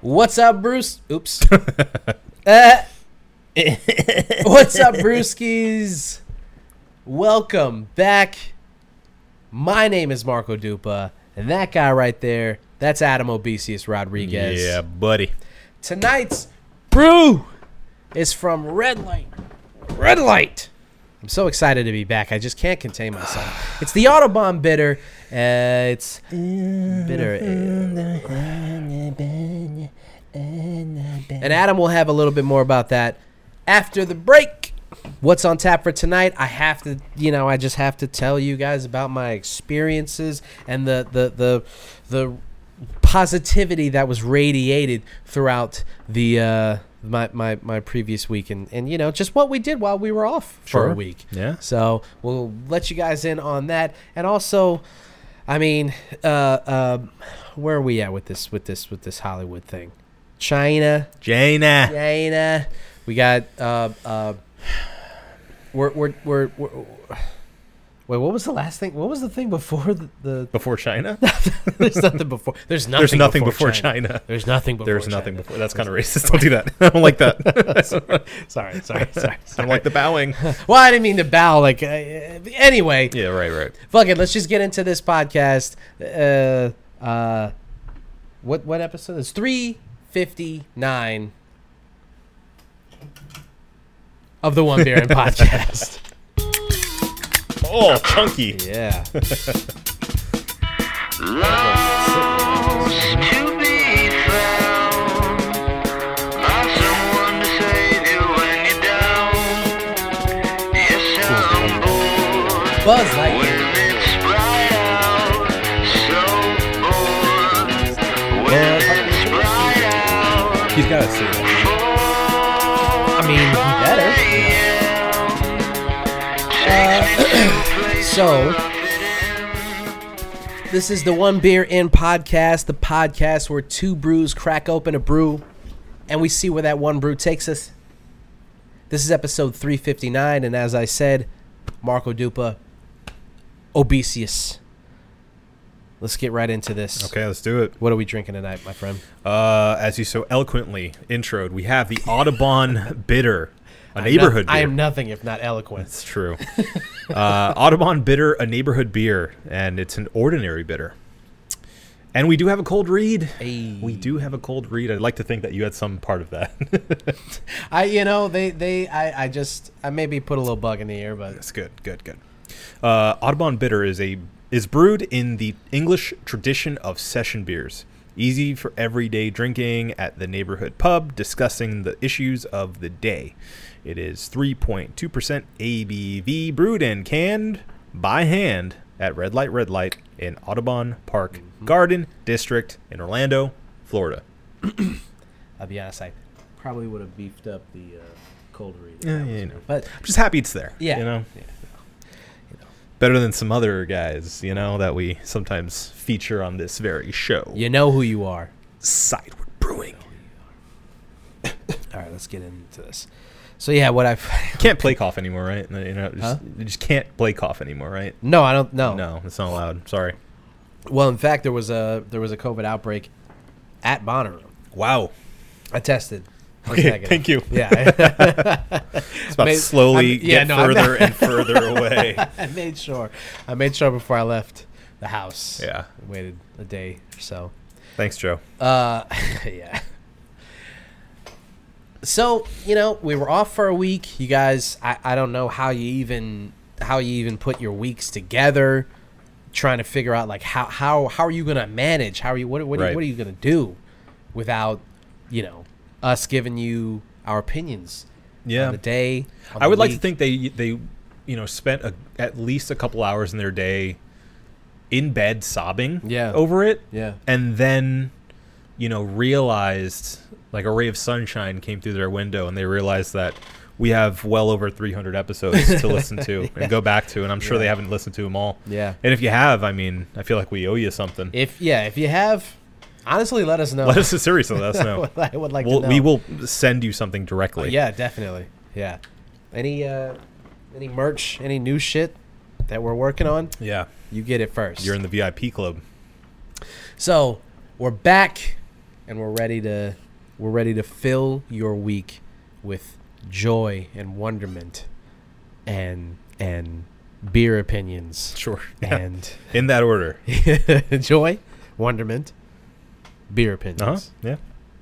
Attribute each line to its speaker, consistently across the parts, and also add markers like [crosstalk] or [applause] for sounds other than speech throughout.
Speaker 1: What's up, Bruce? Oops. Uh, [laughs] what's up, Brewskis? Welcome back. My name is Marco Dupa, and that guy right there, that's Adam Obesius Rodriguez.
Speaker 2: Yeah, buddy.
Speaker 1: Tonight's brew is from Red Light. Red Light. I'm so excited to be back. I just can't contain myself. It's the Autobahn bitter. Uh, it's bitter. And Adam will have a little bit more about that after the break. What's on tap for tonight? I have to, you know, I just have to tell you guys about my experiences and the the the the positivity that was radiated throughout the uh, my, my my previous week and and you know just what we did while we were off for
Speaker 2: Sure.
Speaker 1: a week.
Speaker 2: Yeah.
Speaker 1: So we'll let you guys in on that, and also, I mean, uh, uh, where are we at with this with this with this Hollywood thing? China,
Speaker 2: Jaina.
Speaker 1: China. We got uh, uh, we're, we're we're we're. Wait, what was the last thing? What was the thing before the? the [laughs]
Speaker 2: Before China?
Speaker 1: there's nothing before. There's nothing.
Speaker 2: There's nothing before, China.
Speaker 1: There's nothing before.
Speaker 2: There's
Speaker 1: China.
Speaker 2: nothing before. That's kind of racist. Don't do that. [laughs] I don't like that.
Speaker 1: [laughs] Sorry, sorry, sorry.
Speaker 2: [laughs] I don't like the
Speaker 1: [laughs]
Speaker 2: bowing.
Speaker 1: Well, I didn't mean to bow. Like, uh, anyway.
Speaker 2: Yeah, right, right.
Speaker 1: fuck it let's just get into this podcast uh uh what what episode it's 359 of the one beer
Speaker 2: [laughs]
Speaker 1: and podcast
Speaker 2: Oh, chunky.
Speaker 1: yeah
Speaker 3: To be found by someone to save you when you're down. Yes, I'm bored
Speaker 1: buzz lightyear
Speaker 3: when it's bright out. So bored when it's bright out.
Speaker 2: He's got to see that.
Speaker 1: i mean better [clears throat] so Uh, this is the one beer in podcast the podcast where two brews crack open a brew and we see where that one brew takes us This is episode 359, and as I said, Marco Dupa, Obesius. Let's get right into this.
Speaker 2: Okay, let's do it.
Speaker 1: What are we drinking tonight, my friend?
Speaker 2: Uh, as you so eloquently introed, we have the Audubon Bitter, a neighborhood
Speaker 1: I
Speaker 2: beer.
Speaker 1: am nothing if not eloquent.
Speaker 2: It's true. [laughs] uh, Audubon Bitter, a neighborhood beer, and it's an ordinary bitter. And we do have a cold read.
Speaker 1: Hey.
Speaker 2: We do have a cold read. I'd like to think that you had some part of that. [laughs]
Speaker 1: I, you know, they, they, I, I just, I maybe put a little bug in the air, but
Speaker 2: That's good, good, good. Uh, Audubon Bitter is a is brewed in the English tradition of session beers, easy for everyday drinking at the neighborhood pub, discussing the issues of the day. It is 3.2% ABV, brewed and canned by hand at Red Light Red Light in Audubon Park Garden District in Orlando, Florida.
Speaker 1: I'll be honest, I probably would have beefed up the uh, cold read. if
Speaker 2: Yeah,
Speaker 1: that
Speaker 2: yeah,
Speaker 1: was
Speaker 2: you
Speaker 1: me.
Speaker 2: know.
Speaker 1: But
Speaker 2: I'm just happy it's there.
Speaker 1: yeah,
Speaker 2: you know.
Speaker 1: yeah.
Speaker 2: better than some other guys, you know, that we sometimes feature on this very show.
Speaker 1: you know who you are.
Speaker 2: Sideward Brewing.
Speaker 1: All right, let's get into this. So yeah, what I [laughs]
Speaker 2: Can't play cough anymore, right? You know, just,
Speaker 1: Huh?
Speaker 2: you just can't play cough anymore, right?
Speaker 1: no, I don't know.
Speaker 2: No, it's not allowed. Sorry.
Speaker 1: Well, in fact, there was a there was a COVID outbreak at Bonnaroo.
Speaker 2: Wow.
Speaker 1: I tested. I was
Speaker 2: [laughs] Okay,
Speaker 1: negative.
Speaker 2: thank you.
Speaker 1: Yeah, [laughs]
Speaker 2: It's about
Speaker 1: Maybe-
Speaker 2: to slowly
Speaker 1: I'm- yeah,
Speaker 2: get
Speaker 1: no, I'm [laughs]
Speaker 2: further and further away.
Speaker 1: I made sure. I made sure before I left the house.
Speaker 2: Yeah.
Speaker 1: waited a day or so.
Speaker 2: Thanks, Joe.
Speaker 1: Uh, [laughs] yeah. So you know we were off for a week. You guys, I, I don't know how you even how you even put your weeks together, trying to figure out like how how how are you gonna manage? How are you what what, are you,
Speaker 2: Right.
Speaker 1: what are you gonna do without you know us giving you our opinions?
Speaker 2: Yeah.
Speaker 1: on the day. on
Speaker 2: I
Speaker 1: the
Speaker 2: would like to
Speaker 1: week.
Speaker 2: think they they you know spent a, at least a couple hours in their day in bed sobbing
Speaker 1: Yeah.
Speaker 2: over it
Speaker 1: Yeah.
Speaker 2: and then you know realized like a ray of sunshine came through their window and they realized that we have well over 300
Speaker 1: [laughs]
Speaker 2: episodes to listen to and go back to and I'm sure they haven't listened to them all.
Speaker 1: Yeah.
Speaker 2: And if you have, I mean, I feel like we owe you something.
Speaker 1: if yeah if you have honestly let us know.
Speaker 2: [laughs] Let us seriously let us know.
Speaker 1: [laughs] I would like
Speaker 2: we'll,
Speaker 1: to know.
Speaker 2: we will send you something directly.
Speaker 1: Yeah, definitely. Yeah. Any uh any merch, any new shit that we're working on,
Speaker 2: Yeah.
Speaker 1: you get it 1st
Speaker 2: You're in the VIP club.
Speaker 1: so we're back. and we're ready to we're ready to fill your week with joy and wonderment and and beer opinions
Speaker 2: Sure. [laughs] Yeah.
Speaker 1: and
Speaker 2: In that
Speaker 1: [laughs]
Speaker 2: order.
Speaker 1: joy, wonderment, beer opinions.
Speaker 2: Uh huh. Yeah.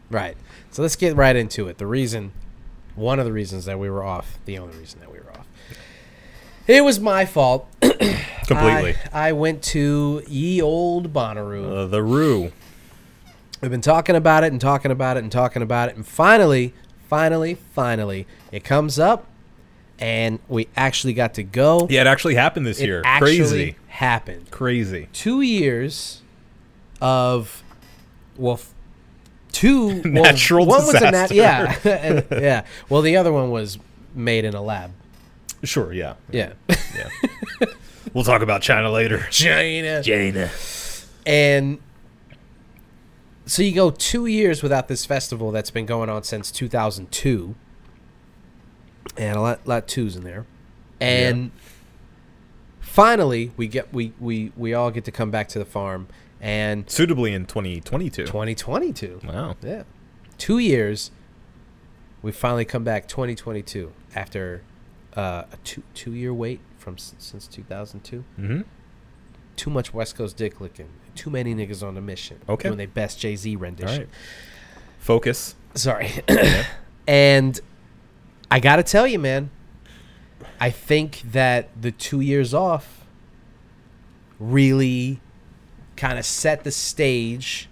Speaker 1: Right. So let's get right into it. The reason, one of the reasons that we were off, the only reason that we were off, it was my fault. [clears throat]
Speaker 2: Completely.
Speaker 1: I, I went to ye old Bonnaroo.
Speaker 2: Uh, the Rue.
Speaker 1: We've been talking about it and talking about it and talking about it, and finally, finally, finally, it comes up, and we actually got to go.
Speaker 2: Yeah, it actually happened this
Speaker 1: it
Speaker 2: year.
Speaker 1: actually
Speaker 2: Crazy.
Speaker 1: happened.
Speaker 2: Crazy.
Speaker 1: two years of well f- two
Speaker 2: [laughs]
Speaker 1: well,
Speaker 2: Natural
Speaker 1: one
Speaker 2: disaster.
Speaker 1: was a nat- yeah [laughs] yeah well the other one was made in a lab
Speaker 2: Sure. Yeah. [laughs]
Speaker 1: yeah
Speaker 2: Yeah. we'll talk about China later.
Speaker 1: China
Speaker 2: China.
Speaker 1: [laughs] and so you go two years without this festival that's been going on since 2002 and a lot lot twos in there and finally we get we we we all get to come back to the farm and
Speaker 2: Suitably in 2022.
Speaker 1: 2022
Speaker 2: Wow.
Speaker 1: Yeah. Two years. We finally come back 2022 after uh, a two two year wait from s- since 2002.
Speaker 2: Mhm.
Speaker 1: Too much West Coast dick licking. Too many niggas on the mission.
Speaker 2: Okay.
Speaker 1: Doing their best Jay Z
Speaker 2: All
Speaker 1: rendition.
Speaker 2: right. Focus.
Speaker 1: Sorry. [coughs] and I gotta tell you, man. I think that the two years off really kind of set the stage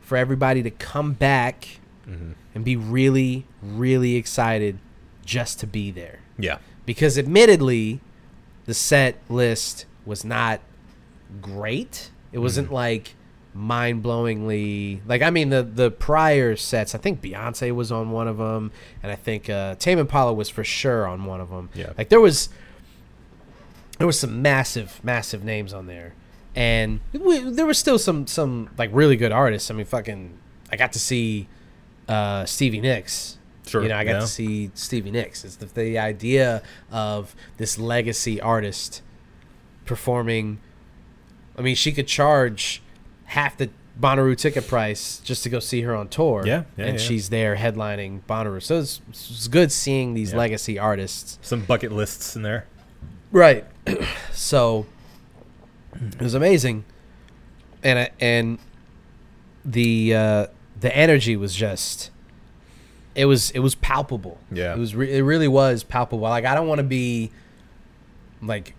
Speaker 1: for everybody to come back
Speaker 2: Mm-hmm.
Speaker 1: and be really, really excited just to be there.
Speaker 2: Yeah.
Speaker 1: Because admittedly, the set list was not great. It wasn't like mind blowingly like I mean the the prior sets. I think Beyonce was on one of them, and I think uh, Tame Impala was for sure on one of them.
Speaker 2: Yeah.
Speaker 1: like there was there was some massive massive names on there, and we, there was still some some like really good artists. I mean, fucking, I got to see uh, Stevie Nicks.
Speaker 2: Sure,
Speaker 1: You know, I got
Speaker 2: yeah.
Speaker 1: to see Stevie Nicks. It's the, the idea of this legacy artist performing. I mean, she could charge half the Bonnaroo ticket price just to go see her on tour.
Speaker 2: Yeah, yeah,
Speaker 1: and
Speaker 2: yeah.
Speaker 1: she's there headlining Bonnaroo. So it's, it's good seeing these
Speaker 2: Yeah.
Speaker 1: legacy artists.
Speaker 2: Some bucket lists in there.
Speaker 1: Right. [clears throat] so it was amazing, and I, and the uh, the energy was just it was it was palpable.
Speaker 2: Yeah.
Speaker 1: It was re- it really was palpable. Like I don't want to be like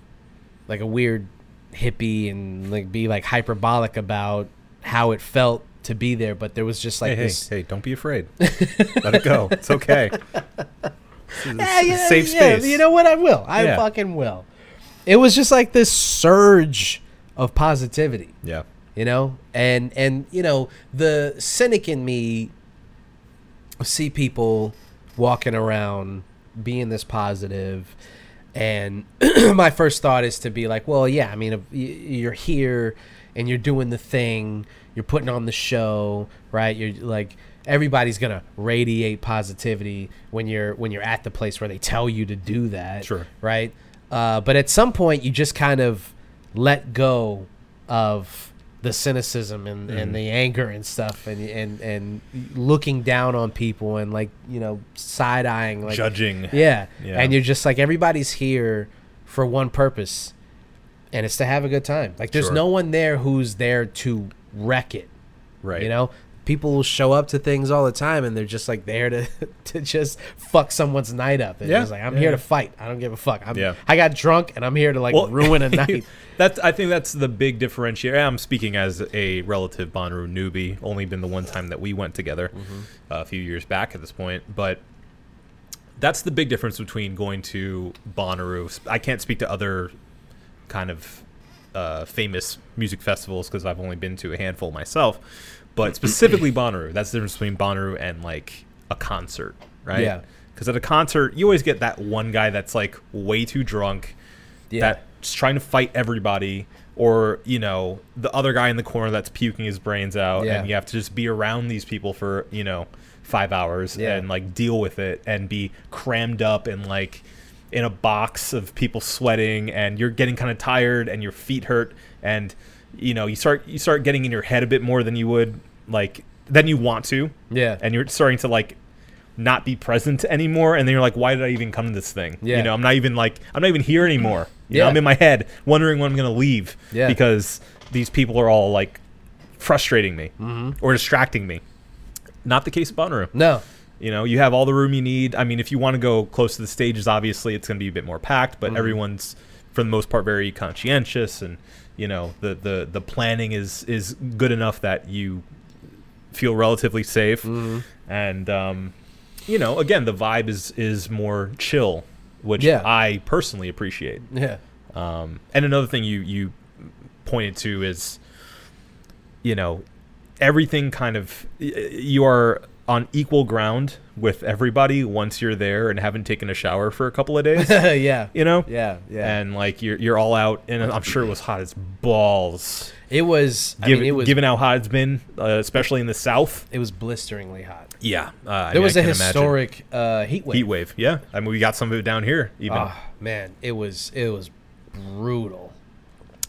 Speaker 1: like a weird hippie and like be like hyperbolic about how it felt to be there, but there was just like
Speaker 2: Hey, hey,
Speaker 1: this.
Speaker 2: hey, don't be [laughs] afraid. Let it go. It's okay. This is
Speaker 1: Yeah,
Speaker 2: a
Speaker 1: yeah,
Speaker 2: safe
Speaker 1: yeah,
Speaker 2: space.
Speaker 1: you know what? I will. I
Speaker 2: Yeah.
Speaker 1: fucking will. It was just like this surge of positivity,
Speaker 2: [laughs] Yeah.
Speaker 1: you know, and and you know the cynic in me see people walking around being this positive, and [clears throat] my first thought is to be like, well, yeah, I mean, if y- you're here and you're doing the thing, you're putting on the show, right? You're like everybody's gonna radiate positivity when you're when you're at the place where they tell you to do that
Speaker 2: Sure.
Speaker 1: right? Uh, but at some point, you just kind of let go of the cynicism and,
Speaker 2: Mm-hmm.
Speaker 1: and the anger and stuff, and and and looking down on people and like you know side eyeing, like
Speaker 2: Judging.
Speaker 1: yeah.
Speaker 2: Yeah.
Speaker 1: and you're just like everybody's here for one purpose, and it's to have a good time. Like there's
Speaker 2: Sure.
Speaker 1: no one there who's there to wreck it.
Speaker 2: Right.
Speaker 1: You know, people will show up to things all the time, and they're just like there to [laughs] to just fuck someone's night up. And
Speaker 2: Yeah.
Speaker 1: it's like I'm
Speaker 2: Yeah,
Speaker 1: here
Speaker 2: yeah.
Speaker 1: to fight. I don't give a fuck. I'm,
Speaker 2: Yeah.
Speaker 1: I got drunk, and I'm here to like
Speaker 2: Well, [laughs]
Speaker 1: ruin a night.
Speaker 2: That's. I think that's the big differentiator. I'm speaking as a relative Bonnaroo newbie. Only been the one time that we went together,
Speaker 1: Mm-hmm.
Speaker 2: uh, a few years back at this point. But that's the big difference between going to Bonnaroo. I can't speak to other kind of uh, famous music festivals because I've only been to a handful myself.
Speaker 1: [clears throat]
Speaker 2: But specifically Bonnaroo. That's the difference between Bonnaroo and like a concert, right?
Speaker 1: Yeah.
Speaker 2: Because at a concert, you always get that one guy that's like way too drunk
Speaker 1: Yeah.
Speaker 2: that's trying to fight everybody or you know the other guy in the corner that's puking his brains out
Speaker 1: Yeah.
Speaker 2: and you have to just be around these people for you know five hours
Speaker 1: Yeah.
Speaker 2: and like deal with it and be crammed up and like in a box of people sweating and you're getting kind of tired and your feet hurt and you know you start you start getting in your head a bit more than you would like then you want to,
Speaker 1: Yeah.
Speaker 2: and you're starting to like not be present anymore and then you're like why did i even come to this thing
Speaker 1: Yeah.
Speaker 2: you know i'm not even like i'm not even here anymore you know,
Speaker 1: Yeah.
Speaker 2: i'm in my head wondering when i'm gonna leave
Speaker 1: Yeah.
Speaker 2: because these people are all like frustrating me
Speaker 1: Mm-hmm.
Speaker 2: or distracting me not the case of Bonnaroo.
Speaker 1: no.
Speaker 2: You know, you have all the room you need. I mean, if you want to go close to the stages, obviously it's going to be a bit more packed, but everyone's for the most part very conscientious and you know, the the the planning is is good enough that you feel relatively safe. And um you know, again, the vibe is is more chill, which
Speaker 1: Yeah.
Speaker 2: I personally appreciate.
Speaker 1: Yeah. [laughs]
Speaker 2: Um, and another thing you you pointed to is, you know, everything kind of y- you are on equal ground with everybody once you're there and haven't taken a shower for a couple
Speaker 1: [laughs]
Speaker 2: of days,
Speaker 1: yeah.
Speaker 2: you know.
Speaker 1: Yeah. Yeah.
Speaker 2: And like you're you're all out, and I'm sure it was hot as balls.
Speaker 1: it was. I
Speaker 2: Given,
Speaker 1: mean, it was.
Speaker 2: given how hot it's been, uh, especially in the South.
Speaker 1: it was blisteringly hot.
Speaker 2: Yeah, uh, I
Speaker 1: There
Speaker 2: mean, I
Speaker 1: was a
Speaker 2: can imagine.
Speaker 1: historic uh, heat wave.
Speaker 2: heat wave. Yeah, I mean we got some of it down here even.
Speaker 1: Ah, man, it was. It was brutal.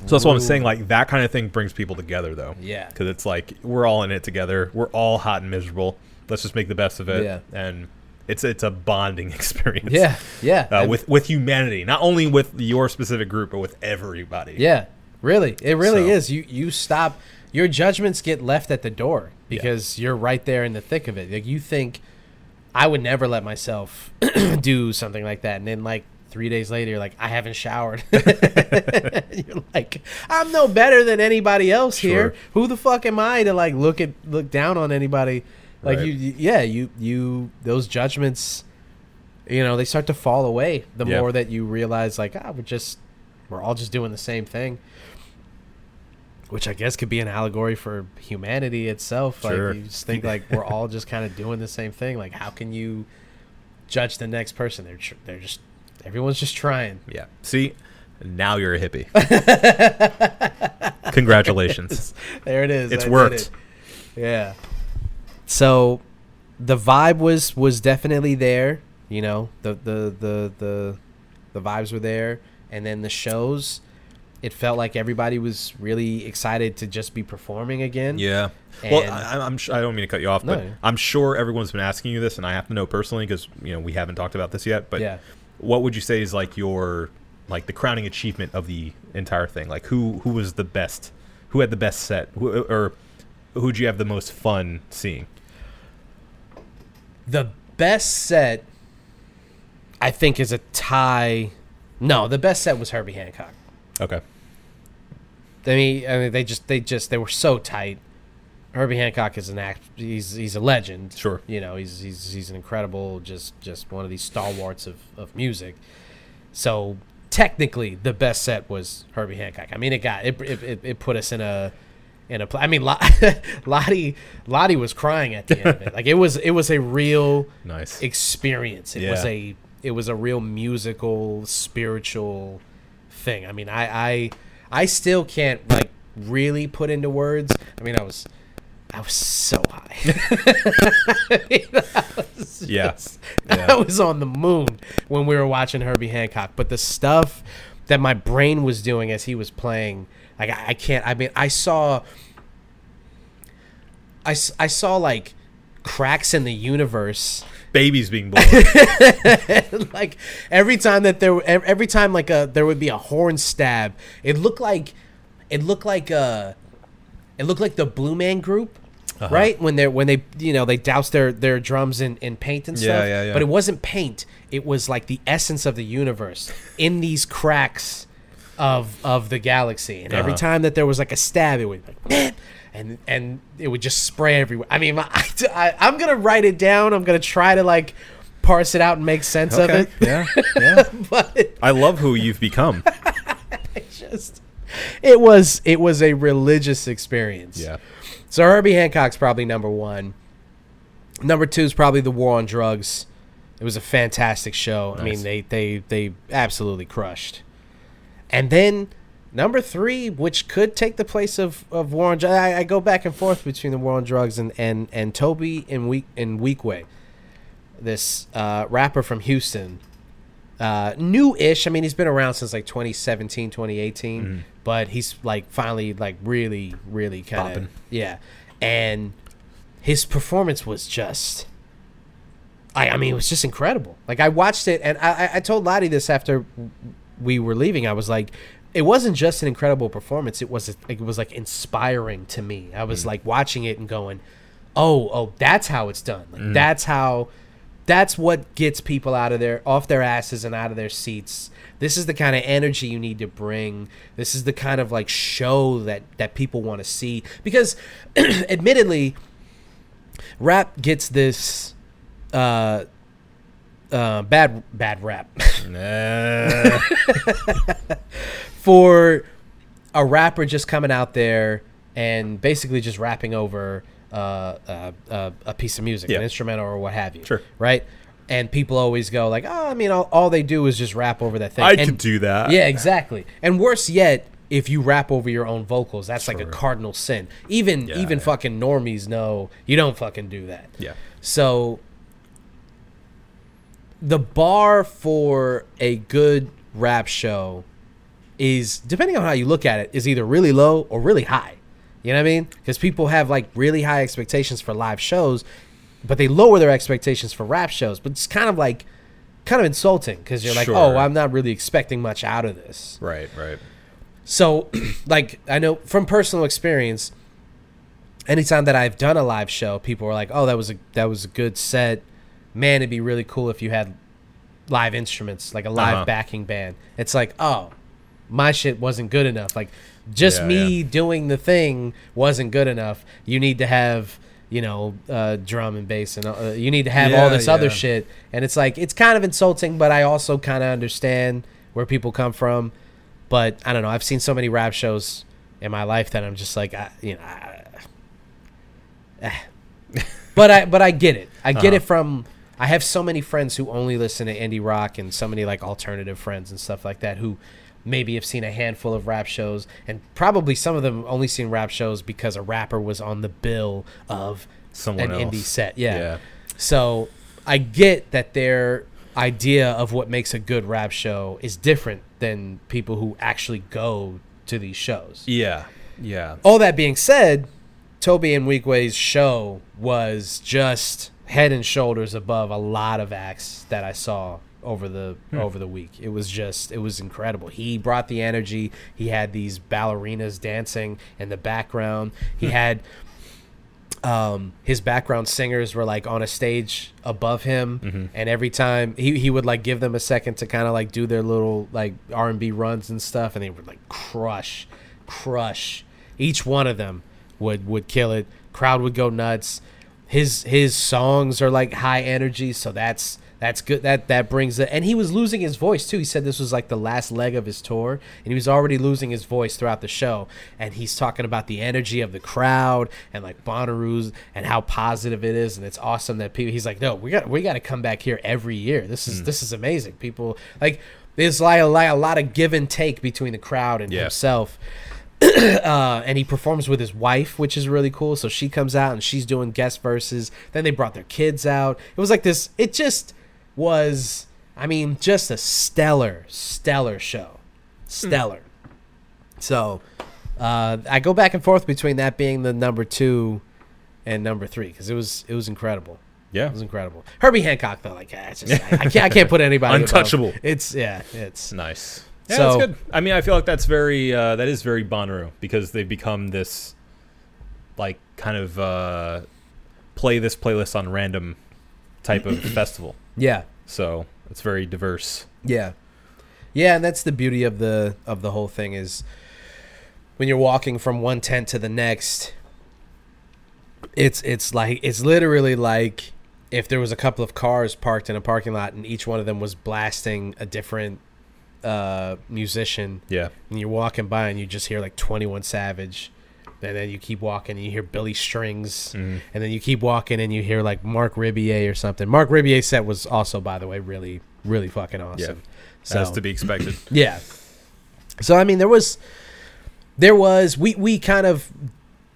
Speaker 2: So that's what I'm
Speaker 1: Ooh.
Speaker 2: saying. Like that kind of thing brings people together, though.
Speaker 1: Yeah.
Speaker 2: Because it's like we're all in it together. We're all hot and miserable. Let's just make the best of it.
Speaker 1: Yeah.
Speaker 2: And it's it's a bonding [laughs] experience.
Speaker 1: Yeah. Yeah.
Speaker 2: Uh,
Speaker 1: I-
Speaker 2: with with humanity, not only with your specific group, but with everybody.
Speaker 1: Yeah, really, it really
Speaker 2: So-
Speaker 1: is. You you stop your judgments get left at the door because you're right there in the thick of it. Like you think, I would never let myself [clears throat] do something like that, and then like three days later, you're like, I haven't showered. [laughs] you're like, I'm no better than anybody else
Speaker 2: Sure.
Speaker 1: here. Who the fuck am I to like look at look down on anybody? Like
Speaker 2: Right.
Speaker 1: you, you, yeah, you you those judgments. You know, they start to fall away the
Speaker 2: Yeah.
Speaker 1: more that you realize, like, ah, we're just we're all just doing the same thing which i guess could be an allegory for humanity itself like
Speaker 2: Sure.
Speaker 1: you just think like we're all just kind of doing the same thing like how can you judge the next person they're tr- they're just everyone's just trying
Speaker 2: Yeah. See, now you're
Speaker 1: [laughs]
Speaker 2: a hippie. Congratulations.
Speaker 1: there it is
Speaker 2: It's
Speaker 1: I did
Speaker 2: worked.
Speaker 1: it. yeah so the vibe was was definitely there you know the the the the, the vibes were there and then the shows it felt like everybody was really excited to just be performing again
Speaker 2: Yeah. Well,
Speaker 1: And-
Speaker 2: I, I'm. Sure, I don't mean to cut you off, but
Speaker 1: No.
Speaker 2: I'm sure everyone's been asking you this, and I have to know personally because you know we haven't talked about this yet. But
Speaker 1: Yeah.
Speaker 2: what would you say is like your like the crowning achievement of the entire thing? Like who who was the best? Who had the best set? Who, or who'd you have the most fun seeing?
Speaker 1: The best set, I think, is a tie. No, the best set was Herbie Hancock.
Speaker 2: Okay.
Speaker 1: [laughs] I mean, I mean, they just, they just, they were so tight. Herbie Hancock is an act. He's he's a legend.
Speaker 2: Sure.
Speaker 1: You know, he's he's he's an incredible, just just one of these stalwarts of of music. So technically, the best set was Herbie Hancock. I mean, it got it it, it, it put us in a in a. pla- I mean, Lo- [laughs] Lottie Lottie was crying at the end
Speaker 2: [laughs]
Speaker 1: of it. Like it was it was a real
Speaker 2: Nice.
Speaker 1: experience. It was
Speaker 2: Yeah.
Speaker 1: a it was a real musical, spiritual thing. I mean, I I I still can't like really put into words. I mean, I was I was so high. [laughs]
Speaker 2: yeah.
Speaker 1: I
Speaker 2: yeah.
Speaker 1: was on the moon when we were watching Herbie Hancock. But the stuff that my brain was doing as he was playing, like I, I can't. I mean, I saw, I s- I saw like cracks in the universe
Speaker 2: Babies
Speaker 1: [laughs]
Speaker 2: being born.
Speaker 1: like every time that there ev- every time like a there would be a horn stab it looked like it looked like uh it looked like the blue man group
Speaker 2: Uh-huh.
Speaker 1: right when they're when they you know they douse their their drums in in paint and
Speaker 2: Yeah,
Speaker 1: stuff
Speaker 2: yeah, yeah.
Speaker 1: but it wasn't paint it was like the essence of the universe in these cracks of of the galaxy and every
Speaker 2: Uh-huh.
Speaker 1: time that there was like a stab it would be like man and and it would just spray everywhere i mean my, [laughs] I, i'm gonna write it down i'm gonna try to like parse it out and make sense of it
Speaker 2: Yeah. Yeah.
Speaker 1: [laughs] but it
Speaker 2: I love who
Speaker 1: [laughs]
Speaker 2: you've become.
Speaker 1: just it was it was a religious experience.
Speaker 2: Yeah.
Speaker 1: So Herbie Hancock's probably number one. Number two is probably the War on Drugs. It was a fantastic show. I
Speaker 2: Nice.
Speaker 1: mean, they they they absolutely crushed. And then number three, which could take the place of, of War on Drugs, I, I go back and forth between the War on Drugs and and and Toby and Week and Weekway, this uh, rapper from Houston uh, new-ish. I mean, he's been around since like 2017, 2018, but he's like finally like really, really kind
Speaker 2: Poppin'.
Speaker 1: of yeah. And his performance was just I, I mean it was just incredible like i watched it and I, I- I told lottie this after we were leaving i was like it wasn't just an incredible performance it was it was like inspiring to me i was like watching it and going oh oh that's how it's done like that's how that's what gets people out of their off their asses and out of their seats this is the kind of energy you need to bring this is the kind of like show that that people want to see because [clears throat] admittedly rap gets this uh uh bad bad rap [laughs]
Speaker 2: Nah.
Speaker 1: for a rapper just coming out there and basically just rapping over uh, uh, uh, a piece of music, an
Speaker 2: Yeah.
Speaker 1: instrumental or what have you.
Speaker 2: Sure.
Speaker 1: Right? And people always go like, oh, I mean, all, all they do is just rap over that thing.
Speaker 2: I
Speaker 1: and,
Speaker 2: could do that.
Speaker 1: Yeah, exactly. And worse yet, if you rap over your own vocals, that's like a
Speaker 2: Sure.
Speaker 1: cardinal sin. Even
Speaker 2: Yeah,
Speaker 1: even
Speaker 2: yeah.
Speaker 1: fucking normies know you don't fucking do that.
Speaker 2: Yeah.
Speaker 1: So the bar for a good rap show is depending on how you look at it is either really low or really high. You know what I mean? Cuz people have like really high expectations for live shows, but they lower their expectations for rap shows. But it's kind of like kind of insulting cuz you're like,
Speaker 2: Sure.
Speaker 1: "Oh, I'm not really expecting much out of this."
Speaker 2: Right, right.
Speaker 1: So, [clears throat] like, I know from personal experience, anytime that I've done a live show, people were like, "Oh, that was a that was a good set. Man, it'd be really cool if you had live instruments, like a live
Speaker 2: Uh-huh.
Speaker 1: backing band." It's like, "Oh, my shit wasn't good enough. Like, just
Speaker 2: Yeah,
Speaker 1: me doing the thing wasn't good enough. You need to have." You know, uh, drum and bass, and uh, you need to have all
Speaker 2: Yeah,
Speaker 1: this other
Speaker 2: yeah.
Speaker 1: shit, and it's like it's kind of insulting, but I also kind of understand where people come from but I don't know. I've seen so many rap shows in my life that I'm just like, I, you know, I,
Speaker 2: [laughs]
Speaker 1: eh. but I but I get it. I get
Speaker 2: Uh-huh.
Speaker 1: it from. I have so many friends who only listen to indie rock and so many like alternative friends and stuff like that who maybe have seen a handful of rap shows and probably some of them only seen rap shows because a rapper was on the bill of
Speaker 2: Someone
Speaker 1: an indie
Speaker 2: else.
Speaker 1: set. Yeah.
Speaker 2: Yeah.
Speaker 1: So I get that their idea of what makes a good rap show is different than people who actually go to these shows.
Speaker 2: Yeah. Yeah.
Speaker 1: All that being said, Toby and Weekway's show was just head and shoulders above a lot of acts that I saw over the over the week. It was just it was incredible. He brought the energy. He had these ballerinas dancing in the background. He had um, his background singers were like on a stage above him, and every time he, he would like give them a second to kind of like do their little like R and B runs and stuff, and they would like crush, crush. Each one of them would would kill it. Crowd would go nuts. His his songs are like high energy, so that's that's good. That that brings it. And he was losing his voice too. He said this was like the last leg of his tour, and he was already losing his voice throughout the show. And he's talking about the energy of the crowd and like Bonnaroo's and how positive it is, and it's awesome that people. He's like, no, we got we got to come back here every year. This is this is amazing. People like there's like a, like a lot of give and take between the crowd and
Speaker 2: Yeah.
Speaker 1: himself uh, and he performs with his wife, which is really cool. So she comes out and she's doing guest verses. Then they brought their kids out. It was like this. It just was. I mean, just a stellar, stellar show, stellar. So uh, I go back and forth between that being the number two and number three because it was it was incredible.
Speaker 2: Yeah.
Speaker 1: It was incredible. Herbie Hancock though, like ah, it's just, I, I can't I can't put anybody above.
Speaker 2: Untouchable.
Speaker 1: It's yeah, it's
Speaker 2: Nice. Yeah,
Speaker 1: So-
Speaker 2: that's good. I mean, I feel like that's very uh, that is very Bonnaroo because they've become this like kind of uh, play this playlist on random type [coughs] of festival.
Speaker 1: yeah.
Speaker 2: So it's very diverse.
Speaker 1: Yeah. Yeah, and that's the beauty of the of the whole thing is when you're walking from one tent to the next, it's it's like it's literally like if there was a couple of cars parked in a parking lot and each one of them was blasting a different uh, musician
Speaker 2: Yeah.
Speaker 1: and you're walking by and you just hear like 21 Savage. And then you keep walking and you hear Billy Strings.
Speaker 2: Mm-hmm.
Speaker 1: And then you keep walking and you hear like Mark Ribier or something. Mark Ribier's set was also, by the way, really, really fucking awesome. So,
Speaker 2: As to be [coughs] expected.
Speaker 1: yeah. So I mean, there was, there was we we kind of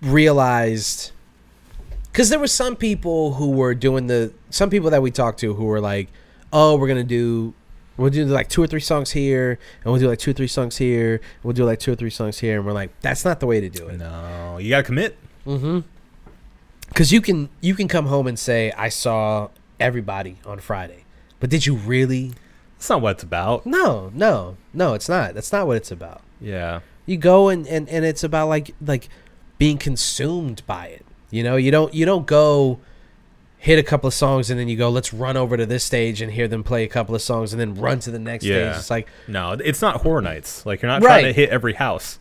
Speaker 1: realized because there were some people who were doing the some people that we talked to who were like, oh, we're gonna do. We'll do like two or three songs here, and we'll do like two or three songs here. and We'll do like two or three songs here, and we're like, that's not the way to do it.
Speaker 2: no, you gotta commit.
Speaker 1: because you can you can come home and say I saw everybody on Friday, but did you really?
Speaker 2: That's not what it's about.
Speaker 1: No, no, no. It's not. That's not what it's about.
Speaker 2: Yeah.
Speaker 1: You go and and and it's about like like being consumed by it. You know, you don't you don't go hit a couple of songs and then you go let's run over to this stage and hear them play a couple of songs and then run to the next
Speaker 2: Yeah.
Speaker 1: stage. It's like
Speaker 2: No, it's not horror nights. Like you're not trying to
Speaker 1: Right.
Speaker 2: hit every house.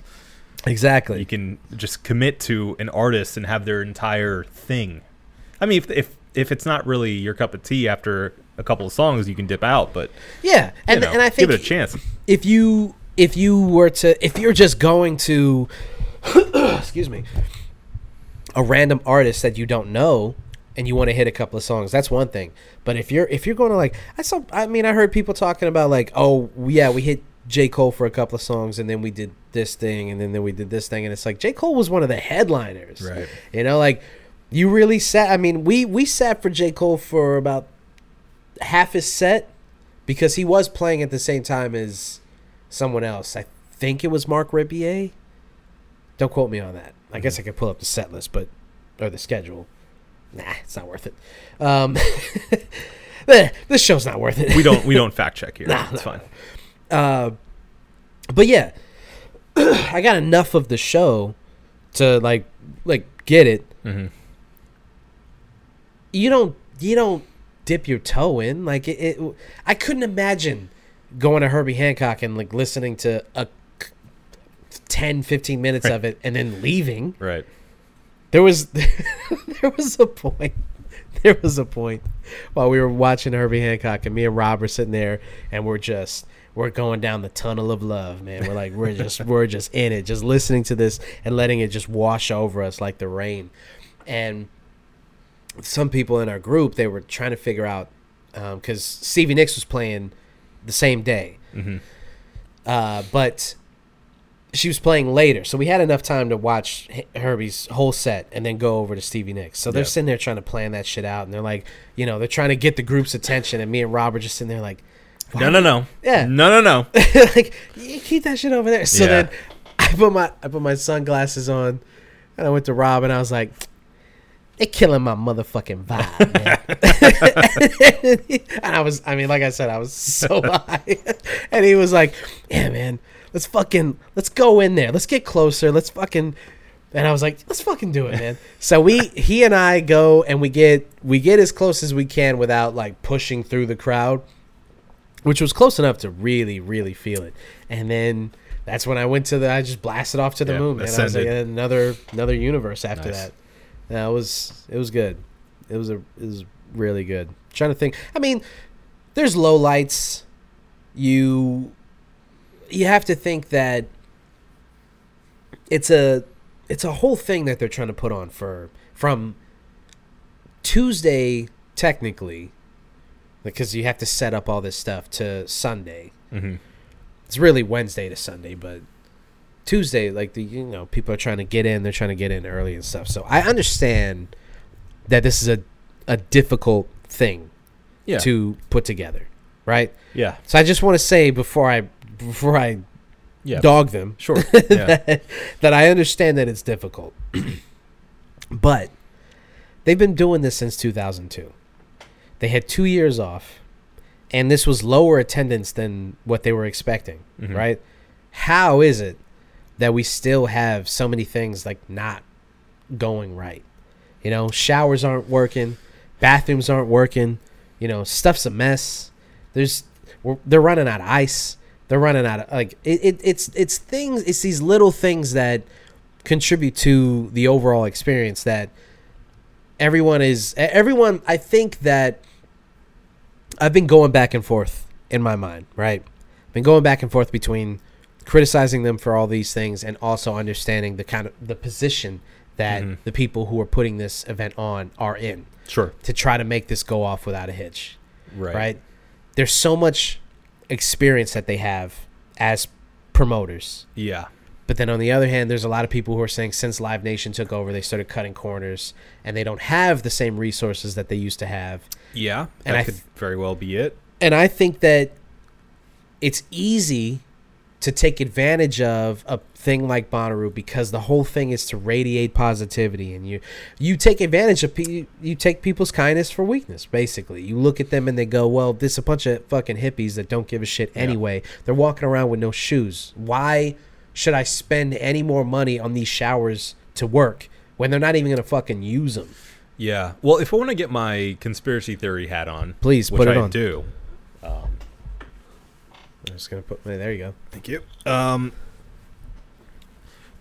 Speaker 1: exactly.
Speaker 2: You can just commit to an artist and have their entire thing. I mean, if if if it's not really your cup of tea after a couple of songs, you can dip out. But
Speaker 1: yeah,
Speaker 2: you
Speaker 1: and
Speaker 2: know,
Speaker 1: and I think
Speaker 2: give it a chance.
Speaker 1: if you if you were to if you're just going to [coughs] excuse me a random artist that you don't know and you want to hit a couple of songs that's one thing but if you're if you're going to like i saw i mean i heard people talking about like oh yeah we hit j cole for a couple of songs and then we did this thing and then, then we did this thing and it's like j cole was one of the headliners
Speaker 2: Right.
Speaker 1: you know like you really sat i mean we we sat for j cole for about half his set because he was playing at the same time as someone else. I think it was Mark Ribier. Don't quote me on that. I guess I could pull up the set list, but or the schedule. Nah, it's not worth it. Um, [laughs] eh, this show's not worth it.
Speaker 2: We don't we don't fact
Speaker 1: [laughs]
Speaker 2: check here. it's fine.
Speaker 1: Uh, but yeah, [clears throat] I got enough of the show to like like get it.
Speaker 2: Mhm.
Speaker 1: You don't you don't dip your toe in like it, it. I couldn't imagine going to Herbie Hancock and like listening to a c- 10 15 minutes of it and then leaving.
Speaker 2: Right.
Speaker 1: There was [laughs] there was a point. There was a point while we were watching Herbie Hancock and me and Rob were sitting there and we're just we're going down the tunnel of love, man. We're like we're just we're just in it, just listening to this and letting it just wash over us like the rain. And some people in our group they were trying to figure out because Stevie Nicks was playing the same day,
Speaker 2: Mm-hmm.
Speaker 1: uh, but she was playing later, so we had enough time to watch H- Herbie's whole set and then go over to Stevie Nicks. So they're
Speaker 2: Yeah.
Speaker 1: sitting there trying to plan that shit out, and they're like, you know, they're trying to get the group's attention, and me and Rob are just sitting there like,
Speaker 2: No, no, no.
Speaker 1: Yeah.
Speaker 2: No, no,
Speaker 1: [laughs]
Speaker 2: no.
Speaker 1: like "You keep that shit over there. So
Speaker 2: Yeah.
Speaker 1: then [laughs] I put my I put my sunglasses on, and I went to Rob, and I was like. They're killing my motherfucking vibe,
Speaker 2: [laughs]
Speaker 1: man. [laughs] and I was, I mean, like I said, I was so high. [laughs] and he was like, yeah, man, let's fucking, let's go in there. Let's get closer. Let's fucking. And I was like, let's fucking do it, man. So we, he and I go and we get, we get as close as we can without like pushing through the crowd, which was close enough to really, really feel it. And then that's when I went to the, I just blasted off to the
Speaker 2: Yeah,
Speaker 1: moon, man. I was like,
Speaker 2: ascended.
Speaker 1: another, another universe after
Speaker 2: Nice.
Speaker 1: that. That was it was good. It was a it was really good. trying to think. I mean, there's low lights. You you have to think that it's a it's a whole thing that they're trying to put on for from Tuesday technically because you have to set up all this stuff to Sunday.
Speaker 2: Mhm.
Speaker 1: It's really Wednesday to Sunday, but Tuesday, like the you know, people are trying to get in, they're trying to get in early and stuff. So I understand that this is a a difficult thing
Speaker 2: Yeah.
Speaker 1: to put together, right?
Speaker 2: yeah.
Speaker 1: So I just want to say before I before I
Speaker 2: Yeah.
Speaker 1: dog them
Speaker 2: [laughs] Sure. Yeah.
Speaker 1: that, [laughs] that I understand that it's difficult. [clears throat] but they've been doing this since 2002. They had 2 years off and this was lower attendance than what they were expecting,
Speaker 2: Mhm.
Speaker 1: right? How is it that we still have so many things like not going right? You know, showers aren't working, bathrooms aren't working, you know, stuff's a mess. There's we're, they're running out of ice. They're running out of like it, it, it's it's things it's these little things that contribute to the overall experience that everyone is e- everyone I think that I've been going back and forth in my mind, right? I've been going back and forth between criticizing them for all these things and also understanding the kind of the position that
Speaker 2: Mhm.
Speaker 1: the people who are putting this event on are in
Speaker 2: Sure.
Speaker 1: to try to make this go off without a hitch
Speaker 2: Right.
Speaker 1: right. There's so much experience that they have as promoters.
Speaker 2: Yeah.
Speaker 1: But then on the other hand, there's a lot of people who are saying since Live Nation took over, they started cutting corners and they don't have the same resources that they used to have.
Speaker 2: Yeah. That
Speaker 1: And I
Speaker 2: could
Speaker 1: th-
Speaker 2: very well be it.
Speaker 1: And I think that it's easy to take advantage of a thing like Bonnaroo because the whole thing is to radiate positivity and you you take advantage of pe- you take people's kindness for weakness basically you look at them and they go well this is a bunch of fucking hippies that don't give a shit anyway they're walking around with no shoes why should I spend any more money on these showers to work when they're not even gonna fucking use them
Speaker 2: Yeah. Well, if I want to get my conspiracy theory hat on,
Speaker 1: Please,
Speaker 2: which
Speaker 1: put it
Speaker 2: I
Speaker 1: on.
Speaker 2: Do.
Speaker 1: I'm just gonna put there you go
Speaker 2: Thank you. Um,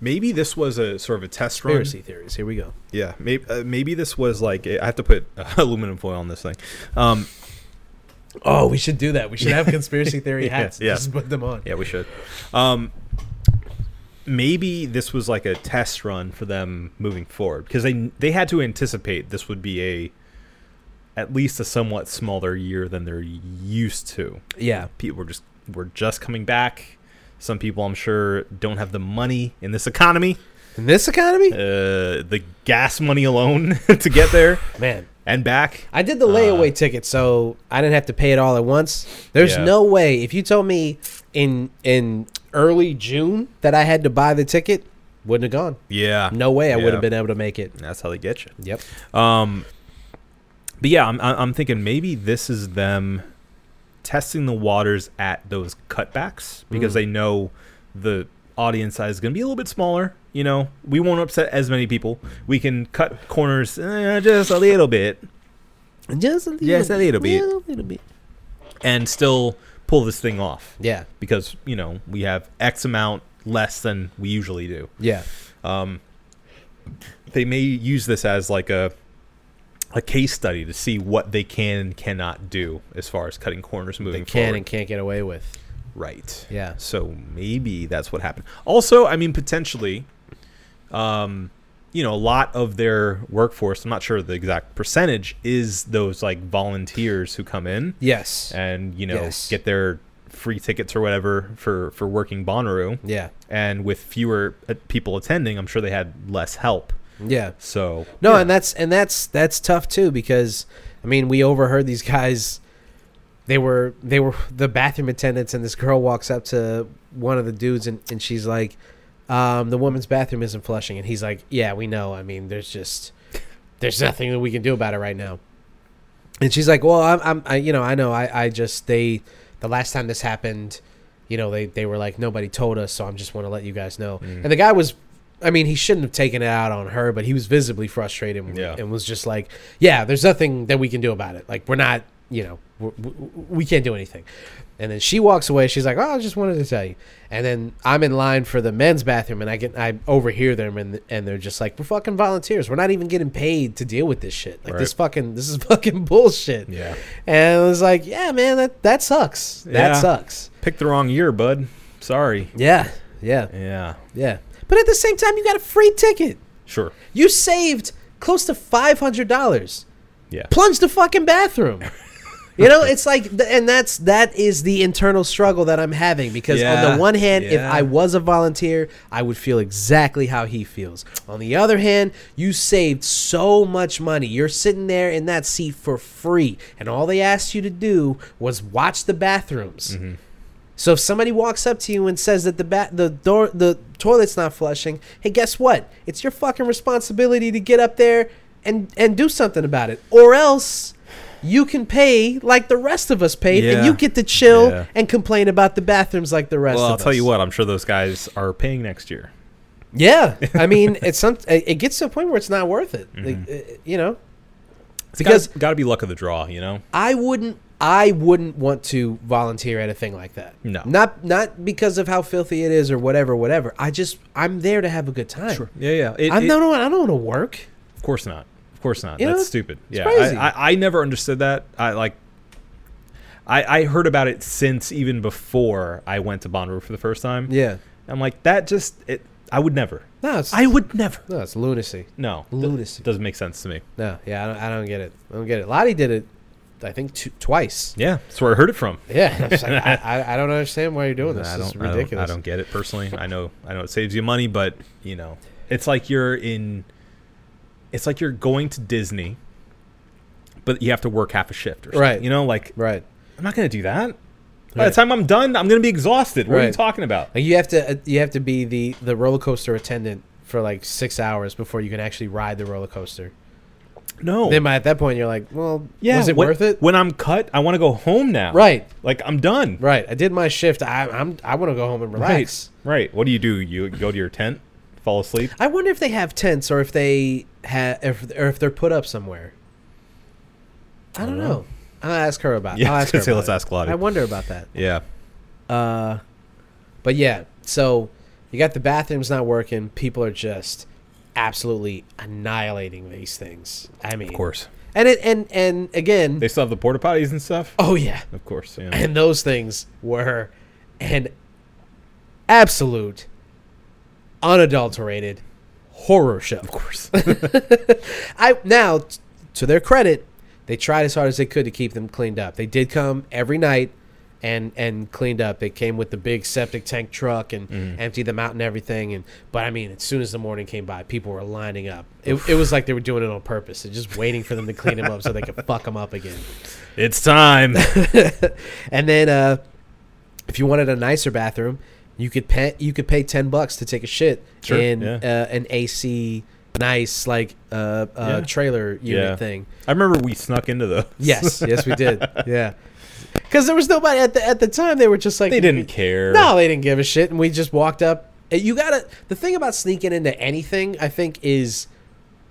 Speaker 2: maybe this was a sort of a test run.
Speaker 1: conspiracy theories here we go
Speaker 2: Yeah, maybe uh, maybe this was like I have to put uh, [laughs] aluminum foil on this thing. Um,
Speaker 1: Oh, we should do that. We should have [laughs] conspiracy theory
Speaker 2: Yeah,
Speaker 1: hats.
Speaker 2: yeah.
Speaker 1: Just put them on.
Speaker 2: yeah, we should. Um, maybe this was like a test run for them moving forward because they they had to anticipate this would be a at least a somewhat smaller year than they're used to.
Speaker 1: Yeah.
Speaker 2: people were just were just coming back. Some people, I'm sure, don't have the money in this economy,
Speaker 1: In this economy?
Speaker 2: uh, the gas money alone [laughs] to get there
Speaker 1: Man. Uh,
Speaker 2: and back.
Speaker 1: I did the layaway ticket, so I didn't have to pay it all at once. There's
Speaker 2: Yeah.
Speaker 1: no way if you told me in in early June that I had to buy the ticket, wouldn't have gone.
Speaker 2: Yeah,
Speaker 1: No way I would
Speaker 2: Yeah.
Speaker 1: have been able to make it.
Speaker 2: That's how they get you.
Speaker 1: Yep.
Speaker 2: Um, but yeah, I'm I- I'm thinking maybe this is them testing the waters at those cutbacks because they know the audience size is going to be a little bit smaller. You know, we won't upset as many people. We can cut corners eh, just a little bit.
Speaker 1: Just a little,
Speaker 2: Just a little bit.
Speaker 1: little, little bit.
Speaker 2: and still pull this thing off
Speaker 1: Yeah.
Speaker 2: because you know we have x amount less than we usually do
Speaker 1: Yeah.
Speaker 2: they may use this as like a a case study to see what they can and cannot do as far as cutting corners moving
Speaker 1: They can
Speaker 2: forward
Speaker 1: and can't get away with.
Speaker 2: right
Speaker 1: Yeah.
Speaker 2: so maybe that's what happened also i mean potentially um you know a lot of their workforce i'm not sure the exact percentage is those like volunteers who come in
Speaker 1: Yes.
Speaker 2: and you know
Speaker 1: Yes.
Speaker 2: get their free tickets or whatever for for working Bonnaroo.
Speaker 1: yeah.
Speaker 2: And with fewer uh, people attending, I'm sure they had less help.
Speaker 1: Yeah.
Speaker 2: So
Speaker 1: No,
Speaker 2: yeah.
Speaker 1: and that's and that's that's tough too because I mean we overheard these guys. They were they were the bathroom attendants, and this girl walks up to one of the dudes, and, and she's like, um, "The woman's bathroom isn't flushing," and he's like, "Yeah, we know. I mean, there's just there's nothing that we can do about it right now." And she's like, "Well, I'm, I'm I, you know, I know. I, I just they the last time this happened, you know, they they were like nobody told us, so I'm just want to let you guys know." And the guy was, I mean, he shouldn't have taken it out on her, but he was visibly frustrated and-
Speaker 2: Yeah.
Speaker 1: and was just like, "Yeah, there's nothing that we can do about it. Like, we're not, you know, we're, we we can't do anything." And then she walks away. She's like, "Oh, I just wanted to tell you." And then I'm in line for the men's bathroom, and I get I overhear them, and and they're just like, "We're fucking volunteers. We're not even getting paid to deal with this shit. Like this
Speaker 2: Right.
Speaker 1: fucking this is [laughs] fucking bullshit."
Speaker 2: Yeah.
Speaker 1: And it was like, "Yeah, man, that that sucks. That
Speaker 2: Yeah.
Speaker 1: sucks."
Speaker 2: pick the wrong year, bud. Sorry.
Speaker 1: Yeah, yeah,
Speaker 2: Yeah.
Speaker 1: yeah. But at the same time, you got a free ticket.
Speaker 2: Sure.
Speaker 1: You saved close to five hundred dollars.
Speaker 2: Yeah.
Speaker 1: plunge the fucking
Speaker 2: [laughs]
Speaker 1: bathroom. You know, it's like, th- and that's that is the internal struggle that I'm having because on
Speaker 2: Yeah,
Speaker 1: the one hand, if
Speaker 2: yeah.
Speaker 1: I was a volunteer, I would feel exactly how he feels. On the other hand, you saved so much money. You're sitting there in that seat for free, and all they asked you to do was watch the
Speaker 2: Mm-hmm.
Speaker 1: bathrooms. So if somebody walks up to you and says that the ba- the door the toilet's not flushing, hey, guess what? It's your fucking responsibility to get up there and and do something about it, or else you can pay like the rest of us paid,
Speaker 2: Yeah.
Speaker 1: and you get to chill
Speaker 2: Yeah.
Speaker 1: and complain about the bathrooms like the rest.
Speaker 2: Well,
Speaker 1: of
Speaker 2: I'll tell
Speaker 1: us.
Speaker 2: you what. I'm sure those guys are paying next year.
Speaker 1: Yeah,
Speaker 2: [laughs]
Speaker 1: I mean, it's some. It gets to a point where it's not worth it. Like,
Speaker 2: Mm-hmm.
Speaker 1: uh, you know, Because-
Speaker 2: because got to be luck of the draw, you know.
Speaker 1: I wouldn't. I wouldn't want to volunteer at a thing like that.
Speaker 2: No.
Speaker 1: not not because of how filthy it is or whatever, whatever. I just I'm there to have a good time.
Speaker 2: Yeah. Yeah. It,
Speaker 1: I
Speaker 2: it-
Speaker 1: don't. want- I don't want to work.
Speaker 2: Of course not. Of course not.
Speaker 1: You
Speaker 2: That's
Speaker 1: know,
Speaker 2: stupid.
Speaker 1: it's
Speaker 2: yeah,
Speaker 1: crazy.
Speaker 2: I, I, I never understood that. I like. I, I heard about it since even before I went to Bonnaroo for the first time.
Speaker 1: Yeah.
Speaker 2: I'm like that. Just it. I would never.
Speaker 1: No, it's
Speaker 2: I would never.
Speaker 1: no, it's lunacy.
Speaker 2: No, th-
Speaker 1: Lunacy.
Speaker 2: doesn't make sense to me.
Speaker 1: No, yeah, I don't, I don't get it. I don't get it. Lottie did it, I think, two, twice.
Speaker 2: Yeah, that's where I heard it from.
Speaker 1: [laughs] Yeah, I'm just like, I, I, I don't understand why you're doing this.
Speaker 2: I
Speaker 1: This
Speaker 2: don't,
Speaker 1: is
Speaker 2: I don't-
Speaker 1: ridiculous.
Speaker 2: I don't, get it personally. I know, I know it saves you money, but you know, it's like you're in. It's like you're going to Disney, but you have to work half a shift, or something.
Speaker 1: Right.
Speaker 2: You know, like
Speaker 1: Right.
Speaker 2: I'm not gonna do that. By the time I'm done, I'm gonna be exhausted. What are you
Speaker 1: Right.
Speaker 2: talking about?
Speaker 1: Like you have to uh, you have to be the the roller coaster attendant for like six hours before you can actually ride the roller coaster.
Speaker 2: No.
Speaker 1: Then by at that point you're like, well, was it
Speaker 2: when-
Speaker 1: worth it?
Speaker 2: When I'm cut, I want to go home now.
Speaker 1: Right.
Speaker 2: Like I'm done.
Speaker 1: right. I did my shift. I, I'm I want to go home and relax.
Speaker 2: Right. What do you do? You go to your tent, fall asleep.
Speaker 1: I wonder if they have tents or if they have if, or if they're put up somewhere. I don't know. I'll ask her about.
Speaker 2: Yeah,
Speaker 1: I'll
Speaker 2: I was
Speaker 1: ask her
Speaker 2: gonna say,
Speaker 1: about
Speaker 2: let's
Speaker 1: it.
Speaker 2: ask Lottie.
Speaker 1: I wonder about that.
Speaker 2: Yeah.
Speaker 1: Uh, but yeah, so you got the bathrooms not working. People are just absolutely annihilating these things. I mean,
Speaker 2: Of course.
Speaker 1: And it and and again,
Speaker 2: They still have the porta potties and stuff.
Speaker 1: oh yeah,
Speaker 2: Of course. Yeah. [laughs]
Speaker 1: and those things were an absolute, unadulterated horror show.
Speaker 2: of course.
Speaker 1: I now, t- to their credit, they tried as hard as they could to keep them cleaned up. They did come every night and and cleaned up. They came with the big septic tank truck and emptied them out and everything. And but I mean, as soon as the morning came by, people were lining up. It, it was like they were doing it on purpose and just waiting for them to clean them up so they could fuck them up again. [laughs]
Speaker 2: it's time.
Speaker 1: And then uh, if you wanted a nicer bathroom, you could pay you could pay ten bucks to take a shit
Speaker 2: Sure,
Speaker 1: in
Speaker 2: yeah.
Speaker 1: uh, an AC nice like uh, uh,
Speaker 2: Yeah.
Speaker 1: trailer unit
Speaker 2: Yeah.
Speaker 1: thing.
Speaker 2: I remember we snuck into those.
Speaker 1: Yes, yes, we
Speaker 2: [laughs]
Speaker 1: did. Yeah, because there was nobody at the at the time. They were just like
Speaker 2: They didn't care.
Speaker 1: No, they didn't give a shit, and we just walked up. Uh, You gotta the thing about sneaking into anything. I think is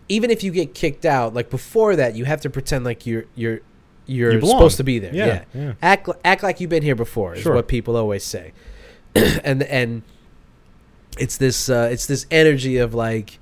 Speaker 1: even if you get kicked out, like before that, you have to pretend like you're you're you're
Speaker 2: You belong.
Speaker 1: supposed to be there.
Speaker 2: Yeah,
Speaker 1: Yeah,
Speaker 2: yeah.
Speaker 1: act li- act like you've been here before is
Speaker 2: Sure.
Speaker 1: what people always say, [clears throat] and and it's this uh, it's this energy of like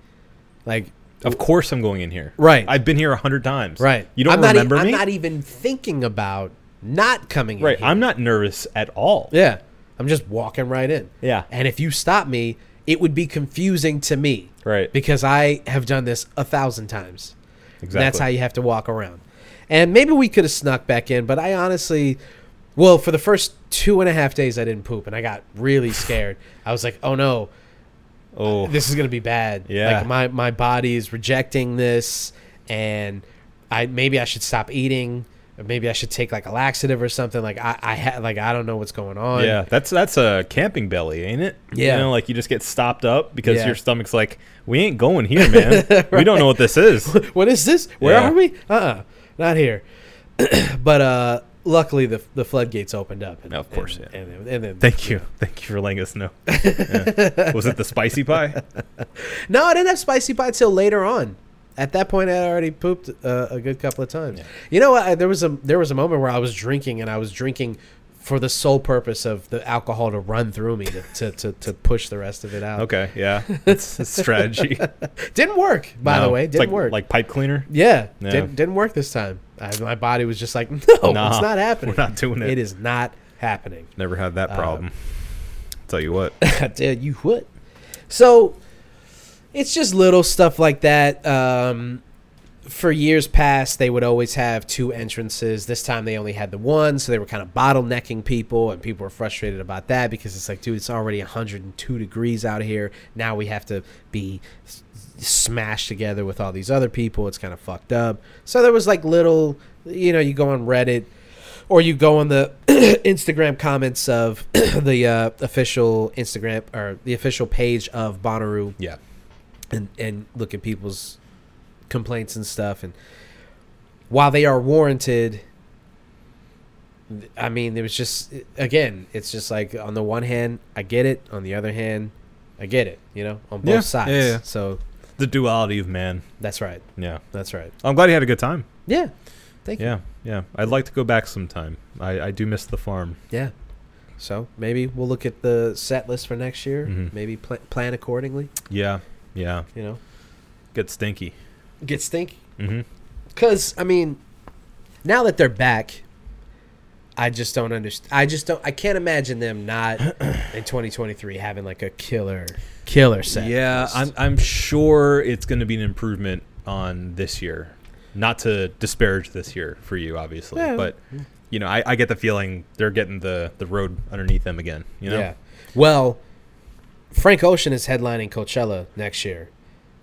Speaker 1: like
Speaker 2: Of course I'm going in here.
Speaker 1: Right.
Speaker 2: I've been here a hundred times.
Speaker 1: Right.
Speaker 2: You don't
Speaker 1: I'm not e-
Speaker 2: remember me?
Speaker 1: I'm not even thinking about not coming in.
Speaker 2: right.
Speaker 1: here.
Speaker 2: I'm not nervous at all.
Speaker 1: Yeah. I'm just walking right in.
Speaker 2: Yeah.
Speaker 1: And if you stop me, it would be confusing to me.
Speaker 2: Right.
Speaker 1: Because I have done this a thousand times. And That's
Speaker 2: Exactly.
Speaker 1: how you have to walk around. And maybe we could have snuck back in, but I honestly, well, for the first two and a half days, I didn't poop and I got really scared. I was like, oh no,
Speaker 2: Oh.
Speaker 1: this is gonna be bad.
Speaker 2: Yeah.
Speaker 1: Like my my body is rejecting this, and I maybe I should stop eating. Or maybe I should take like a laxative or something. Like I I ha- like I don't know what's going on.
Speaker 2: yeah, that's that's a camping belly, ain't it?
Speaker 1: Yeah.
Speaker 2: you know, like you just get stopped up because
Speaker 1: Yeah.
Speaker 2: your stomach's like, we ain't going here, man.
Speaker 1: [laughs]
Speaker 2: We don't know what this is.
Speaker 1: What is this? Where
Speaker 2: Yeah.
Speaker 1: are we? Uh uh not here. [clears throat] but uh luckily the the floodgates opened up. And,
Speaker 2: Of course,
Speaker 1: and,
Speaker 2: yeah.
Speaker 1: And, and, and then
Speaker 2: [laughs] Thank you. Thank you for letting us know. Yeah. Was it the spicy pie?
Speaker 1: No, I didn't have spicy pie till later on. At that point, I had already pooped uh, a good couple of times. You know, what? I, there was a there was a moment where I was drinking, and I was drinking for the sole purpose of the alcohol to run through me to to, to, to push the rest of it out. [laughs]
Speaker 2: Okay, yeah. It's a strategy.
Speaker 1: didn't work. [laughs] By
Speaker 2: No,
Speaker 1: the way,
Speaker 2: it's
Speaker 1: didn't
Speaker 2: like,
Speaker 1: work.
Speaker 2: Like pipe cleaner.
Speaker 1: yeah,
Speaker 2: Yeah.
Speaker 1: Didn't, didn't work this time. I, my body was just like, [laughs] no,
Speaker 2: Nah,
Speaker 1: it's not happening.
Speaker 2: we're not doing it."
Speaker 1: It is not happening.
Speaker 2: Never had
Speaker 1: Uh,
Speaker 2: that problem. Tell you what.
Speaker 1: [laughs] I tell you what. So it's just little stuff like that. Um, for years past, they would always have two entrances. This time they only had the one, so they were kind of bottlenecking people, and people were frustrated about that because it's like, dude, it's already 102 degrees out here. Now we have to be s- smashed together with all these other people. It's kind of fucked up. So there was like little, you know, you go on Reddit or you go on the [clears throat] Instagram comments of [clears throat] the uh, official Instagram or the official page of Bonnaroo
Speaker 2: Yeah.
Speaker 1: and and look at people's complaints and stuff and while they are warranted th- I mean there was just again it's just like on the one hand I get it on the other hand I get it you know on both
Speaker 2: Yeah,
Speaker 1: sides
Speaker 2: yeah, yeah.
Speaker 1: so
Speaker 2: The duality of man.
Speaker 1: that's right
Speaker 2: Yeah.
Speaker 1: that's right
Speaker 2: I'm glad you had a good time.
Speaker 1: yeah thank you
Speaker 2: Yeah, yeah. I'd like to go back sometime. I, I do miss the farm.
Speaker 1: yeah so maybe we'll look at the set list for next year
Speaker 2: Mhm.
Speaker 1: maybe pl- plan accordingly
Speaker 2: Yeah, yeah.
Speaker 1: you know
Speaker 2: Get stinky.
Speaker 1: get stinky
Speaker 2: Mm-hmm.
Speaker 1: Because I mean, now that they're back, I just don't understand. I just don't. I can't imagine them not [coughs] in 2023 having like a killer, killer set.
Speaker 2: Yeah,
Speaker 1: list.
Speaker 2: I'm I'm sure it's going to be an improvement on this year. Not to disparage this year for you, obviously,
Speaker 1: Yeah.
Speaker 2: but you know, I, I get the feeling they're getting the the road underneath them again. You know,
Speaker 1: Yeah. Well, Frank Ocean is headlining Coachella next year,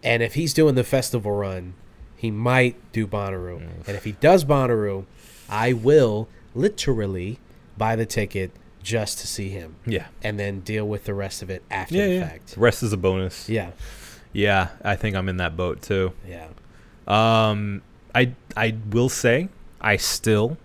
Speaker 1: and if he's doing the festival run, he might do Bonnaroo. And if he does Bonnaroo, I will literally buy the ticket just to see him
Speaker 2: Yeah.
Speaker 1: and then deal with the rest of it after
Speaker 2: Yeah,
Speaker 1: the
Speaker 2: yeah.
Speaker 1: fact.
Speaker 2: The rest is a bonus.
Speaker 1: Yeah.
Speaker 2: Yeah, I think I'm in that boat too.
Speaker 1: Yeah.
Speaker 2: Um, I I will say I still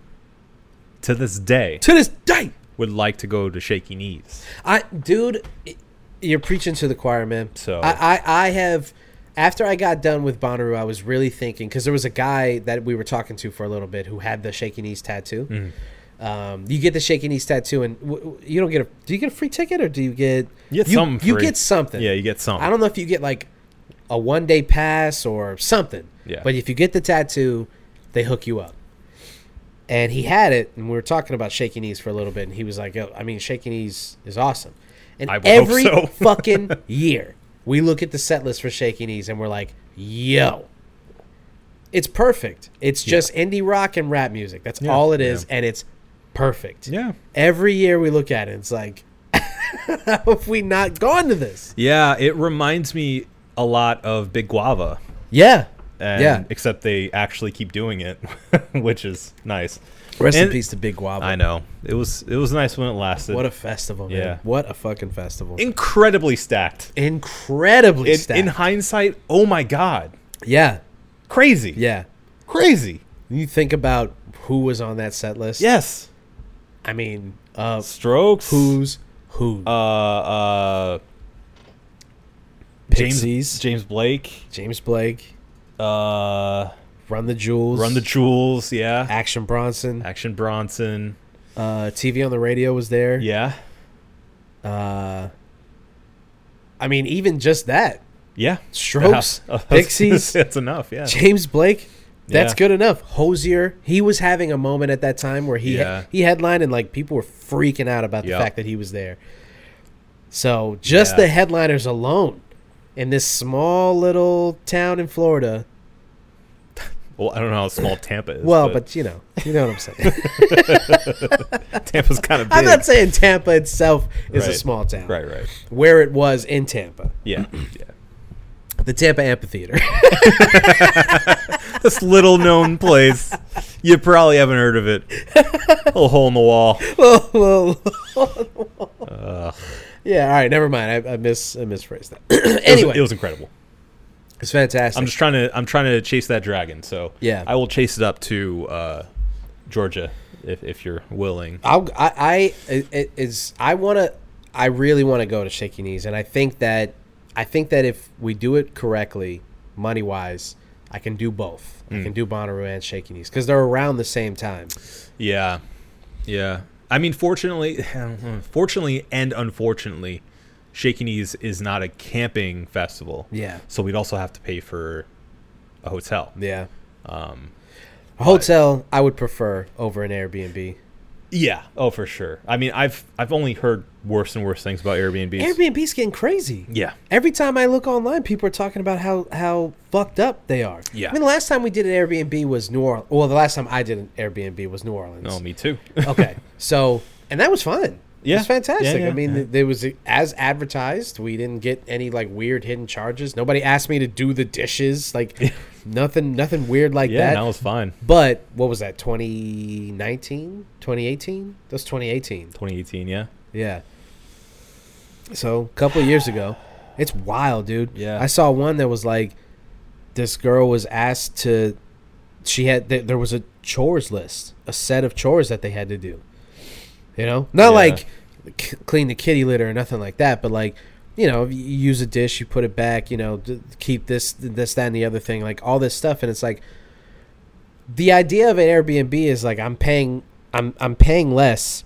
Speaker 2: to this day
Speaker 1: To this day,
Speaker 2: would like to go to Shaky Knees.
Speaker 1: I dude, y- you're preaching to the choir, man.
Speaker 2: So-
Speaker 1: I I, I have after I got done with Bonnaroo, I was really thinking because there was a guy that we were talking to for a little bit who had the shaky knees tattoo.
Speaker 2: Mm.
Speaker 1: Um, you get the shaky knees tattoo, and w- w- you don't get a. Do you get a free ticket, or do you get
Speaker 2: You get something
Speaker 1: You
Speaker 2: free.
Speaker 1: get something.
Speaker 2: Yeah, you get something.
Speaker 1: I don't know if you get like a one day pass or something.
Speaker 2: Yeah.
Speaker 1: But if you get the tattoo, they hook you up. And he had it, and we were talking about shaky knees for a little bit, and he was like, Yo, I mean, shaky knees is awesome. And
Speaker 2: I would hope
Speaker 1: every [laughs]
Speaker 2: so.
Speaker 1: fucking year, we look at the set list for shaky knees, and we're like, Yo, it's perfect. It's just indie rock and rap music. That's
Speaker 2: Yeah,
Speaker 1: all it
Speaker 2: yeah.
Speaker 1: is, and it's perfect.
Speaker 2: Yeah.
Speaker 1: Every year we look at it, it's like, [laughs] how have we not gone to this?
Speaker 2: Yeah, it reminds me a lot of Big Guava.
Speaker 1: Yeah.
Speaker 2: And
Speaker 1: yeah.
Speaker 2: Except they actually keep doing it, [laughs] which is nice.
Speaker 1: Rest in
Speaker 2: And-
Speaker 1: peace to Big Guava.
Speaker 2: I know it was it was nice when it lasted.
Speaker 1: What a festival, man.
Speaker 2: Yeah.
Speaker 1: What a fucking festival.
Speaker 2: incredibly stacked.
Speaker 1: Incredibly
Speaker 2: In,
Speaker 1: stacked.
Speaker 2: in hindsight, oh my god,
Speaker 1: yeah.
Speaker 2: crazy.
Speaker 1: Yeah.
Speaker 2: crazy.
Speaker 1: You think about who was on that set list.
Speaker 2: Yes.
Speaker 1: I mean, uh,
Speaker 2: Strokes.
Speaker 1: who's who?
Speaker 2: uh uh James
Speaker 1: Pixies. James,
Speaker 2: James Blake.
Speaker 1: Blake.
Speaker 2: Uh,
Speaker 1: Run the Jewels.
Speaker 2: Run the Jewels. Yeah.
Speaker 1: Action Bronson.
Speaker 2: Action Bronson.
Speaker 1: Uh, TV on the radio was there.
Speaker 2: Yeah.
Speaker 1: Uh, I mean, even just that.
Speaker 2: Yeah.
Speaker 1: Strokes.
Speaker 2: Yeah.
Speaker 1: Pixies.
Speaker 2: [laughs] That's enough. Yeah.
Speaker 1: James Blake, that's
Speaker 2: Oh. Yeah.
Speaker 1: good enough. Hosier, he was having a moment at that time where he
Speaker 2: Yeah.
Speaker 1: he headlined and like people were freaking out about the
Speaker 2: Yep.
Speaker 1: fact that he was there. So just
Speaker 2: Yeah.
Speaker 1: the headliners alone in this small little town in Florida.
Speaker 2: Well, I don't know how small Tampa is.
Speaker 1: Well, but, you know, you know what I'm saying.
Speaker 2: [laughs]
Speaker 1: [laughs]
Speaker 2: Tampa's kind of big.
Speaker 1: I'm not saying Tampa itself is
Speaker 2: Right.
Speaker 1: Ah, a small town.
Speaker 2: Right. Right.
Speaker 1: Where it was in Tampa, [clears throat]
Speaker 2: Yeah. yeah.
Speaker 1: the Tampa [laughs] Amphitheater.
Speaker 2: This little known place. You probably haven't heard of it. A hole in the wall.
Speaker 1: yeah, all right, never mind. I, I mis I misphrased that. [clears throat]
Speaker 2: It was-
Speaker 1: anyway,
Speaker 2: it was incredible.
Speaker 1: it's fantastic.
Speaker 2: I'm just trying to I'm trying to chase that dragon. So
Speaker 1: Yeah.
Speaker 2: I will chase it up to uh, Georgia if, if you're willing.
Speaker 1: I'll, I, I it- it is I want to I really want to go to shaky knees and I think that I think that if we do it correctly money wise I can do both I
Speaker 2: Mm.
Speaker 1: can do Bonnaroo and shaky knees because they're around the same time
Speaker 2: Yeah, yeah. I mean, fortunately, [laughs] fortunately and unfortunately, Shaky Knees is not a camping festival.
Speaker 1: Yeah.
Speaker 2: So we'd also have to pay for a hotel.
Speaker 1: yeah um hotel I would prefer over an Airbnb
Speaker 2: Yeah. Oh, for sure. I mean, I've I've only heard worse and worse things about Airbnbs.
Speaker 1: Airbnb's getting crazy
Speaker 2: Yeah.
Speaker 1: Every time I look online, people are talking about how how fucked up they are.
Speaker 2: Yeah.
Speaker 1: I mean, the last time we did an Airbnb was New Orleans. Well, the last time I did an Airbnb was New Orleans.
Speaker 2: No, Oh,
Speaker 1: [laughs]
Speaker 2: me too.
Speaker 1: okay. So, and that was fun. It
Speaker 2: Yeah.
Speaker 1: was fantastic.
Speaker 2: Yeah, yeah,
Speaker 1: I mean,
Speaker 2: yeah.
Speaker 1: th- there was as advertised. We didn't get any like weird hidden charges. Nobody asked me to do the dishes.
Speaker 2: [laughs]
Speaker 1: Like nothing, nothing weird like
Speaker 2: Yeah,
Speaker 1: that.
Speaker 2: that was fine.
Speaker 1: but what was that? 2019, 2018? That's 2018.
Speaker 2: 2018. Yeah.
Speaker 1: Yeah. So a couple of years ago, it's wild, dude.
Speaker 2: Yeah.
Speaker 1: I saw one that was like, this girl was asked to, she had th- there was a chores list, a set of chores that they had to do. You know, not
Speaker 2: Yeah.
Speaker 1: like c- clean the kitty litter or nothing like that, but like, you know, you use a dish, you put it back, you know, d- keep this, this, that, and the other thing, like all this stuff, and it's like, the idea of an Airbnb is like I'm paying, I'm I'm paying less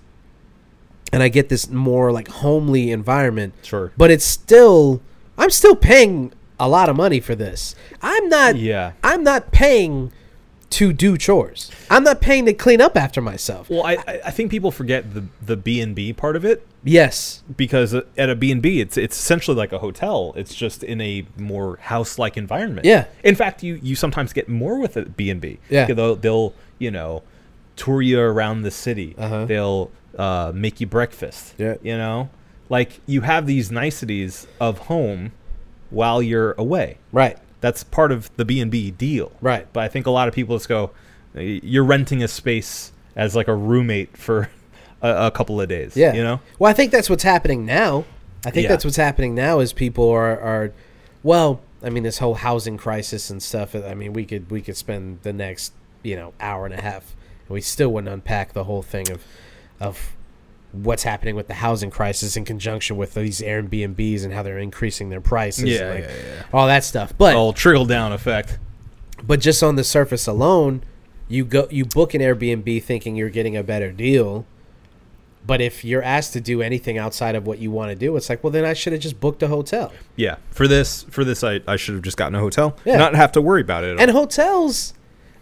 Speaker 1: and I get this more like homely environment.
Speaker 2: Sure.
Speaker 1: But it's still I'm still paying a lot of money for this. I'm not
Speaker 2: Yeah.
Speaker 1: I'm not paying to do chores. I'm not paying to clean up after myself.
Speaker 2: Well, I I- I think people forget the the B and B part of it.
Speaker 1: Yes.
Speaker 2: because at a B&B it's it's essentially like a hotel it's just in a more house-like environment
Speaker 1: Yeah.
Speaker 2: in fact you you sometimes get more with a B&B
Speaker 1: Yeah.
Speaker 2: they'll, they'll you know tour you around the city
Speaker 1: Uh-huh.
Speaker 2: they'll uh, make you breakfast
Speaker 1: Yeah.
Speaker 2: you know like you have these niceties of home while you're away
Speaker 1: Right.
Speaker 2: that's part of the B&B deal
Speaker 1: Right.
Speaker 2: but I think a lot of people just go you're renting a space as like a roommate for [laughs] a, a couple of days.
Speaker 1: Yeah.
Speaker 2: you know.
Speaker 1: Well, I think that's what's happening now. I think
Speaker 2: Yeah.
Speaker 1: that's what's happening now is people are, are well, I mean this whole housing crisis and stuff. I mean we could we could spend the next, you know, hour and a half and we still wouldn't unpack the whole thing of of what's happening with the housing crisis in conjunction with these Airbnbs and how they're increasing their prices and,
Speaker 2: Yeah,
Speaker 1: like,
Speaker 2: yeah, yeah.
Speaker 1: all that stuff.
Speaker 2: [laughs]
Speaker 1: But
Speaker 2: Oh, trickle down effect.
Speaker 1: but just on the surface alone, you go you book an Airbnb thinking you're getting a better deal. But if you're asked to do anything outside of what you want to do, it's like, well, then I should have just booked a hotel.
Speaker 2: Yeah, for this, for this, I, I should have just gotten a hotel,
Speaker 1: Yeah.
Speaker 2: not have to worry about it. At
Speaker 1: And
Speaker 2: all.
Speaker 1: hotels,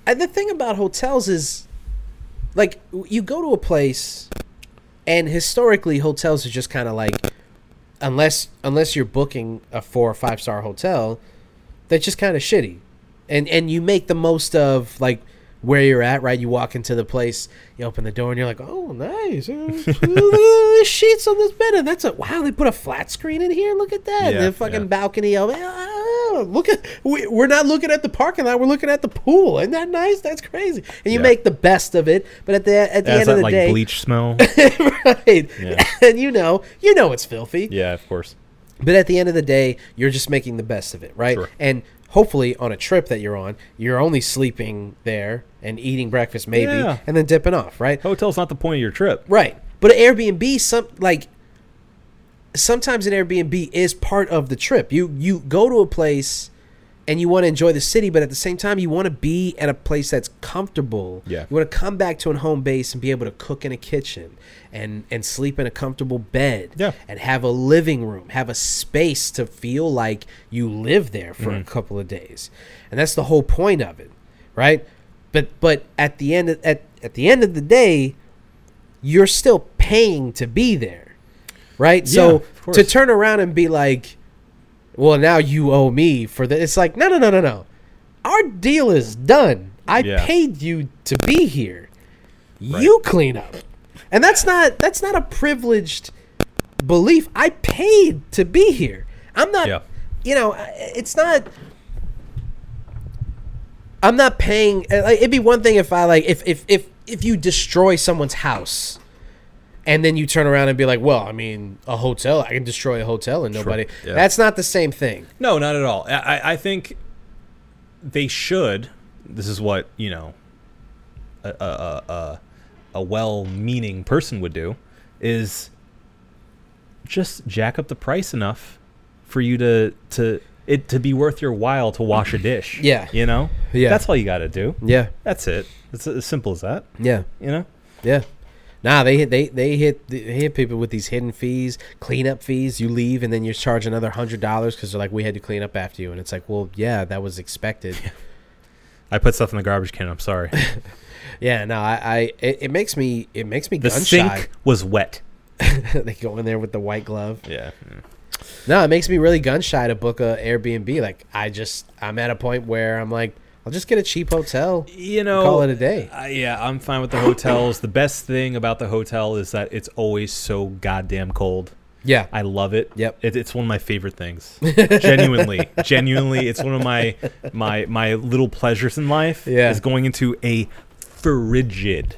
Speaker 1: and the thing about hotels is, like, you go to a place, and historically, hotels are just kind of like, unless unless you're booking a four or five star hotel, they're just kind of shitty, and and you make the most of like where you're at, right? You walk into the place, you open the door, and you're like, oh,
Speaker 2: [laughs]
Speaker 1: nice, Uh, sheets on this bed, and that's a wow. They put a flat screen in here. Look at that,
Speaker 2: Yeah,
Speaker 1: the fucking
Speaker 2: yeah.
Speaker 1: balcony. Oh, oh, look at we, we're not looking at the parking lot. We're looking at the pool. Isn't that nice? That's crazy. And you
Speaker 2: Yeah.
Speaker 1: make the best of it. But at the at the end
Speaker 2: Has
Speaker 1: of
Speaker 2: that
Speaker 1: the
Speaker 2: like
Speaker 1: day, [laughs]
Speaker 2: bleach smell?
Speaker 1: right?
Speaker 2: Yeah.
Speaker 1: and you know, you know it's filthy.
Speaker 2: yeah, of course.
Speaker 1: But at the end of the day, you're just making the best of it, right?
Speaker 2: Sure.
Speaker 1: And hopefully, on a trip that you're on, you're only sleeping there and eating breakfast, maybe,
Speaker 2: Yeah.
Speaker 1: and then dipping off, right?
Speaker 2: Hotel's not the point of your trip.
Speaker 1: Right. But an Airbnb, some like sometimes an Airbnb is part of the trip. You you go to a place and you want to enjoy the city, but at the same time, you want to be at a place that's comfortable.
Speaker 2: Yeah.
Speaker 1: You want to come back to a home base and be able to cook in a kitchen and and sleep in a comfortable bed.
Speaker 2: Yeah.
Speaker 1: And have a living room, have a space to feel like you live there for
Speaker 2: Mm-hmm.
Speaker 1: a couple of days, and that's the whole point of it, right? But but at the end at at the end of the day, you're still paying to be there, right?
Speaker 2: Yeah,
Speaker 1: so
Speaker 2: of course.
Speaker 1: to turn around and be like, well, now you owe me for that. It's like, no, no, no, no, no. Our deal is done. I
Speaker 2: Yeah.
Speaker 1: paid you to be here.
Speaker 2: Right.
Speaker 1: You clean up. And that's not that's not a privileged belief. I paid to be here. I'm not
Speaker 2: Yeah.
Speaker 1: you know, I- it's not I'm not paying uh, like it'd be one thing if I like if if if if you destroy someone's house and then you turn around and be like, "Well, I mean, a hotel, I can destroy a hotel and nobody."
Speaker 2: yeah.
Speaker 1: That's not the same thing.
Speaker 2: No, not at all. I- I, I think they should. This is what you know. A a, a, a, a well-meaning person would do is just jack up the price enough for you to to it to be worth your while to wash a dish.
Speaker 1: Yeah.
Speaker 2: you know.
Speaker 1: Yeah.
Speaker 2: that's all you got to do.
Speaker 1: Yeah.
Speaker 2: That's it. It's as simple as that.
Speaker 1: Yeah.
Speaker 2: You know.
Speaker 1: Yeah. Nah, they hit they they hit they hit people with these hidden fees, cleanup fees. You leave and then you charge another hundred dollars because they're like, we had to clean up after you, and it's like, well, yeah, that was
Speaker 2: [laughs]
Speaker 1: expected.
Speaker 2: I put stuff in the garbage can.
Speaker 1: [laughs]
Speaker 2: I'm sorry.
Speaker 1: yeah, no, I, I it, it makes me it makes me
Speaker 2: The
Speaker 1: gun
Speaker 2: sink
Speaker 1: shy. [laughs]
Speaker 2: was wet.
Speaker 1: they go in there with the white glove.
Speaker 2: Yeah.
Speaker 1: No, it makes me really gun shy to book a Airbnb. Like I just I'm at a point where I'm like, I'll just get a cheap hotel.
Speaker 2: you know
Speaker 1: call it a day.
Speaker 2: uh, yeah i'm fine with the hotels the best thing about the hotel is that it's always so goddamn cold
Speaker 1: Yeah,
Speaker 2: i love it
Speaker 1: Yep.
Speaker 2: it, it's one of my
Speaker 1: [laughs]
Speaker 2: favorite things genuinely genuinely it's one of my my my little pleasures in life
Speaker 1: Yeah.
Speaker 2: is going into a frigid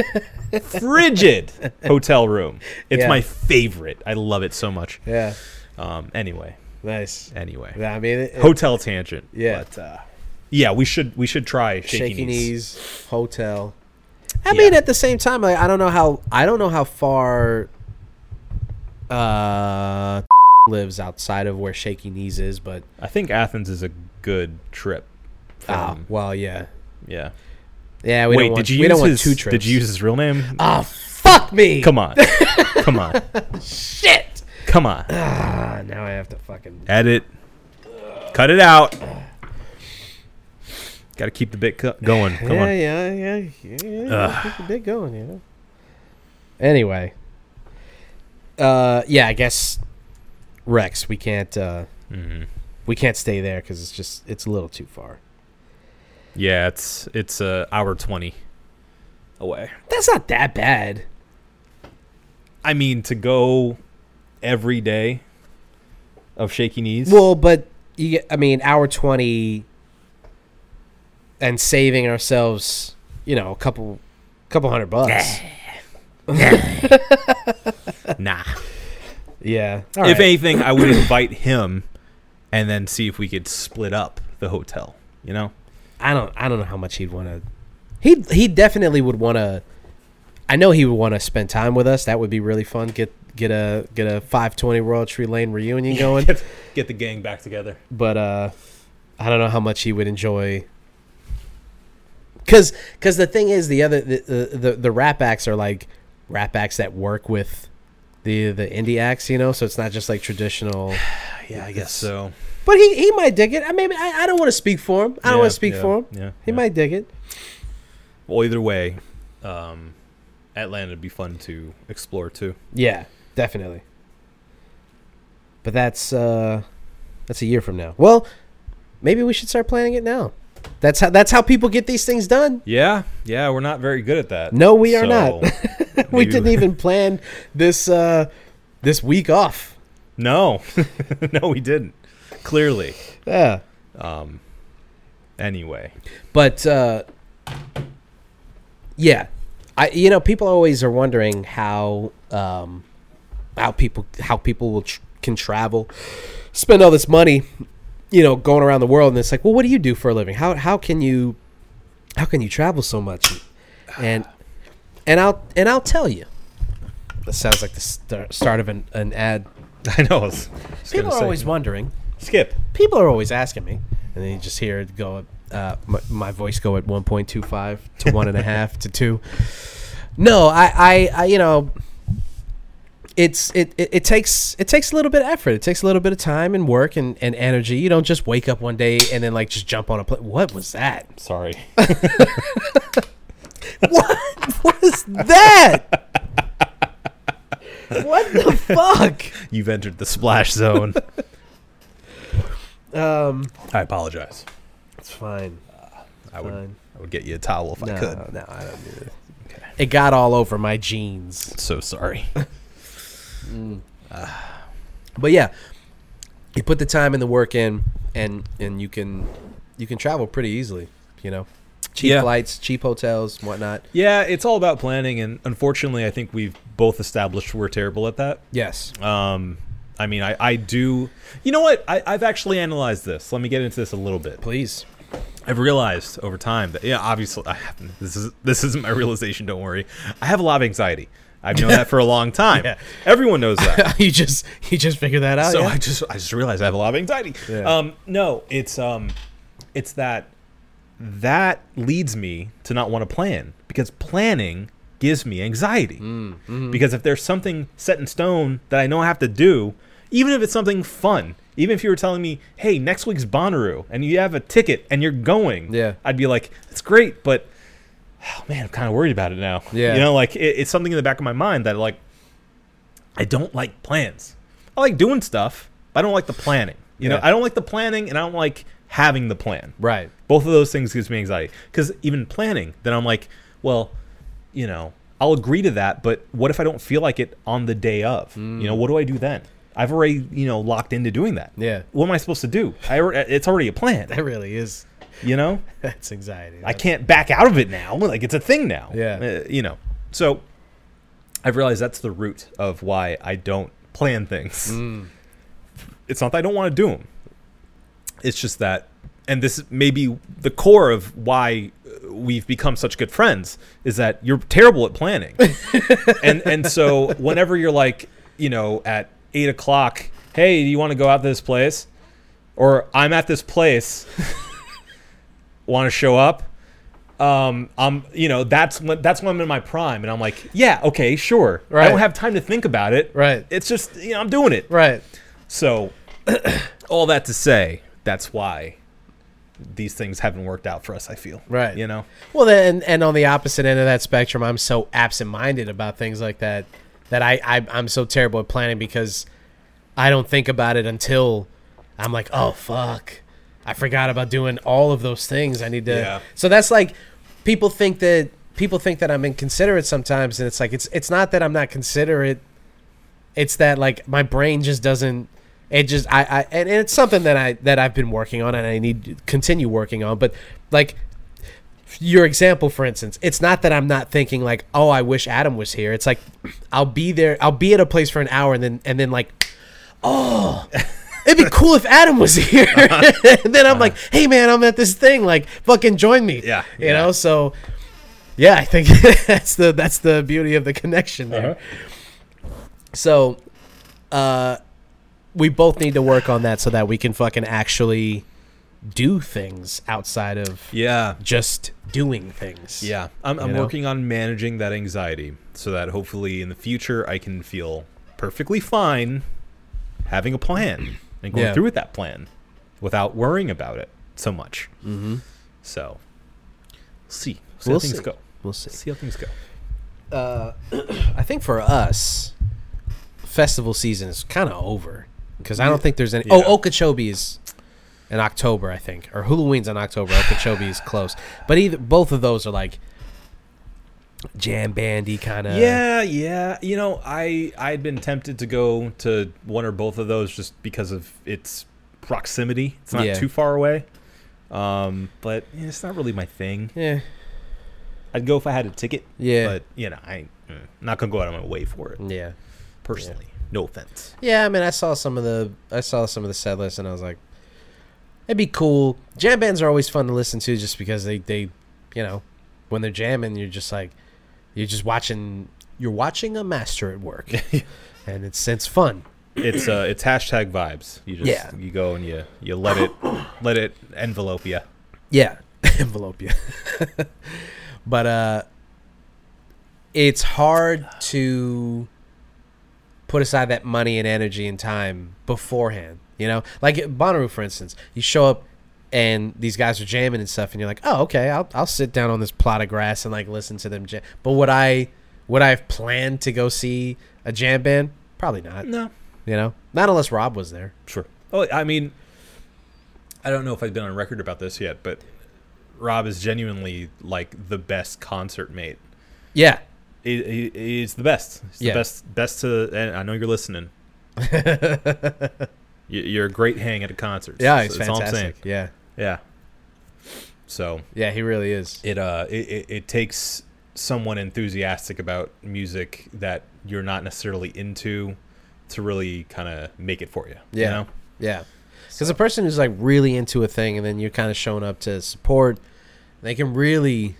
Speaker 1: [laughs]
Speaker 2: frigid hotel room it's
Speaker 1: Yeah.
Speaker 2: my favorite i love it so much
Speaker 1: yeah,
Speaker 2: um anyway
Speaker 1: nice.
Speaker 2: anyway
Speaker 1: Yeah, I mean, it, it-
Speaker 2: hotel tangent
Speaker 1: Yeah.
Speaker 2: but, uh, yeah we should we should try shaky,
Speaker 1: shaky
Speaker 2: knees.
Speaker 1: knees, hotel. I mean,
Speaker 2: Yeah.
Speaker 1: at the same time, like, I don't know how I don't know how far uh [laughs] lives outside of where shaky knees is, but
Speaker 2: I think Athens is a good trip.
Speaker 1: ah,
Speaker 2: from-
Speaker 1: well, yeah,
Speaker 2: yeah.
Speaker 1: yeah. We
Speaker 2: Wait,
Speaker 1: don't want,
Speaker 2: did you
Speaker 1: we
Speaker 2: use
Speaker 1: don't
Speaker 2: his?
Speaker 1: want two trips.
Speaker 2: Did you use his real name?
Speaker 1: [laughs] Ah, fuck me.
Speaker 2: Come on, come on,
Speaker 1: shit. [laughs]
Speaker 2: come on.
Speaker 1: Ah, now I have to fucking.
Speaker 2: Edit, cut it out. Got to keep the bit co- going. Come
Speaker 1: yeah,
Speaker 2: on.
Speaker 1: yeah, yeah, yeah, yeah.
Speaker 2: Ugh.
Speaker 1: Keep the dick going, you know. Anyway, uh, yeah, I guess Rex. We can't. uh
Speaker 2: Mhm.
Speaker 1: we can't stay there because it's just it's a little too far.
Speaker 2: Yeah, it's it's uh, hour twenty away.
Speaker 1: That's not that bad.
Speaker 2: I mean, to go every day of shaky knees.
Speaker 1: Well, but you, get- I mean, hour twenty, and saving ourselves, you know, a couple, couple hundred bucks.
Speaker 2: nah.
Speaker 1: Yeah.
Speaker 2: If anything, I would invite him, and then see if we could split up the hotel.
Speaker 1: [laughs]
Speaker 2: You know,
Speaker 1: I don't I don't know how much he'd want to. He he definitely would want to. I know he would want to spend time with us. That would be really fun. Get get a get a five twenty Royal Tree Lane
Speaker 2: [laughs]
Speaker 1: reunion going.
Speaker 2: get, get the gang back together.
Speaker 1: but uh, I don't know how much he would enjoy. Cause, cause the thing is, the other the the, the, the rap acts are like rap acts that work with the the indie acts, you know. So it's not just like traditional.
Speaker 2: [sighs]
Speaker 1: uh,
Speaker 2: Yeah, I guess so.
Speaker 1: But he he might dig it. I mean, I, I don't want to speak for him. I don't want to speak for him.
Speaker 2: Yeah,
Speaker 1: He
Speaker 2: yeah.
Speaker 1: might dig it.
Speaker 2: Well, either way, um, Atlanta would be fun to explore too.
Speaker 1: Yeah, definitely. But that's uh that's a year from now. Well, maybe we should start planning it now. That's how that's how people get these things done. [laughs]
Speaker 2: Yeah, yeah, we're not very good at that.
Speaker 1: No, we are not.
Speaker 2: [laughs]
Speaker 1: [laughs]
Speaker 2: not.
Speaker 1: we didn't even plan this uh this week off.
Speaker 2: No, [laughs] no, we didn't. Clearly.
Speaker 1: Yeah.
Speaker 2: Um. Anyway, [laughs]
Speaker 1: But uh yeah. I you know, people always are wondering how um how people how people will tr- can travel, spend all this money, you know, going around the world and it's like, "Well, what do you do for a living? How how can you how can you travel so much?" And and I'll and I'll tell you. That sounds like the star- start of an, an ad.
Speaker 2: I know. I was, I was
Speaker 1: People
Speaker 2: gonna
Speaker 1: are
Speaker 2: say.
Speaker 1: always wondering.
Speaker 2: skip.
Speaker 1: people are always asking me, and then you just hear it go at, uh, my, my voice go at one point two five to one [laughs] and a half to two. No, I, I, I you know, it's it, it it takes it takes a little bit of effort. It takes a little bit of time and work and, and energy. You don't just wake up one day and then like just jump on a plane. What was that?
Speaker 2: Sorry.
Speaker 1: [laughs] What was that? What [laughs] the fuck?
Speaker 2: You've entered the splash zone.
Speaker 1: [laughs] Um,
Speaker 2: I apologize.
Speaker 1: it's fine.
Speaker 2: I would
Speaker 1: Fine.
Speaker 2: I would get you a towel if I could.
Speaker 1: no, I don't do it. It got all over my jeans. [laughs]
Speaker 2: So sorry.
Speaker 1: but yeah you put the time and the work in and and you can you can travel pretty easily you know cheap
Speaker 2: Yeah.
Speaker 1: flights cheap hotels whatnot
Speaker 2: yeah, it's all about planning, and unfortunately, I think we've both established we're terrible at that.
Speaker 1: yes
Speaker 2: Um, I mean, I, I do. You know what? I, I've actually analyzed this. Let me get into this a little bit.
Speaker 1: please
Speaker 2: I've realized over time that yeah, obviously, I have, this is this isn't my [laughs] realization. Don't worry, I have a lot of anxiety. I've known that for a
Speaker 1: [laughs]
Speaker 2: long time. Everyone knows
Speaker 1: [laughs]
Speaker 2: that.
Speaker 1: you just you just figured that out [laughs]
Speaker 2: so
Speaker 1: yeah?
Speaker 2: I just I just realized I have a lot of anxiety.
Speaker 1: Yeah.
Speaker 2: Um, no, it's um, it's that that leads me to not want to plan because planning gives me
Speaker 1: Mm,
Speaker 2: anxiety.
Speaker 1: mm-hmm.
Speaker 2: Because if there's something set in stone that I know I have to do, even if it's something fun, even if you were telling me, "Hey, next week's Bonnaroo," and you have a ticket and you're going,
Speaker 1: Yeah.
Speaker 2: I'd be like, "That's great," but oh man, I'm kind of worried about it now.
Speaker 1: Yeah.
Speaker 2: you know, like it, it's something in the back of my mind that like I don't like plans. I like doing stuff, but I don't like the planning. You know,
Speaker 1: Yeah.
Speaker 2: I don't like the planning and I don't like having the plan.
Speaker 1: right
Speaker 2: Both of those things gives me anxiety cuz even planning, then I'm like, well, you know, I'll agree to that, but what if I don't feel like it on the day of? You
Speaker 1: Mm.
Speaker 2: know, what do I do then? I've already, you know, locked into doing that.
Speaker 1: Yeah.
Speaker 2: What am I supposed to do? I alre- it's already a plan,
Speaker 1: [laughs] that really is
Speaker 2: you know?
Speaker 1: that's anxiety
Speaker 2: I can't back out of it now. Like it's a thing now.
Speaker 1: Yeah.
Speaker 2: Uh, you know. So I've realized that's the root of why I don't plan things. It's not that I don't want to do them. It's just that, and this may be the core of why uh, we've become such good friends is that you're terrible at planning, and and so whenever you're like, you know, at eight o'clock, hey, do you want to go out to this place? Or I'm at this place [laughs] want to show up. Um, I'm, you know, that's when that's when I'm in my prime, and I'm like, yeah, okay, sure. I
Speaker 1: Right.
Speaker 2: don't have time to think about it.
Speaker 1: Right.
Speaker 2: It's just, you know, I'm doing it.
Speaker 1: right
Speaker 2: So, [clears throat] all that to say, that's why these things haven't worked out for us. I feel.
Speaker 1: Right.
Speaker 2: You know.
Speaker 1: well then and on the opposite end of that spectrum i'm so absent-minded about things like that that i, I i'm so terrible at planning because i don't think about it until i'm like oh fuck i forgot about doing all of those things i need to
Speaker 2: Yeah.
Speaker 1: so that's like people think that people think that i'm inconsiderate sometimes and it's like it's it's not that i'm not considerate it's that like my brain just doesn't it just I, I and it's something that I that I've been working on and I need to continue working on but like your example for instance it's not that i'm not thinking like oh i wish adam was here it's like i'll be there i'll be at a place for an hour and then and then like oh it'd be cool if adam was here [laughs]
Speaker 2: Uh-huh.
Speaker 1: and then i'm like hey man i'm at this thing like fucking join me
Speaker 2: Yeah,
Speaker 1: you
Speaker 2: yeah.
Speaker 1: know so yeah i think [laughs] that's the that's the beauty of the connection there
Speaker 2: Uh-huh.
Speaker 1: so uh we both need to work on that so that we can fucking actually do things outside of
Speaker 2: Yeah.
Speaker 1: just doing things.
Speaker 2: Yeah, I'm, I'm
Speaker 1: know?
Speaker 2: working on managing that anxiety so that hopefully in the future I can feel perfectly fine having a plan and going
Speaker 1: Yeah.
Speaker 2: through with that plan without worrying about it so much. Mm-hmm. So, see. See
Speaker 1: We'll
Speaker 2: how things
Speaker 1: see.
Speaker 2: go.
Speaker 1: We'll see.
Speaker 2: See how things go.
Speaker 1: I think for us, festival season is kind of over because I don't think there's any.
Speaker 2: Yeah.
Speaker 1: Oh, Okeechobee is in October, I think, or Halloween's in October. Okeechobee is close, but either both of those are like jam bandy kind of.
Speaker 2: yeah, yeah. You know, I I'd been tempted to go to one or both of those just because of its proximity. It's not
Speaker 1: Yeah.
Speaker 2: too far away. Um, but yeah, it's not really my thing.
Speaker 1: Yeah.
Speaker 2: I'd go if I had a ticket.
Speaker 1: Yeah.
Speaker 2: But you know, I ain't- mm, not gonna go out of my way for it
Speaker 1: Yeah.
Speaker 2: personally. No offense.
Speaker 1: Yeah, I mean, I saw some of the I saw some of the set lists, and I was like, it'd be cool. Jam bands are always fun to listen to, just because they they, you know, when they're jamming, you're just like, you're just watching you're watching a master at work, and it's it's fun.
Speaker 2: It's uh, it's hashtag vibes. You just
Speaker 1: Yeah.
Speaker 2: you go and you you let it let it envelope you.
Speaker 1: Yeah, [laughs] envelope you. but uh, it's hard to put aside that money and energy and time beforehand. You know, like at Bonnaroo, for instance, you show up and these guys are jamming and stuff, and you're like, "Oh, okay, I'll I'll sit down on this plot of grass and like listen to them jam." But would I would I have planned to go see a jam band? Probably not.
Speaker 2: No,
Speaker 1: You know, not unless Rob was there.
Speaker 2: sure. Oh, I mean, I don't know if I've been on record about this yet, but Rob is genuinely like the best concert mate.
Speaker 1: Yeah,
Speaker 2: He, he, he's the best. He's
Speaker 1: Yeah.
Speaker 2: the best best to. And I know
Speaker 1: [laughs]
Speaker 2: you're listening. You- you're a great hang at a concert.
Speaker 1: yeah, he's fantastic. Yeah,
Speaker 2: Yeah. So
Speaker 1: yeah, he really is.
Speaker 2: it uh it, it, it takes someone enthusiastic about music that you're not necessarily into to really kind of make it for you.
Speaker 1: Yeah.
Speaker 2: You know?
Speaker 1: Yeah. Because a person who's like really into a thing and then you're kind of showing up to support, they can really,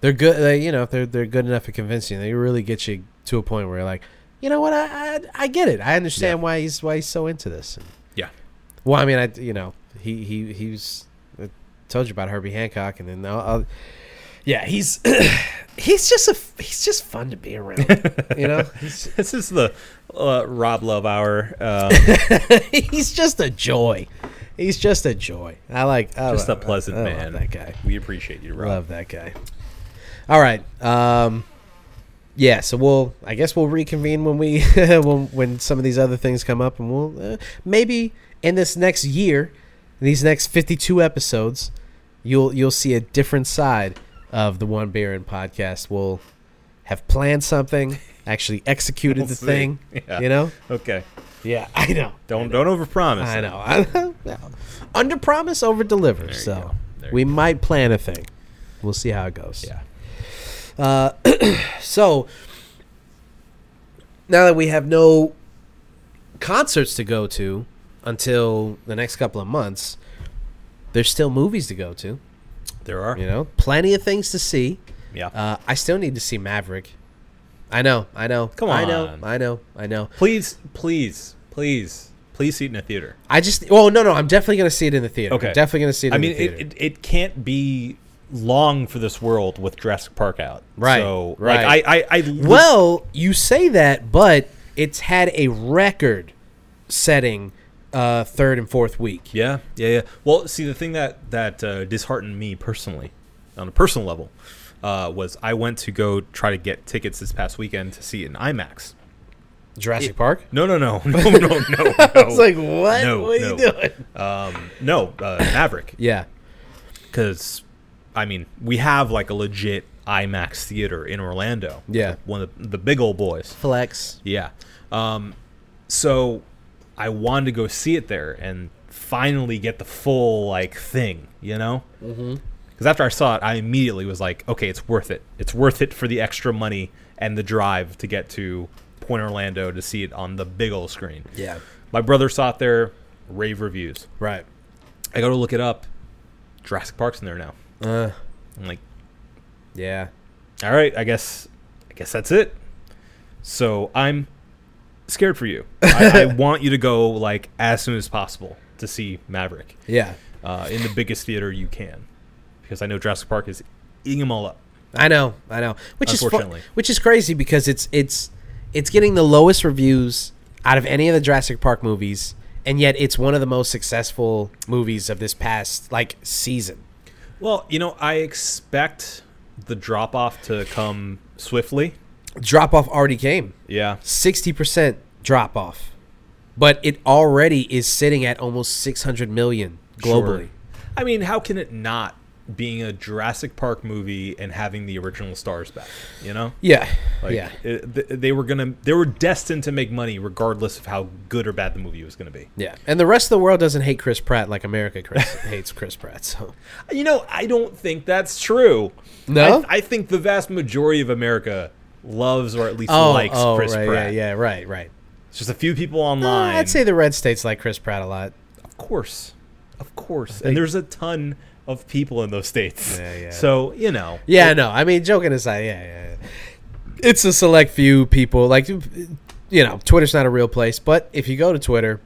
Speaker 1: they're good. They, you know, if they're they're good enough at convincing, they really get you to a point where you're like, you know what, I I, I get it. I understand
Speaker 2: Yeah.
Speaker 1: why he's why he's so into this. And-
Speaker 2: Yeah.
Speaker 1: well, I mean, I you know he he he was I told you about Herbie Hancock, and then I'll, I'll, yeah, he's [clears throat] he's just a f- he's just fun to be around. you know, he's,
Speaker 2: [laughs] This is the uh, Rob Love Hour.
Speaker 1: [laughs]
Speaker 2: Um,
Speaker 1: he's just a joy. He's just a joy. I like I
Speaker 2: just a
Speaker 1: love-
Speaker 2: pleasant
Speaker 1: I love
Speaker 2: man.
Speaker 1: that guy.
Speaker 2: We appreciate you, Rob.
Speaker 1: Love that guy. All right. Um, yeah. So we'll. I guess we'll reconvene when we [laughs] when when some of these other things come up, and we'll uh, maybe in this next year, in these next fifty-two episodes, you'll you'll see a different side of the One Beer and podcast. We'll have planned something, actually executed
Speaker 2: We'll
Speaker 1: the
Speaker 2: see.
Speaker 1: thing.
Speaker 2: [laughs] Yeah.
Speaker 1: You know.
Speaker 2: [laughs] Okay.
Speaker 1: Yeah, [laughs] I know.
Speaker 2: Don't don't overpromise.
Speaker 1: I know. [laughs] I know. Under promise, over deliver.
Speaker 2: you
Speaker 1: So
Speaker 2: go. There
Speaker 1: we
Speaker 2: you
Speaker 1: might plan a thing. We'll see how it goes.
Speaker 2: Yeah.
Speaker 1: So now that we have no concerts to go to until the next couple of months, there's still movies to go to.
Speaker 2: There are.
Speaker 1: You know, plenty of things to see.
Speaker 2: Yeah.
Speaker 1: Uh, I still need to see Maverick. I know. I know.
Speaker 2: Come
Speaker 1: I know.
Speaker 2: on.
Speaker 1: I know. I know.
Speaker 2: please, please, please, please see it in a theater.
Speaker 1: I just. Oh no, no. I'm definitely gonna see it in the theater.
Speaker 2: Okay.
Speaker 1: I'm definitely gonna see it.
Speaker 2: I
Speaker 1: in
Speaker 2: mean,
Speaker 1: the theater.
Speaker 2: it, it, it can't be long for this world with Jurassic Park out.
Speaker 1: Right,
Speaker 2: So,
Speaker 1: right.
Speaker 2: like, I, I, I li-
Speaker 1: Well, you say that, but it's had a record setting uh, third and fourth week.
Speaker 2: Yeah, yeah, yeah. Well, see, the thing that that uh, disheartened me personally, on a personal level, uh, was I went to go try to get tickets this past weekend to see it in IMAX.
Speaker 1: Jurassic Park?
Speaker 2: No, no, no, [laughs] no,
Speaker 1: [laughs]
Speaker 2: no, no. no. I
Speaker 1: It's like, what?
Speaker 2: No,
Speaker 1: what are
Speaker 2: no.
Speaker 1: you doing?
Speaker 2: Um, no, uh, Maverick.
Speaker 1: Yeah.
Speaker 2: because I mean we have like a legit IMAX theater in Orlando.
Speaker 1: Yeah.
Speaker 2: one of the, the big old boys.
Speaker 1: Flex.
Speaker 2: Yeah, um, so I wanted to go see it there and finally get the full like thing, you know. Mm-hmm. Because after I saw it, I immediately was like, okay, it's worth it. It's worth it for the extra money and the drive to get to Point Orlando to see it on the big old screen.
Speaker 1: Yeah.
Speaker 2: My brother saw it there, rave reviews.
Speaker 1: Right.
Speaker 2: I go to look it up. Jurassic Park's in there now.
Speaker 1: Uh,
Speaker 2: I'm like,
Speaker 1: yeah.
Speaker 2: all right, I guess, I guess that's it. So I'm scared for you. [laughs] I, I want you to go like as soon as possible to see Maverick
Speaker 1: Yeah.
Speaker 2: uh, in the biggest theater you can, because I know Jurassic Park is eating them all up.
Speaker 1: I know, I know. Which is fu-
Speaker 2: Unfortunately.
Speaker 1: which is crazy because it's it's it's getting the lowest reviews out of any of the Jurassic Park movies, and yet it's one of the most successful movies of this past like season.
Speaker 2: Well, you know, I expect the drop off to come swiftly.
Speaker 1: Drop off already came.
Speaker 2: Yeah.
Speaker 1: Sixty percent drop off. But it already is sitting at almost six hundred million globally.
Speaker 2: Sure. I mean, how can it not being a Jurassic Park movie and having the original stars back? You know,
Speaker 1: Yeah.
Speaker 2: like
Speaker 1: yeah.
Speaker 2: it, th- they were gonna, they were destined to make money regardless of how good or bad the movie was gonna be.
Speaker 1: Yeah. And the rest of the world doesn't hate Chris Pratt like America
Speaker 2: [laughs]
Speaker 1: Chris hates Chris Pratt. So
Speaker 2: You know, I don't think that's true.
Speaker 1: No?
Speaker 2: I, I think the vast majority of America loves or at least likes Chris
Speaker 1: Oh, right,
Speaker 2: Pratt.
Speaker 1: Yeah, yeah, right, right.
Speaker 2: It's just a few people
Speaker 1: Uh,
Speaker 2: online.
Speaker 1: I'd say the red states like Chris Pratt a lot.
Speaker 2: Of course. Of course. And there's a ton of people in those states.
Speaker 1: Yeah, yeah.
Speaker 2: So, you know.
Speaker 1: Yeah, no, I mean, joking aside, yeah, yeah, yeah. It's a select few people. Like, you know, Twitter's not a real place, but if you go to Twitter,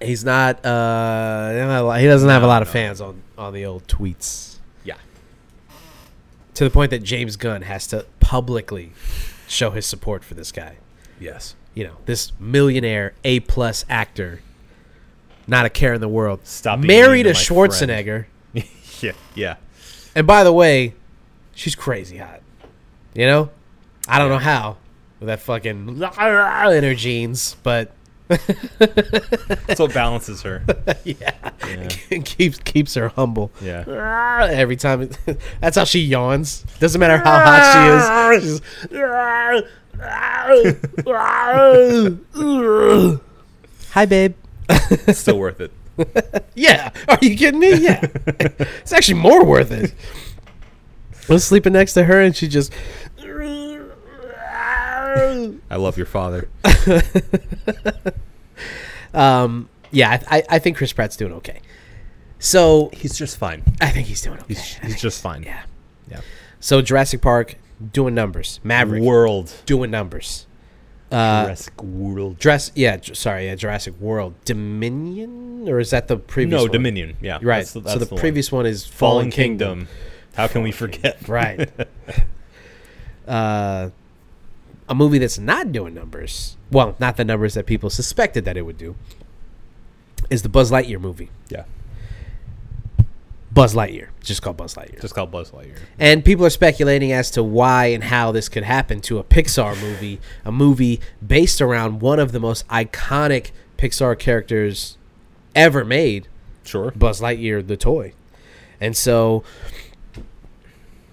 Speaker 1: he's not. Uh, he doesn't have a lot of fans on on the old tweets.
Speaker 2: Yeah.
Speaker 1: To the point that James Gunn has to publicly show his support for this guy.
Speaker 2: Yes. [laughs]
Speaker 1: You know, this millionaire A plus actor, not a care in the world.
Speaker 2: Stop being
Speaker 1: married a
Speaker 2: mean to my friend.
Speaker 1: Schwarzenegger.
Speaker 2: Yeah. Yeah.
Speaker 1: And by the way, she's crazy hot. You know? I don't know how with that fucking [laughs] in her jeans, but [laughs]
Speaker 2: That's what balances her.
Speaker 1: yeah,
Speaker 2: Yeah.
Speaker 1: keeps keeps her humble.
Speaker 2: Yeah.
Speaker 1: [laughs] Every time, it- that's how she yawns. Doesn't matter how hot she is. she's- Hi, babe.
Speaker 2: It's still worth it.
Speaker 1: Yeah. Are you kidding me? Yeah. it's actually more worth it. I was sleeping next to her and she just.
Speaker 2: I love your father.
Speaker 1: Um, yeah, I, I, I think Chris Pratt's doing okay. So
Speaker 2: He's just fine.
Speaker 1: I think he's doing okay.
Speaker 2: He's, he's just
Speaker 1: [laughs]
Speaker 2: fine.
Speaker 1: yeah.
Speaker 2: Yeah.
Speaker 1: So Jurassic Park doing numbers. Maverick
Speaker 2: World.
Speaker 1: doing numbers.
Speaker 2: Jurassic World.
Speaker 1: Dress. Yeah. Ju- sorry. Yeah. Jurassic World. Dominion, or is that the previous?
Speaker 2: No,
Speaker 1: one?
Speaker 2: Dominion. Yeah.
Speaker 1: Right.
Speaker 2: that's
Speaker 1: so
Speaker 2: the- that's
Speaker 1: the,
Speaker 2: the one.
Speaker 1: previous one is
Speaker 2: Fallen Kingdom. How can we
Speaker 1: [laughs]
Speaker 2: forget? [laughs]
Speaker 1: right. uh, a movie that's not doing numbers. Well, not the numbers that people suspected that it would do. Is the Buzz Lightyear movie?
Speaker 2: Yeah.
Speaker 1: Buzz Lightyear, just called Buzz Lightyear.
Speaker 2: Just called Buzz Lightyear.
Speaker 1: And people are speculating as to why and how this could happen to a Pixar movie, a movie based around one of the most iconic Pixar characters ever made,
Speaker 2: Sure.
Speaker 1: Buzz Lightyear the toy. And so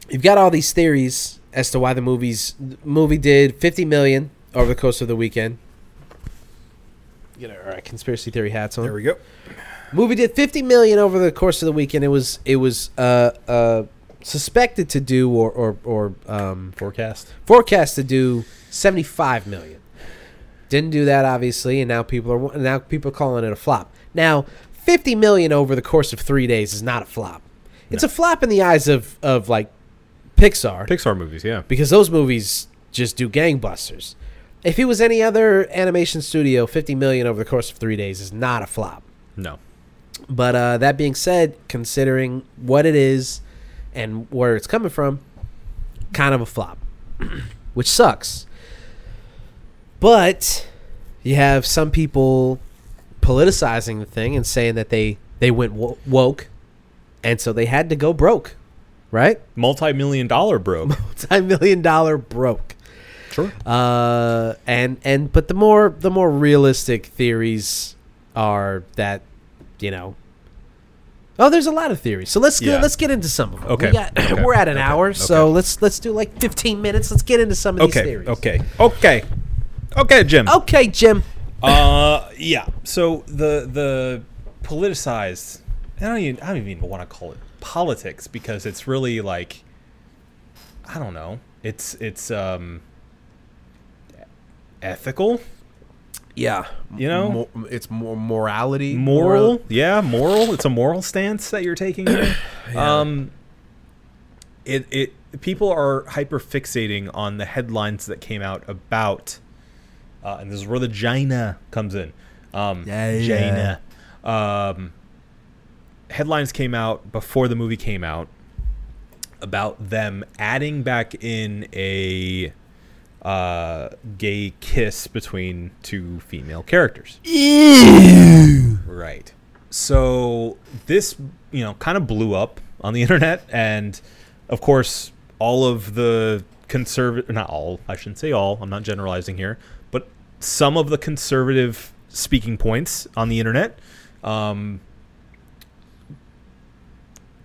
Speaker 1: you've got all these theories as to why the movie's movie did 50 million over the course of the weekend. Get our our conspiracy theory hats on.
Speaker 2: There we go.
Speaker 1: Movie did 50 million over the course of the weekend. It was it was uh, uh, suspected to do or or, or um,
Speaker 2: Forecast.
Speaker 1: forecast to do 75 million. Didn't do that obviously, and now people are now people are calling it a flop. Now 50 million over the course of three days is not a flop. It's a flop in the eyes of of like Pixar
Speaker 2: Pixar movies. Yeah.
Speaker 1: because those movies just do gangbusters. If it was any other animation studio, 50 million over the course of three days is not a flop.
Speaker 2: No.
Speaker 1: But uh, that being said, considering what it is and where it's coming from, kind of a flop, [clears throat] which sucks. But you have some people politicizing the thing and saying that they they went wo- woke, and so they had to go broke, right? [laughs]
Speaker 2: Multi-million dollar broke.
Speaker 1: Multi million dollar broke.
Speaker 2: [laughs] sure.
Speaker 1: Uh, and and but the more the more realistic theories are that you know. Oh, there's a lot of theories. So let's get,
Speaker 2: Yeah.
Speaker 1: let's get into some of them.
Speaker 2: Okay.
Speaker 1: we got,
Speaker 2: Okay.
Speaker 1: we're at an
Speaker 2: Okay.
Speaker 1: hour, so
Speaker 2: Okay.
Speaker 1: let's let's do like 15 minutes. Let's get into some of these
Speaker 2: Okay.
Speaker 1: theories.
Speaker 2: Okay. Okay. Okay, Jim.
Speaker 1: okay, Jim.
Speaker 2: Uh, yeah. So the the politicized. I don't even. I don't even want to call it politics because it's really like I don't know. It's it's um e-, ethical,
Speaker 1: Yeah,
Speaker 2: You know?
Speaker 1: Mo- it's more morality,
Speaker 2: moral. Yeah, moral. It's a moral stance that you're taking.
Speaker 1: [clears throat]
Speaker 2: Here. Um it it people are hyper fixating on the headlines that came out about uh, and this is where the Jaina comes in. Um
Speaker 1: Yeah,
Speaker 2: Jaina. Um headlines came out before the movie came out about them adding back in a uh, gay kiss between two female characters. Right. So this, you know, kind of blew up on the [laughs] internet, and of course, all of the conservative, not all, I shouldn't say all, I'm not generalizing here, but some of the conservative speaking points on the internet um,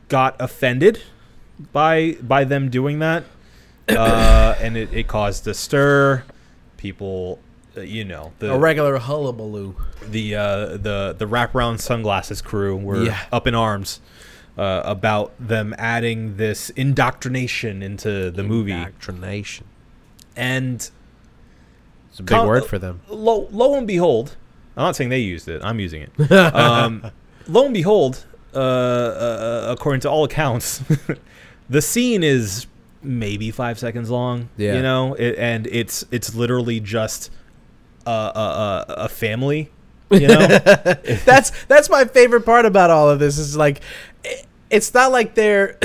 Speaker 2: got offended by by them doing that, uh, [coughs] and it, it caused a stir. People, uh, you know, the
Speaker 1: a regular hullabaloo.
Speaker 2: the uh, the the wraparound sunglasses crew were
Speaker 1: Yeah.
Speaker 2: up in arms uh, about them adding this indoctrination into the movie,
Speaker 1: Indoctrination.
Speaker 2: and
Speaker 1: It's a big
Speaker 2: Com-
Speaker 1: word for them.
Speaker 2: lo lo and behold, I'm not saying they used it. I'm using it.
Speaker 1: [laughs]
Speaker 2: Um, lo and behold, uh, uh, according to all accounts, [laughs] the scene is maybe five seconds long.
Speaker 1: Yeah.
Speaker 2: you know, it, and it's it's literally just a a, a, a family. You know.
Speaker 1: [laughs] that's that's my favorite part about all of this is like it, it's not like they're [clears throat]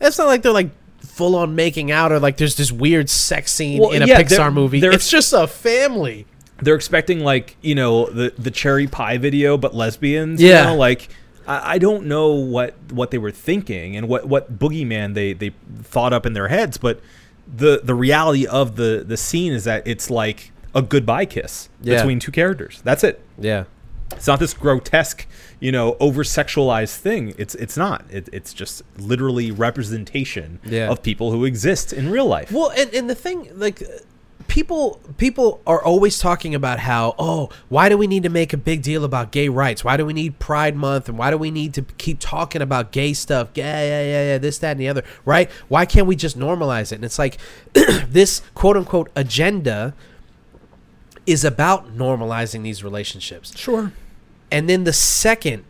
Speaker 1: it's not like they're like full on making out or like there's this weird sex scene
Speaker 2: Well,
Speaker 1: in a
Speaker 2: yeah,
Speaker 1: Pixar
Speaker 2: they're-
Speaker 1: movie.
Speaker 2: they're-
Speaker 1: It's just a family.
Speaker 2: they're expecting like you know the the cherry pie video but lesbians you
Speaker 1: Yeah.
Speaker 2: know? like I, I don't know what what they were thinking and what what boogeyman they they thought up in their heads but the the reality of the the scene is that it's like a goodbye kiss
Speaker 1: Yeah.
Speaker 2: between two characters that's it
Speaker 1: Yeah.
Speaker 2: it's not this grotesque you know over sexualized thing it's it's not it, it's just literally representation
Speaker 1: Yeah.
Speaker 2: of people who exist in real life
Speaker 1: Well, and, and the thing, like, people people are always talking about how, oh, why do we need to make a big deal about gay rights? Why do we need Pride Month? And why do we need to keep talking about gay stuff? Yeah, yeah, yeah, yeah, this, that, and the other, right? Why can't we just normalize it? And it's like [clears throat] this quote unquote agenda is about normalizing these relationships.
Speaker 2: sure
Speaker 1: And then the second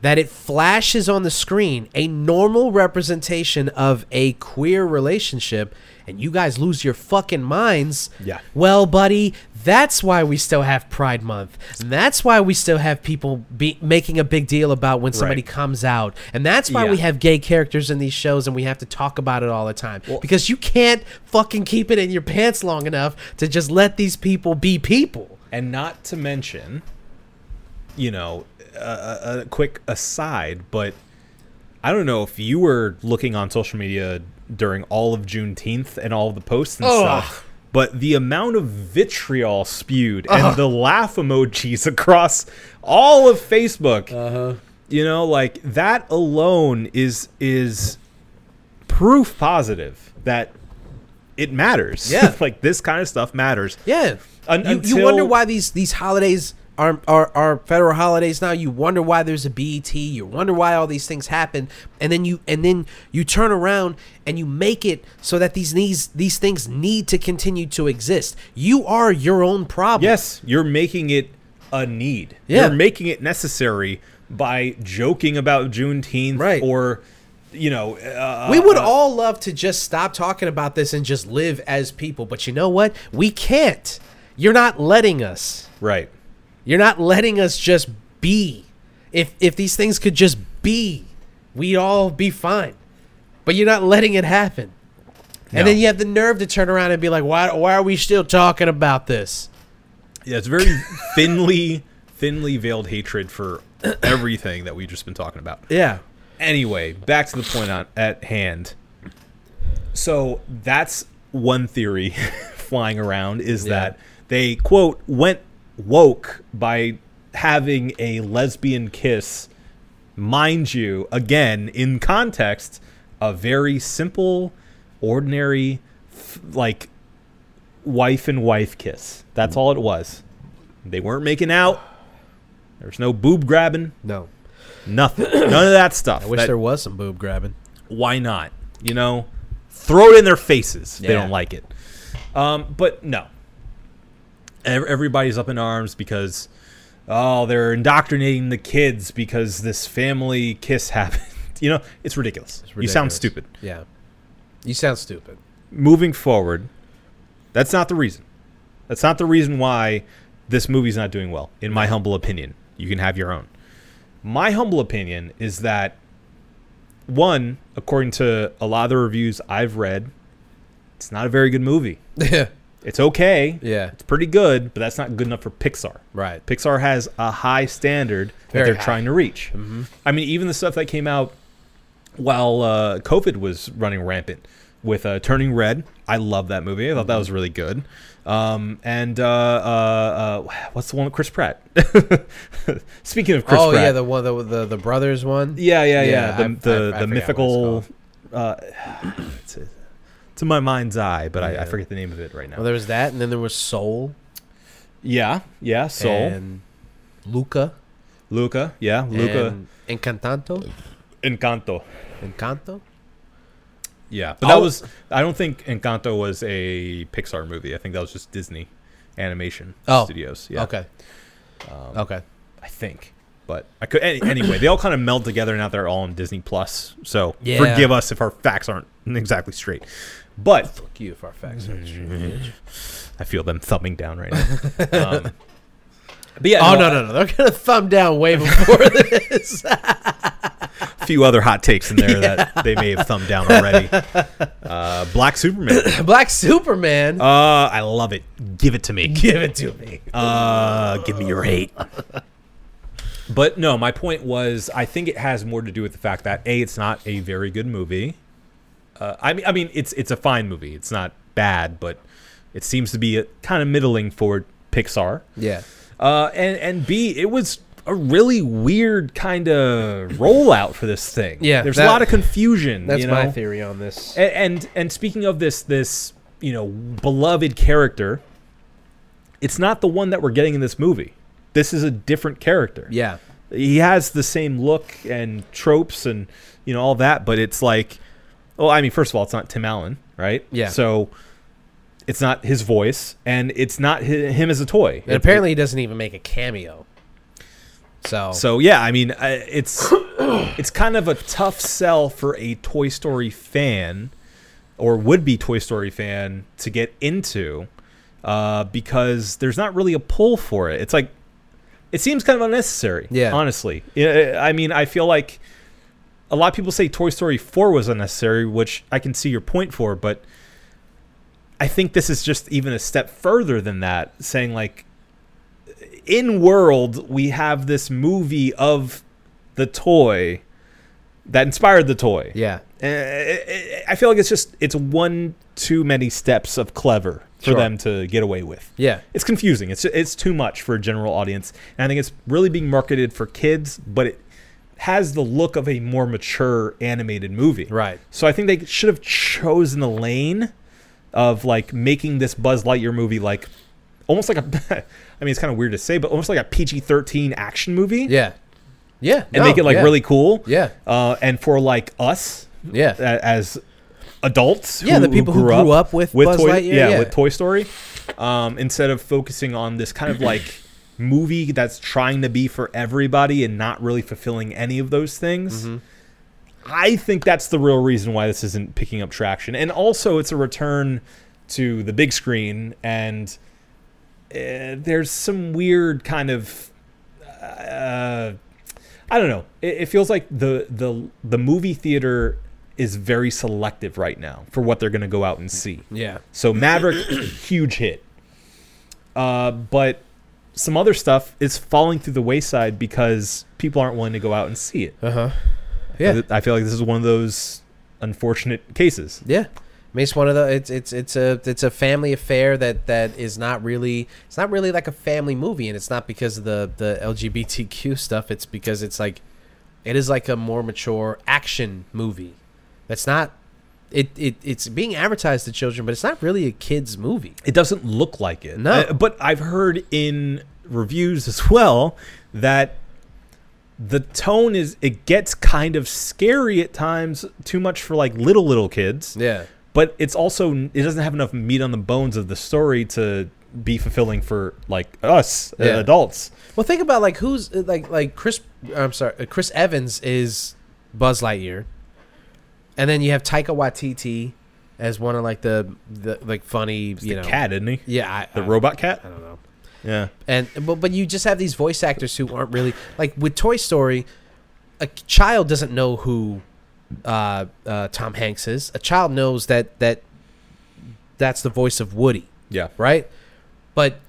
Speaker 1: that it flashes on the screen a normal representation of a queer relationship and you guys lose your fucking minds.
Speaker 2: Yeah.
Speaker 1: Well, buddy, that's why we still have Pride Month. And that's why we still have people be making a big deal about when somebody
Speaker 2: Right.
Speaker 1: comes out. And that's why
Speaker 2: Yeah.
Speaker 1: we have gay characters in these shows and we have to talk about it all the time. because you can't fucking keep it in your pants long enough to just let these people be people.
Speaker 2: And not to mention, you know, a, a quick aside, but I don't know if you were looking on social media during all of Juneteenth and all of the posts and
Speaker 1: Ugh.
Speaker 2: stuff. But the amount of vitriol spewed and the laugh emojis [laughs] across all of Facebook,
Speaker 1: Uh-huh.
Speaker 2: you know, like that alone is is proof positive that it matters.
Speaker 1: Yeah.
Speaker 2: [laughs] like this kind of stuff matters.
Speaker 1: Yeah.
Speaker 2: Un-
Speaker 1: you, you
Speaker 2: until-
Speaker 1: wonder why these these holidays are, are are federal holidays now. You wonder why there's a BET. You wonder why all these things happen, and then you and then you turn around and you make it so that these these these things need to continue to exist. You are your own problem.
Speaker 2: Yes, you're making it a need.
Speaker 1: Yeah.
Speaker 2: You're making it necessary by joking about Juneteenth
Speaker 1: Right.
Speaker 2: or, you know, uh,
Speaker 1: We would all love to just stop talking about this and just live as people, but you know what? We can't. You're not letting us.
Speaker 2: right.
Speaker 1: You're not letting us just be. If if these things could just be, we'd all be fine. But you're not letting it happen.
Speaker 2: No.
Speaker 1: And then you have the nerve to turn around and be like, "Why why are we still talking about this?"
Speaker 2: Yeah, it's very thinly, thinly veiled hatred for everything that we've just been talking about.
Speaker 1: Yeah.
Speaker 2: Anyway, back to the point on, at hand. So that's one theory [laughs] flying around is
Speaker 1: Yeah.
Speaker 2: that they quote went woke by having a lesbian kiss, mind you, again in context, a very simple, ordinary, f- like wife and wife kiss. That's all it was. They weren't making out. There's no boob grabbing.
Speaker 1: No. [coughs]
Speaker 2: Nothing. None of that stuff.
Speaker 1: I wish
Speaker 2: That-
Speaker 1: there was some boob grabbing.
Speaker 2: why not? You know, throw it in their faces. if They
Speaker 1: Yeah.
Speaker 2: don't like it. Um, but no, Ev- everybody's up in arms because oh, they're indoctrinating the kids because this family kiss [laughs] happened. You know, it's ridiculous. You sound
Speaker 1: Ridiculous.
Speaker 2: stupid.
Speaker 1: Yeah. You sound stupid.
Speaker 2: Moving forward, that's not the reason. That's not the reason why this movie's not doing well, in my humble opinion. You can have your own. My humble opinion is that, one, according to a lot of the reviews I've read, it's not a very good movie.
Speaker 1: yeah.
Speaker 2: It's okay.
Speaker 1: [laughs] Yeah.
Speaker 2: It's pretty good, but that's not good enough for Pixar.
Speaker 1: Right.
Speaker 2: Pixar has a high standard
Speaker 1: Very
Speaker 2: that they're
Speaker 1: high. Mm-hmm.
Speaker 2: trying to reach. I mean, even the stuff that came out while uh, COVID was running rampant with uh, Turning Red. I love that movie. I thought
Speaker 1: Mm-hmm.
Speaker 2: that was really good. Um, and uh, uh, uh, what's the one with Chris Pratt? [laughs] Speaking of Chris
Speaker 1: oh
Speaker 2: Pratt.
Speaker 1: yeah, the one the, the the brothers one.
Speaker 2: yeah, yeah, yeah,
Speaker 1: Yeah,
Speaker 2: The,
Speaker 1: I- I- I
Speaker 2: the,
Speaker 1: forgot what
Speaker 2: the
Speaker 1: it's
Speaker 2: mythical.
Speaker 1: called.
Speaker 2: Uh, [sighs] it's, a, it's in my mind's eye, but I, I
Speaker 1: Yeah.
Speaker 2: forget the name of it right now.
Speaker 1: Well, there was that, and then there was Soul,
Speaker 2: yeah, yeah. Soul.
Speaker 1: and Luca,
Speaker 2: Luca. Yeah. Luca.
Speaker 1: and Encantanto,
Speaker 2: Encanto.
Speaker 1: Encanto.
Speaker 2: Yeah, but that
Speaker 1: I'll-
Speaker 2: was. I don't think Encanto was a Pixar movie. I think that was just Disney Animation
Speaker 1: Oh,
Speaker 2: Studios. Yeah,
Speaker 1: Okay. okay.
Speaker 2: I think. But I could any, anyway. They all kind of meld together now. They're all on Disney Plus. So
Speaker 1: Yeah.
Speaker 2: forgive us if our facts aren't exactly straight. But
Speaker 1: Fuck you, Farfax.
Speaker 2: I feel them thumbing down right now.
Speaker 1: [laughs]
Speaker 2: Um, but yeah,
Speaker 1: [laughs] Oh
Speaker 2: no,
Speaker 1: no no no! They're gonna thumb down [laughs] way before this. [laughs]
Speaker 2: a few other hot takes in there that they may have thumbed down
Speaker 1: [laughs]
Speaker 2: already. Uh, Black Superman.
Speaker 1: Black Superman.
Speaker 2: Uh, I love it. [laughs] Give it to me.
Speaker 1: Give it to me.
Speaker 2: Uh, give me your hate. [laughs] but no, my point was, I think it has more to do with the fact that a, it's not a very good movie. Uh, I mean, I mean, it's it's a fine movie. It's not bad, but it seems to be a kind of middling for Pixar.
Speaker 1: Yeah.
Speaker 2: Uh, and and b, it was a really weird kind of rollout for this thing.
Speaker 1: Yeah,
Speaker 2: there's
Speaker 1: that-
Speaker 2: a lot of confusion.
Speaker 1: That's
Speaker 2: you know?
Speaker 1: my theory on this.
Speaker 2: A- and, and speaking of this this you know beloved character it's not the one that we're getting in this movie this is a different character
Speaker 1: yeah.
Speaker 2: he has the same look and tropes and you know all that but it's like well i mean first of all it's not tim allen right
Speaker 1: Yeah.
Speaker 2: so it's not his voice and it's not hi- him as a toy
Speaker 1: And
Speaker 2: It-
Speaker 1: apparently, he doesn't even make a cameo. So.
Speaker 2: So yeah, I mean, I- it's it's kind of a tough sell for a Toy Story fan or would be Toy Story fan to get into uh, because there's not really a pull for it. It's like it seems kind of unnecessary.
Speaker 1: Yeah.
Speaker 2: honestly, Yeah, I mean, I feel like a lot of people say Toy Story Four was unnecessary, which I can see your point for, but I think this is just even a step further than that, saying like in world we have this movie of the toy that inspired the toy.
Speaker 1: yeah.
Speaker 2: Uh, I feel like it's just it's one too many steps of clever for
Speaker 1: Sure.
Speaker 2: them to get away with.
Speaker 1: Yeah.
Speaker 2: It's confusing. It's it's too much for a general audience, and I think it's really being marketed for kids, but it has the look of a more mature animated movie.
Speaker 1: Right.
Speaker 2: So I think they should have chosen the lane of like making this Buzz Lightyear movie like almost like a [laughs] I mean it's kind of weird to say, but almost like a PG-13 action movie
Speaker 1: Yeah. Yeah. no,
Speaker 2: and make it like
Speaker 1: yeah.
Speaker 2: really cool.
Speaker 1: Yeah.
Speaker 2: Uh, and for like us
Speaker 1: Yeah.
Speaker 2: a- as adults
Speaker 1: Yeah, the people who grew up with Buzz
Speaker 2: Toy,
Speaker 1: Lightyear,
Speaker 2: yeah,
Speaker 1: yeah.
Speaker 2: with Toy Story um, instead of focusing on this kind of like movie that's trying to be for everybody and not really fulfilling any of those things.
Speaker 1: Mm-hmm.
Speaker 2: I think that's the real reason why this isn't picking up traction. And also it's a return to the big screen and uh, there's some weird kind of uh, I don't know. It, it feels like the the the movie theater is very selective right now for what they're going to go out and see. [laughs]
Speaker 1: Yeah.
Speaker 2: So Maverick, huge hit, uh, but some other stuff is falling through the wayside because people aren't willing to go out and see it.
Speaker 1: Uh huh. Yeah.
Speaker 2: I feel like this is one of those unfortunate cases.
Speaker 1: Yeah. I mean, it's one of the it's it's it's a it's a family affair that that is not really it's not really like a family movie, and it's not because of the the LGBTQ stuff. It's because it's like it is like a more mature action movie. That's not it, it it's being advertised to children, but it's not really a kids movie.
Speaker 2: It doesn't look like it.
Speaker 1: No.
Speaker 2: Uh, but I've heard in reviews as well that the tone is it gets kind of scary at times, too much for like little little kids.
Speaker 1: Yeah.
Speaker 2: But it's also it doesn't have enough meat on the bones of the story to be fulfilling for like us uh,
Speaker 1: Yeah.
Speaker 2: adults.
Speaker 1: Well, think about like who's uh, like like Chris. I'm sorry, uh, Chris Evans is Buzz Lightyear, and then you have Taika Waititi as one of like the the like funny you
Speaker 2: the
Speaker 1: know
Speaker 2: cat, isn't he?
Speaker 1: Yeah, I,
Speaker 2: The
Speaker 1: I-
Speaker 2: robot cat.
Speaker 1: I don't know.
Speaker 2: Yeah.
Speaker 1: And but but you just have these voice actors who aren't really like with Toy Story, a child doesn't know who uh, uh, Tom Hanks is. A child knows that that that's the voice of Woody
Speaker 2: Yeah.
Speaker 1: right? But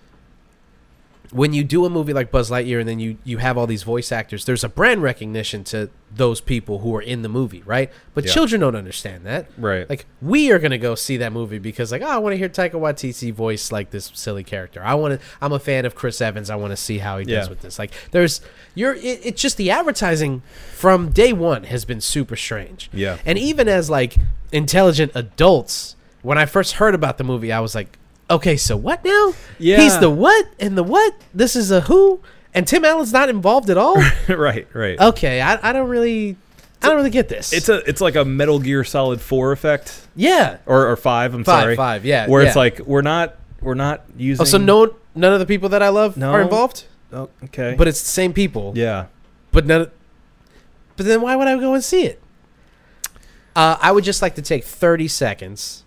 Speaker 1: when you do a movie like Buzz Lightyear and then you you have all these voice actors, there's a brand recognition to those people who are in the movie, right? But
Speaker 2: Yeah.
Speaker 1: children don't understand that.
Speaker 2: Right.
Speaker 1: Like we are gonna go see that movie because like oh, I want to hear Taika Waititi voice like this silly character. I want to. I'm a fan of Chris Evans. I want to see how he does
Speaker 2: Yeah.
Speaker 1: with this. Like there's you're. It, it's just the advertising from day one has been super strange.
Speaker 2: Yeah.
Speaker 1: And even as like intelligent adults, when I first heard about the movie, I was like, okay, so what now?
Speaker 2: Yeah.
Speaker 1: He's the what and the what. This is a who, and Tim Allen's not involved at
Speaker 2: [laughs]
Speaker 1: all.
Speaker 2: right. Right.
Speaker 1: okay, I, I don't really. I don't really get this.
Speaker 2: It's a it's like a Metal Gear Solid Four effect
Speaker 1: yeah.
Speaker 2: or, or five. I'm
Speaker 1: Five,
Speaker 2: sorry,
Speaker 1: five, yeah,
Speaker 2: Where it's
Speaker 1: Uh, yeah.
Speaker 2: like we're not we're not using.
Speaker 1: Oh, so no, none of the people that I love
Speaker 2: No.
Speaker 1: are involved,
Speaker 2: Oh, okay,
Speaker 1: but it's the same people.
Speaker 2: yeah,
Speaker 1: But none. Of, but then why would I go and see it? Uh, I would just like to take thirty seconds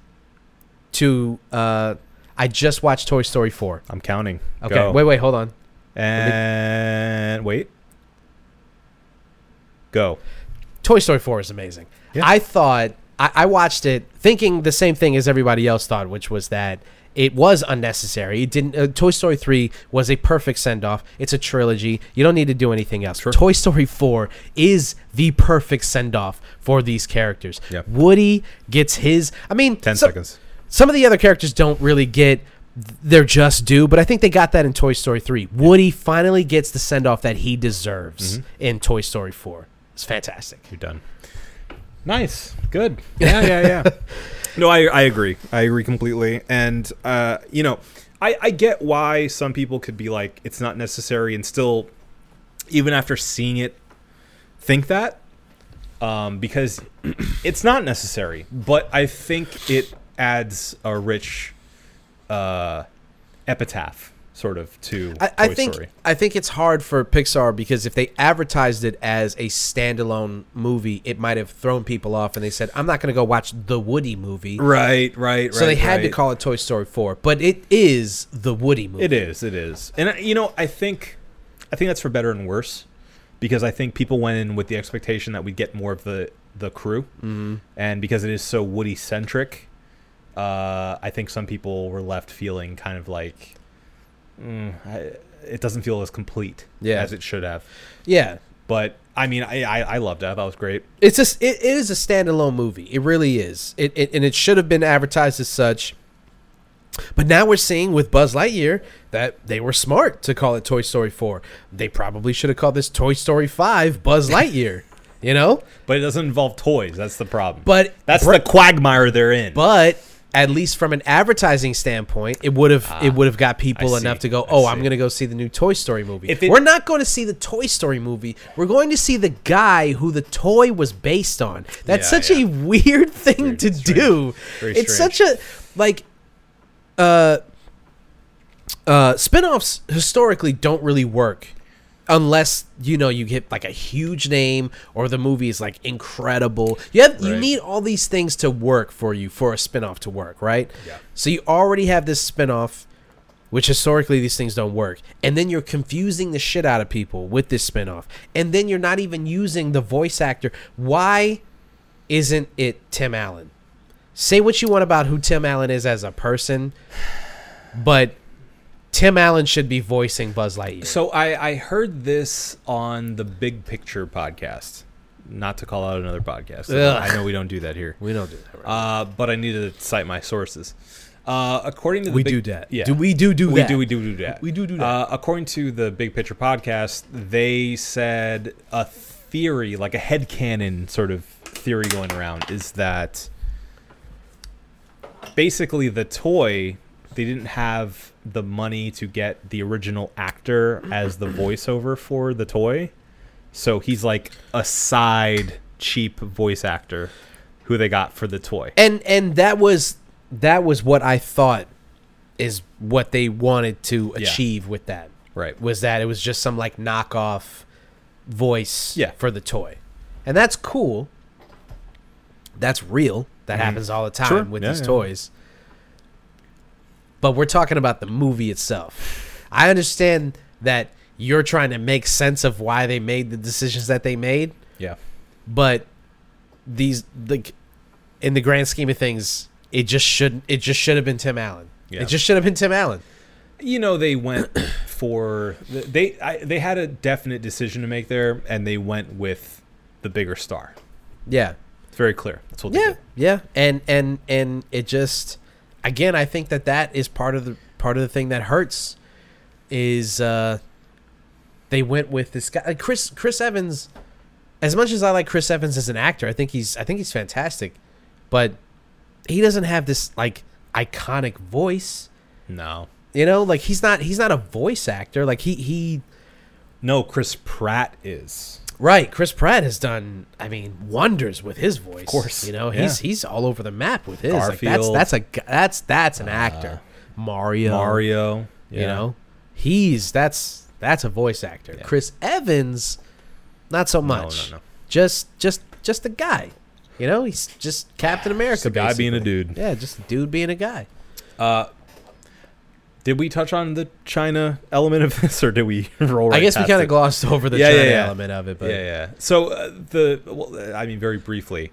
Speaker 1: to. Uh, I just watched Toy Story four.
Speaker 2: I'm counting.
Speaker 1: Okay,
Speaker 2: Go.
Speaker 1: wait, wait, hold on.
Speaker 2: and wait. Go.
Speaker 1: Toy Story 4 is amazing.
Speaker 2: Yeah.
Speaker 1: I thought I, I watched it thinking the same thing as everybody else thought, which was that it was unnecessary. It didn't. Uh, Toy Story 3 was a perfect send off. It's a trilogy. You don't need to do anything else.
Speaker 2: Sure.
Speaker 1: Toy Story 4 is the perfect send off for these characters.
Speaker 2: Yep.
Speaker 1: Woody gets his. I mean,
Speaker 2: Ten
Speaker 1: so-
Speaker 2: seconds.
Speaker 1: some of the other characters don't really get their just due, but I think they got that in Toy Story 3. Woody finally gets the send off that he deserves
Speaker 2: Mm-hmm.
Speaker 1: in Toy Story 4. It's fantastic.
Speaker 2: You're done. Nice. Good. Yeah, yeah, [laughs] yeah. no, I, I agree. I agree completely. And, uh, you know, I, I get why some people could be like, it's not necessary and still, even after seeing it, think that. Um, because [clears throat] it's not necessary. But I think it adds a rich uh, epitaph, sort of, to
Speaker 1: I, I
Speaker 2: Toy
Speaker 1: think
Speaker 2: Story.
Speaker 1: I think it's hard for Pixar because if they advertised it as a standalone movie, it might have thrown people off, and they said, "I'm not going to go watch the Woody movie."
Speaker 2: Right, right, right.
Speaker 1: so they had to
Speaker 2: right.
Speaker 1: call it Toy Story 4, but it is the Woody movie.
Speaker 2: It is. It is. And uh, you know, I think, I think that's for better and worse, because I think people went in with the expectation that we'd get more of the the crew, mm-hmm. and because it is so Woody centric, uh, I think some people were left feeling kind of like, mm, I, it doesn't feel as complete
Speaker 1: Yeah.
Speaker 2: as it should have.
Speaker 1: Yeah,
Speaker 2: But I mean, I I, I loved it. I thought it was great.
Speaker 1: it's just it, it is a standalone movie. It really is. It, it and it should have been advertised as such. But now we're seeing with Buzz Lightyear that they were smart to call it Toy Story 4. They probably should have called this Toy Story 5 Buzz Lightyear, [laughs] you know?
Speaker 2: But it doesn't involve toys. That's the problem.
Speaker 1: But
Speaker 2: that's the quagmire they're in.
Speaker 1: but at least from an advertising standpoint, it would have it would have got people
Speaker 2: Ah, I see.
Speaker 1: enough to go,
Speaker 2: I
Speaker 1: "Oh, I'm
Speaker 2: see.
Speaker 1: going to go see the new Toy Story movie."
Speaker 2: If it-
Speaker 1: We're not going to see the Toy Story movie. We're going to see the guy who the toy was based on. That's
Speaker 2: Yeah,
Speaker 1: such a
Speaker 2: yeah.
Speaker 1: weird [laughs] thing to
Speaker 2: strange.
Speaker 1: do.
Speaker 2: Very
Speaker 1: it's
Speaker 2: strange.
Speaker 1: such a like uh uh spin-offs historically don't really work unless you know you get like a huge name or the movie is like incredible you have you
Speaker 2: Right.
Speaker 1: need all these things to work for you for a spin-off to work right
Speaker 2: Yeah.
Speaker 1: so you already have this spin-off which historically these things don't work and then you're confusing the shit out of people with this spin-off and then you're not even using the voice actor why isn't it tim allen say what you want about who tim allen is as a person but tim allen should be voicing buzz lightyear
Speaker 2: So I, I heard this on the Big Picture podcast. Not to call out another podcast.
Speaker 1: Ugh.
Speaker 2: I know we don't do that here.
Speaker 1: we don't do that right
Speaker 2: Uh, but I need to cite my sources. Uh, according to the
Speaker 1: we
Speaker 2: Big-
Speaker 1: do that
Speaker 2: Yeah.
Speaker 1: do we do do
Speaker 2: we
Speaker 1: that
Speaker 2: do we do do that.
Speaker 1: We do do that.
Speaker 2: Uh, according to the Big Picture podcast, they said a theory, like a headcanon sort of theory going around, is that basically the toy they didn't have the money to get the original actor as the voiceover for the toy So he's like a side cheap voice actor who they got for the toy.
Speaker 1: and and that was that was what I thought is what they wanted to
Speaker 2: Yeah.
Speaker 1: achieve with that
Speaker 2: Right.
Speaker 1: was that it was just some like knockoff voice
Speaker 2: Yeah.
Speaker 1: for the toy, and that's cool. That's real. That happens all the time
Speaker 2: Mm-hmm. Sure.
Speaker 1: with
Speaker 2: Yeah,
Speaker 1: these
Speaker 2: yeah.
Speaker 1: toys. But we're talking about the movie itself. I understand that you're trying to make sense of why they made the decisions that they made
Speaker 2: Yeah.
Speaker 1: but these like in the grand scheme of things it just shouldn't it just should have been tim allen
Speaker 2: Yeah.
Speaker 1: it just should have been tim allen
Speaker 2: you know they went for they I, they had a definite decision to make there and they went with the bigger star
Speaker 1: yeah
Speaker 2: it's very clear that's what they
Speaker 1: yeah
Speaker 2: did
Speaker 1: yeah and and and it just again i think that that is part of the part of the thing that hurts is uh they went with this guy like, chris chris evans as much as i like chris evans as an actor i think he's i think he's fantastic but he doesn't have this like iconic voice
Speaker 2: no
Speaker 1: You know, like he's not he's not a voice actor. Like he he
Speaker 2: no chris pratt is
Speaker 1: right. Chris Pratt has done I mean wonders with his voice. Of
Speaker 2: course,
Speaker 1: you know
Speaker 2: yeah.
Speaker 1: he's he's all over the map with his. Like that's
Speaker 2: Garfield. Uh,
Speaker 1: that's a g- that's that's an actor. Mario,
Speaker 2: mario
Speaker 1: you
Speaker 2: yeah.
Speaker 1: know, he's that's that's a voice actor. Chris Evans, not so much.
Speaker 2: no.
Speaker 1: Just just just a guy. You know, he's just Captain America.
Speaker 2: a guy being a
Speaker 1: basically.
Speaker 2: dude.
Speaker 1: Yeah, just a dude being a guy.
Speaker 2: did we touch on the china element of this or did we [laughs] roll right
Speaker 1: I guess we
Speaker 2: past
Speaker 1: kind
Speaker 2: it?
Speaker 1: of glossed over the
Speaker 2: Yeah, yeah,
Speaker 1: China
Speaker 2: yeah.
Speaker 1: element of it, but
Speaker 2: yeah, yeah. So uh, the well, uh, I mean, very briefly,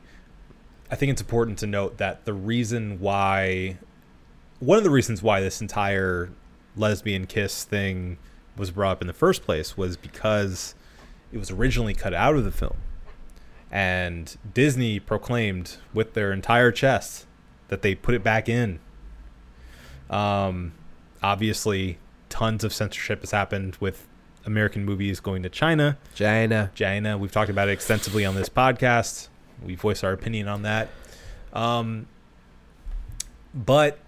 Speaker 2: I think it's important to note that the reason why, one of the reasons why this entire lesbian kiss thing was brought up in the first place was because it was originally cut out of the film, and Disney proclaimed with their entire chest that they put it back in. Um, obviously, tons of censorship has happened with American movies going to China.
Speaker 1: China.
Speaker 2: Jaina. We've talked about it extensively on this podcast. We voiced our opinion on that. Um, but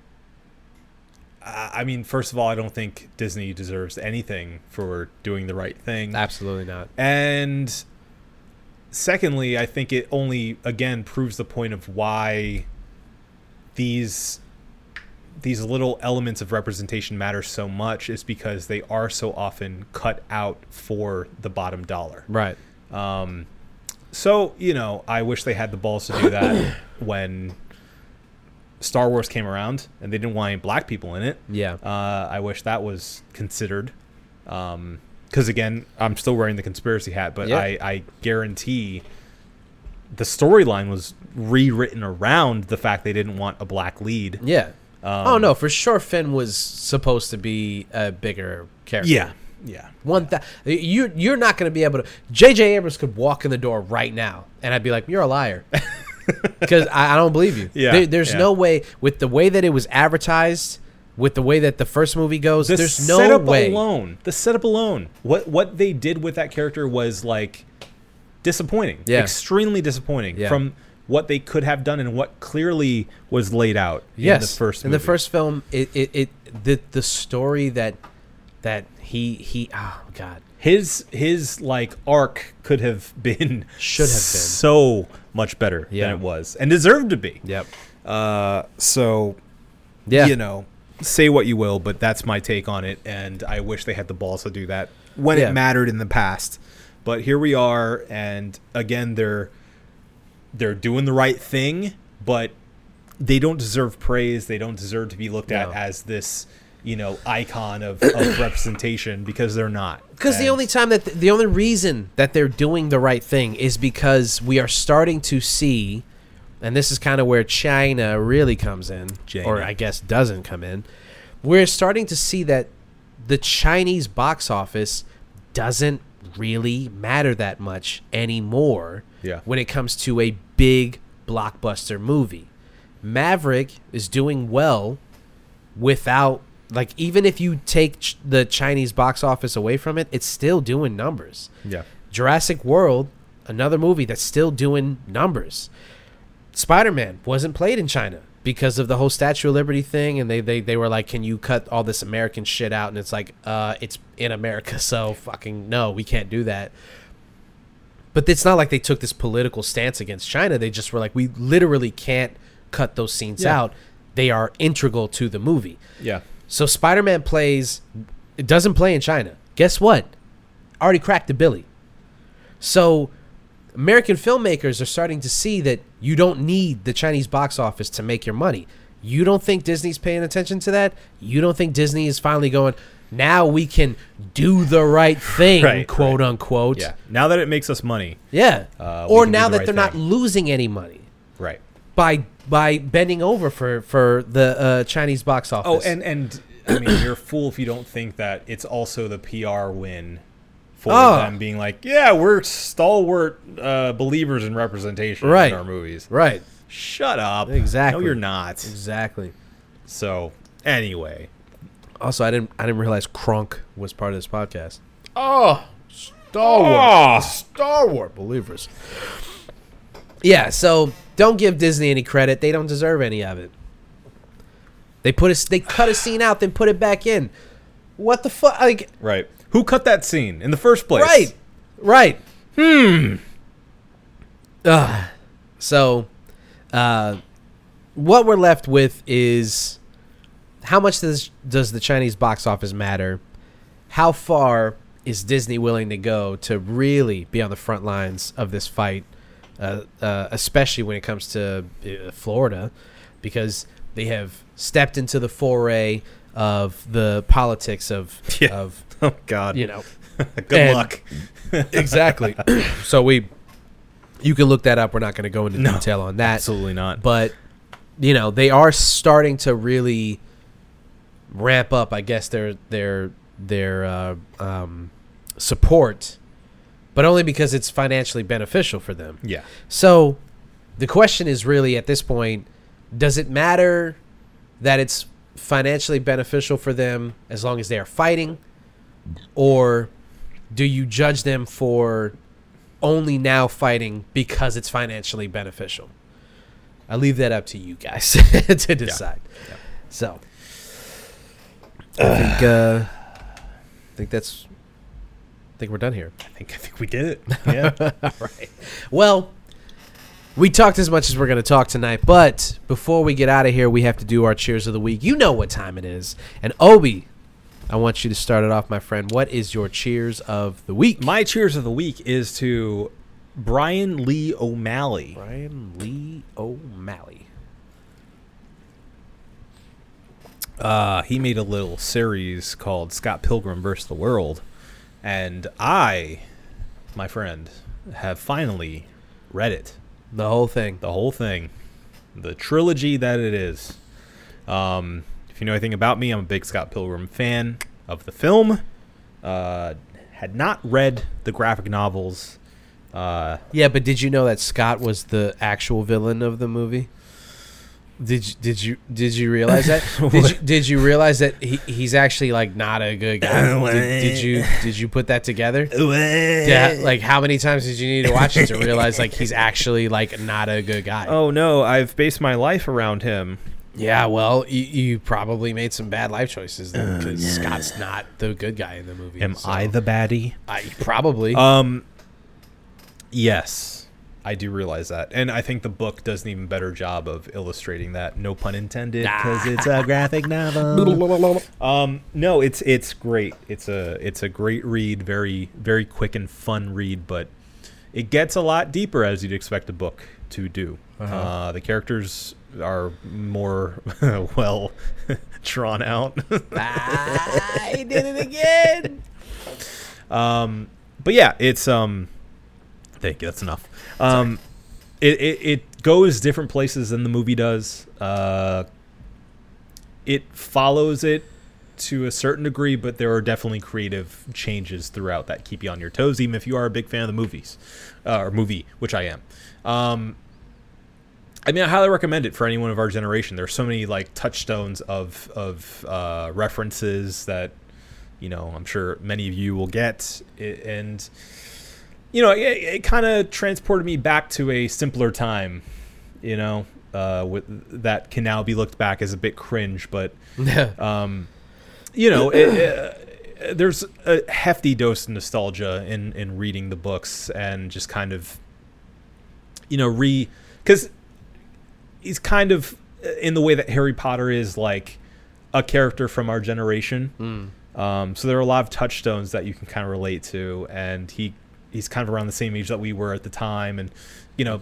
Speaker 2: I I mean, first of all, I don't think Disney deserves anything for doing the right thing.
Speaker 1: Absolutely not.
Speaker 2: And secondly, I think it only again proves the point of why these these little elements of representation matter so much is because they are so often cut out for the bottom dollar.
Speaker 1: Right.
Speaker 2: Um, so you know, I wish they had the balls to do that when Star Wars came around, and they didn't want any black people in it.
Speaker 1: Yeah.
Speaker 2: Uh, I wish that was considered. Because again, I'm still wearing the conspiracy hat, but
Speaker 1: Yeah.
Speaker 2: I, I guarantee the storyline was rewritten around the fact they didn't want a black lead.
Speaker 1: Yeah.
Speaker 2: Um,
Speaker 1: oh no, for sure Finn was supposed to be a bigger character.
Speaker 2: Yeah. Yeah.
Speaker 1: One that you you're not going to be able to. J.J. Abrams could walk in the door right now, and I'd be like, "You're a
Speaker 2: [laughs]
Speaker 1: liar," because I, I don't believe you.
Speaker 2: Yeah,
Speaker 1: There- there's
Speaker 2: yeah.
Speaker 1: no way with the way that it was advertised, with the way that the first movie goes.
Speaker 2: the
Speaker 1: there's no
Speaker 2: setup
Speaker 1: way.
Speaker 2: alone the setup alone what what they did with that character was like disappointing
Speaker 1: Yeah.
Speaker 2: extremely disappointing
Speaker 1: Yeah.
Speaker 2: from what they could have done and what clearly was laid out
Speaker 1: yes,
Speaker 2: in the first
Speaker 1: in the
Speaker 2: movie.
Speaker 1: first film, it, it, it the the story that that he he oh god
Speaker 2: his his like arc could have [laughs] been
Speaker 1: Should have been.
Speaker 2: so much better
Speaker 1: Yeah.
Speaker 2: than it was and deserved to be
Speaker 1: yep
Speaker 2: uh so
Speaker 1: yeah
Speaker 2: you know say what you will but that's my take on it and i wish they had the balls to do that when
Speaker 1: Yeah.
Speaker 2: it mattered in the past but here we are and again they're they're doing the right thing but they don't deserve praise they don't deserve to be looked
Speaker 1: No.
Speaker 2: at as this you know icon
Speaker 1: [coughs]
Speaker 2: of, of representation because they're not
Speaker 1: Because the
Speaker 2: And-
Speaker 1: only time that the only reason that they're doing the right thing is because we are starting to see, and this is kind of where China really comes in,
Speaker 2: China.
Speaker 1: or I guess doesn't come in. We're starting to see that the Chinese box office doesn't really matter that much anymore
Speaker 2: Yeah.
Speaker 1: when it comes to a big blockbuster movie. Maverick is doing well without like even if you take ch- the Chinese box office away from it, it's still doing numbers.
Speaker 2: yeah
Speaker 1: Jurassic World, another movie that's still doing numbers. Spider Man wasn't played in China because of the whole Statue of Liberty thing, and they, they they were like, "Can you cut all this American [laughs] shit out?" And it's like, "Uh, it's in America, so fucking no, we can't do that." But it's not like they took this political stance against China. They just were like, we literally can't cut those scenes
Speaker 2: Yeah.
Speaker 1: out. They are integral to the movie.
Speaker 2: Yeah.
Speaker 1: So Spider Man plays, it doesn't play in China. Guess what? Already cracked the Billy. So American filmmakers are starting to see that you don't need the Chinese box office to make your money. You don't think Disney's paying attention to that? You don't think Disney is finally going, now we can do the
Speaker 2: [laughs]
Speaker 1: right thing,
Speaker 2: Right,
Speaker 1: quote unquote.
Speaker 2: Yeah. Now that it makes us money.
Speaker 1: Yeah.
Speaker 2: Uh, we
Speaker 1: or
Speaker 2: can do
Speaker 1: now
Speaker 2: the
Speaker 1: that
Speaker 2: right
Speaker 1: they're not
Speaker 2: thing.
Speaker 1: losing any money
Speaker 2: Right.
Speaker 1: by by bending over for for the uh, Chinese box office.
Speaker 2: Oh, and and I mean, you're a fool if you don't think that it's also the PR win for
Speaker 1: Oh.
Speaker 2: them being like, yeah, we're stalwart uh, believers in representation
Speaker 1: Right.
Speaker 2: in our movies.
Speaker 1: right,
Speaker 2: Shut up.
Speaker 1: Exactly.
Speaker 2: No, you're not.
Speaker 1: exactly.
Speaker 2: So anyway.
Speaker 1: Also, I didn't I didn't realize Kronk was part of this podcast.
Speaker 4: Oh, Star Wars.
Speaker 2: Oh,
Speaker 4: Star Wars believers.
Speaker 1: Yeah, so don't give Disney any credit. They don't deserve any of it. They put a, they cut a scene out, then put it back in. What the fuck? Like,
Speaker 2: right. Who cut that scene in the first place?
Speaker 1: right, right. Hmm. Ugh. So, uh, what we're left with is how much does does the Chinese box office matter? How far is Disney willing to go to really be on the front lines of this fight, uh, uh, especially when it comes to uh, Florida, because they have stepped into the foray of the politics of
Speaker 2: Yeah.
Speaker 1: of
Speaker 2: [laughs] Oh God.
Speaker 1: you know
Speaker 2: [laughs] Good
Speaker 1: and-
Speaker 2: luck. [laughs]
Speaker 1: exactly. so we, you can look that up. We're not going to go into
Speaker 2: No,
Speaker 1: detail on that.
Speaker 2: Absolutely not.
Speaker 1: But you know, they are starting to really ramp up. I guess their their their uh, um, support, but only because it's financially beneficial for them.
Speaker 2: yeah.
Speaker 1: So the question is really at this point does it matter that it's financially beneficial for them as long as they are fighting? Or do you judge them for only now fighting because it's financially beneficial? I leave that up to you guys [laughs] to decide. So I think uh, I think that's I think we're done here.
Speaker 2: I think I think we
Speaker 1: [laughs]
Speaker 2: did it. Yeah.
Speaker 1: Well, we talked as much as we're going to talk tonight, but before we get out of here, we have to do our cheers of the week. You know what time it is. And Obi, I want you to start it off, my friend. What is your cheers of the week?
Speaker 2: My cheers of the week is to Brian Lee O'Malley.
Speaker 1: Brian Lee O'Malley.
Speaker 2: Uh, he made a little series called Scott Pilgrim vs. the World, and I, my friend, have finally read it.
Speaker 1: The whole thing.
Speaker 2: the whole thing, the trilogy that it is. Um, if you know anything about me, I'm a big Scott Pilgrim fan of the film. Uh, had not read the graphic novels. Uh,
Speaker 1: Yeah, but did you know that Scott was the actual villain of the movie? Did you, did you did you realize that? Did you, did you realize that he, he's actually like not a good guy? Did, did you did you put that together? Yeah, like how many times did you need to watch it to realize like he's actually like not a good guy?
Speaker 2: oh no, I've based my life around him.
Speaker 1: Yeah, well, you, you probably made some bad life choices then, because Scott's not the good guy in the movie.
Speaker 2: Am
Speaker 1: so-
Speaker 2: I the baddie?
Speaker 1: I probably.
Speaker 2: Um, yes, I do realize that, and I think the book does an even better job of illustrating that. No pun intended, because it's a graphic novel. Um, no, it's it's great. It's a it's a great read. Very very quick and fun read, but it gets a lot deeper as you'd expect a book to do. uh the characters are more [laughs] well drawn out.
Speaker 1: [laughs] I Uh, did it [laughs] again.
Speaker 2: Um, but yeah, it's um, thank you. That's enough. Um, it, it it goes different places than the movie does. Uh, it follows it to a certain degree, but there are definitely creative changes throughout that keep you on your toes, even if you are a big fan of the movies uh, or movie, which I am. Um, I mean, I highly recommend it for anyone of our generation. There's so many like touchstones of of uh, references that you know I'm sure many of you will get, I- and you know it, it kind of transported me back to a simpler time, you know, uh, with, that can
Speaker 1: Uh,
Speaker 2: now be looked back as a bit cringe, but um, you know, it, it, uh, there's a hefty dose of nostalgia in in reading the books and just kind of you know re because he's kind of uh, in the way that Harry Potter is like a character from our generation. Um, so there are a lot of touchstones that you can kind of relate to, and he he's kind of around the same age that we were at the time, and you know,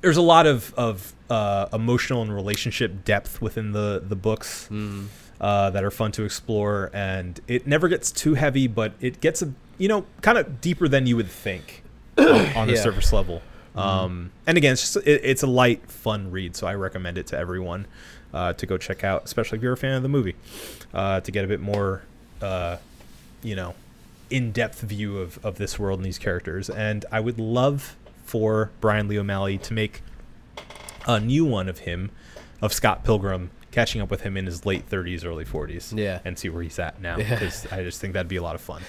Speaker 2: there's a lot of of uh, emotional and relationship depth within the the books uh, that are fun to explore, and it never gets too heavy, but it gets a you know kind of deeper than you would think on, on the
Speaker 1: Yeah.
Speaker 2: surface level. Um, and again, it's just it, it's a light, fun read, so I recommend it to everyone uh, to go check out, especially if you're a fan of the movie, uh, to get a bit more, uh, you know, in-depth view of of this world and these characters. And I would love for Brian Lee O'Malley to make a new one of him, of Scott Pilgrim, catching up with him in his late 30s, early 40s,
Speaker 1: Yeah.
Speaker 2: and see where he's at now.
Speaker 1: Yeah.
Speaker 2: Because I just think that'd be a lot of fun.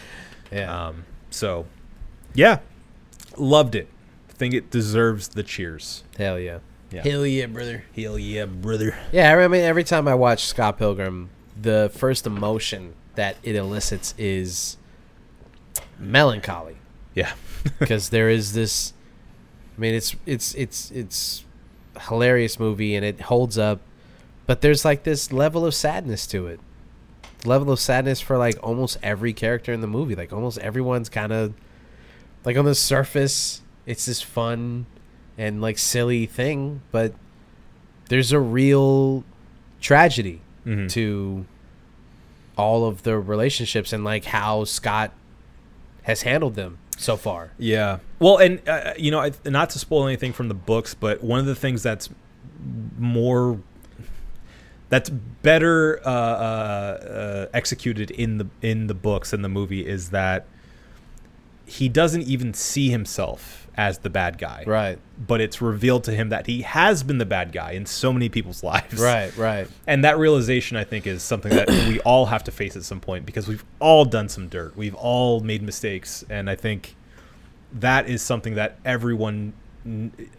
Speaker 1: Yeah.
Speaker 2: Um, so, yeah, loved it. Think it deserves the cheers.
Speaker 1: Hell yeah.
Speaker 2: Yeah.
Speaker 1: Hell yeah, brother.
Speaker 2: Hell yeah, brother.
Speaker 1: Yeah, I mean, every time I watch Scott Pilgrim, the first emotion that it elicits is melancholy,
Speaker 2: Yeah,
Speaker 1: because there is this. I mean, it's it's it's it's a hilarious movie and it holds up, but there's like this level of sadness to it, level of sadness for like almost every character in the movie. Like almost everyone's kind of like on the surface, it's this fun and like silly thing, but there's a real tragedy
Speaker 2: Mhm.
Speaker 1: to all of the relationships and like how Scott has handled them so far.
Speaker 2: yeah. Well, and uh, you know, I, not to spoil anything from the books, but one of the things that's more that's better uh, uh, uh, executed in the in the books and the movie is that he doesn't even see himself as the bad guy.
Speaker 1: Right.
Speaker 2: But it's revealed to him that he has been the bad guy in so many people's [laughs] lives.
Speaker 1: Right, right.
Speaker 2: And that realization, I think, is something
Speaker 1: [coughs]
Speaker 2: that we all have to face at some point because we've all done some dirt. We've all made mistakes. And I think that is something that everyone,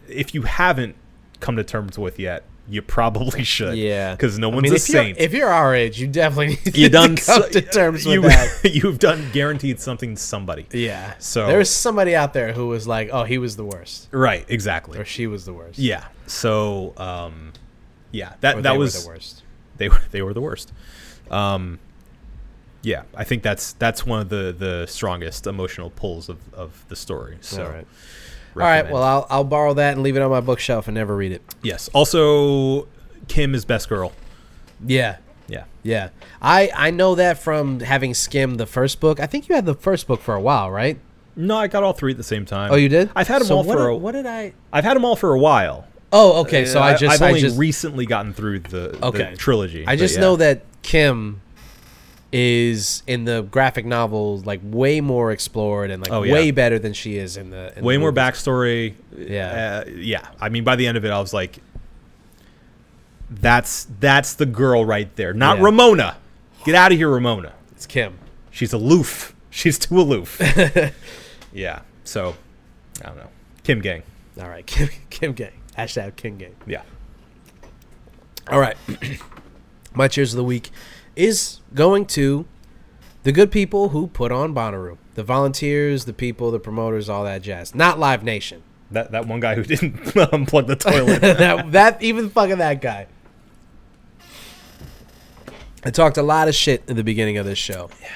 Speaker 2: if you haven't come to terms with yet, you probably [laughs] should.
Speaker 1: Yeah.
Speaker 2: Because no one's
Speaker 1: I mean,
Speaker 2: a
Speaker 1: if you're,
Speaker 2: saint.
Speaker 1: if you're our age, you definitely need
Speaker 2: you done
Speaker 1: to [laughs] come
Speaker 2: so- [laughs]
Speaker 1: to terms with
Speaker 2: you,
Speaker 1: that.
Speaker 2: You've done guaranteed something to somebody.
Speaker 1: Yeah.
Speaker 2: So-
Speaker 1: there was somebody out there who was like, "Oh, he was the worst,
Speaker 2: Right. Exactly.
Speaker 1: or she was the worst,
Speaker 2: Yeah. So, um, yeah, that,
Speaker 1: or
Speaker 2: that
Speaker 1: they
Speaker 2: was
Speaker 1: were the worst."
Speaker 2: they were they were the worst. Um, yeah, I think that's that's one of the the strongest emotional pulls of of the story. So,
Speaker 1: All right. All right. Well, I'll I'll borrow that and leave it on my bookshelf and never read it.
Speaker 2: yes. Also, Kim is best girl.
Speaker 1: Yeah.
Speaker 2: Yeah.
Speaker 1: Yeah. I I know that from having skimmed the first book. I think you had the first book for a while, right?
Speaker 2: No, I got all three at the same time.
Speaker 1: Oh, you did.
Speaker 2: I've had them
Speaker 1: So
Speaker 2: all
Speaker 1: what
Speaker 2: for
Speaker 1: did-
Speaker 2: a,
Speaker 1: what did I?
Speaker 2: I've had them all for a while.
Speaker 1: Oh, okay. So I just
Speaker 2: Uh,
Speaker 1: I
Speaker 2: I've only
Speaker 1: just
Speaker 2: recently gotten through the, the
Speaker 1: Okay.
Speaker 2: trilogy.
Speaker 1: I
Speaker 2: but
Speaker 1: just
Speaker 2: yeah.
Speaker 1: know that Kim is in the graphic novel like way more explored and like
Speaker 2: Oh, yeah.
Speaker 1: way better than she is in the in
Speaker 2: way
Speaker 1: the
Speaker 2: more
Speaker 1: movies.
Speaker 2: backstory.
Speaker 1: Yeah.
Speaker 2: uh, yeah. I mean, by the end of it, I was like, "That's that's the girl right there, not
Speaker 1: Yeah.
Speaker 2: Ramona. Get out of here, Ramona.
Speaker 1: It's Kim.
Speaker 2: She's aloof. [laughs] She's
Speaker 1: [laughs]
Speaker 2: too aloof." yeah. So, I don't know. Kim Gang.
Speaker 1: All right, [laughs] Kim Kim Gang. Hashtag Kim Gang.
Speaker 2: Yeah.
Speaker 1: All right. [clears throat] My cheers of the week is going to the good people who put on Bonnaroo. The volunteers, the people, the promoters, all that jazz. Not Live Nation.
Speaker 2: That that one guy who [laughs] didn't unplug the
Speaker 1: [laughs]
Speaker 2: toilet.
Speaker 1: that that even fucking that guy. I talked a lot of shit in the beginning of this show. Yeah.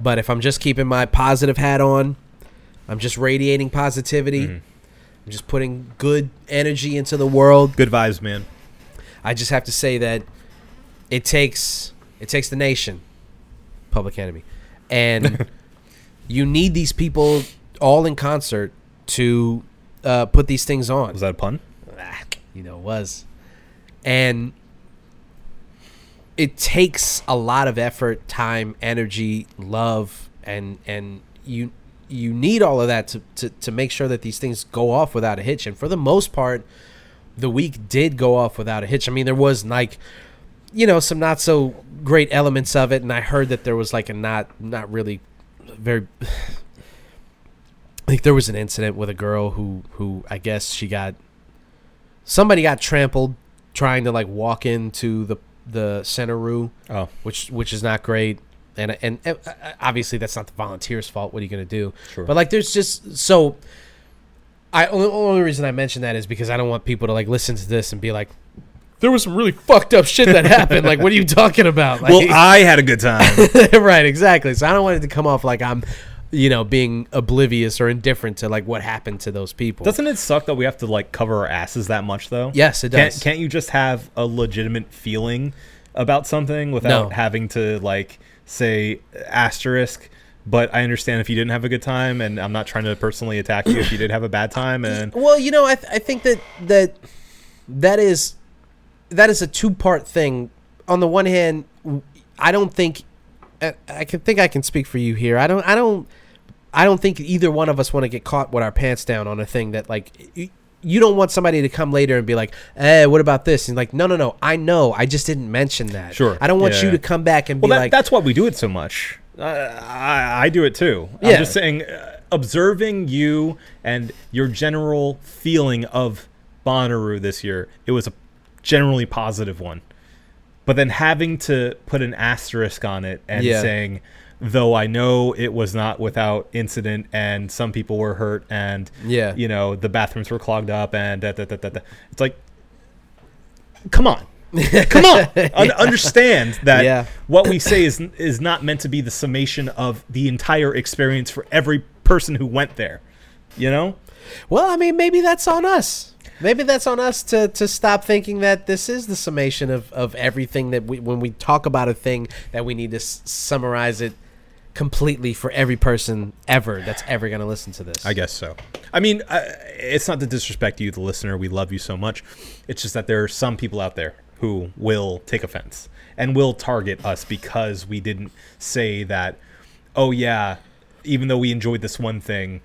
Speaker 1: But if I'm just keeping my positive hat on, I'm just radiating positivity. I'm just putting good energy into the world.
Speaker 2: Good vibes, man.
Speaker 1: I just have to say that it takes it takes the nation, Public Enemy, and you need these people all in concert to uh, put these things on.
Speaker 2: Was that a pun?
Speaker 1: Ah, you know, was. And it takes a lot of effort, time, energy, love, and and you you need all of that to, to, to make sure that these things go off without a hitch. And for the most part, the week did go off without a hitch. I mean, there was like you know, some not so great elements of it, and I heard that there was like a not not really very [sighs] like there was an incident with a girl who who I guess she got somebody got trampled trying to like walk into the the center room,
Speaker 2: Oh,
Speaker 1: which which is not great. and and, and uh, uh, obviously that's not the volunteers' fault. What are you going to do? But like, there's just so. I only, only reason I mention that is because I don't want people to like listen to this and be like, "There was some really fucked up shit that happened." like, what are you talking about? Like,
Speaker 2: Well, I had a
Speaker 1: [laughs]
Speaker 2: good time.
Speaker 1: right, exactly. So I don't want it to come off like I'm, you know, being oblivious or indifferent to like what happened to those people.
Speaker 2: Doesn't it suck that we have to like cover our asses that much though?
Speaker 1: Yes, it does.
Speaker 2: Can't, can't you just have a legitimate feeling about something
Speaker 1: No.
Speaker 2: without having to like say asterisk? But I understand if you didn't have a good time, and I'm not trying to personally attack you if you did have a bad time. And
Speaker 1: [clears throat] Well, you know, I, th- I think that that that is that is a two part thing. On the one hand, w- I don't think I, I can think I can speak for you here. I don't I don't I don't think either one of us want to get caught with our pants down on a thing that like. y- You don't want somebody to come later and be like, "Eh, what about this?" And like, "No, no, no. I know. I just didn't mention that.
Speaker 2: Sure.
Speaker 1: I don't want
Speaker 2: Yeah.
Speaker 1: you to come back and
Speaker 2: well,
Speaker 1: be
Speaker 2: that,
Speaker 1: like,
Speaker 2: that's why we do it so much. I, Uh, I, I do it too.
Speaker 1: Yeah.
Speaker 2: I'm just saying, uh, observing you and your general feeling of Bonnaroo this year, it was a generally positive one. But then having to put an asterisk on it and
Speaker 1: Yeah.
Speaker 2: saying, though I know it was not without incident and some people were hurt and
Speaker 1: Yeah.
Speaker 2: you know the bathrooms were clogged up and da, da, da, da, da. it's like, come on,
Speaker 1: [laughs]
Speaker 2: come on, Un- understand that
Speaker 1: Yeah.
Speaker 2: what we say is is not meant to be the summation of the entire experience for every person who went there. You know?
Speaker 1: Well, I mean, maybe that's on us. Maybe that's on us to, to stop thinking that this is the summation of, of everything that we when we talk about a thing that we need to s- summarize it completely for every person ever that's ever going to listen to this.
Speaker 2: I guess so. I mean, I, it's not to disrespect you, the listener. We love you so much. It's just that there are some people out there who will take offense and will target us because we didn't say that. Oh yeah, even though we enjoyed this one thing,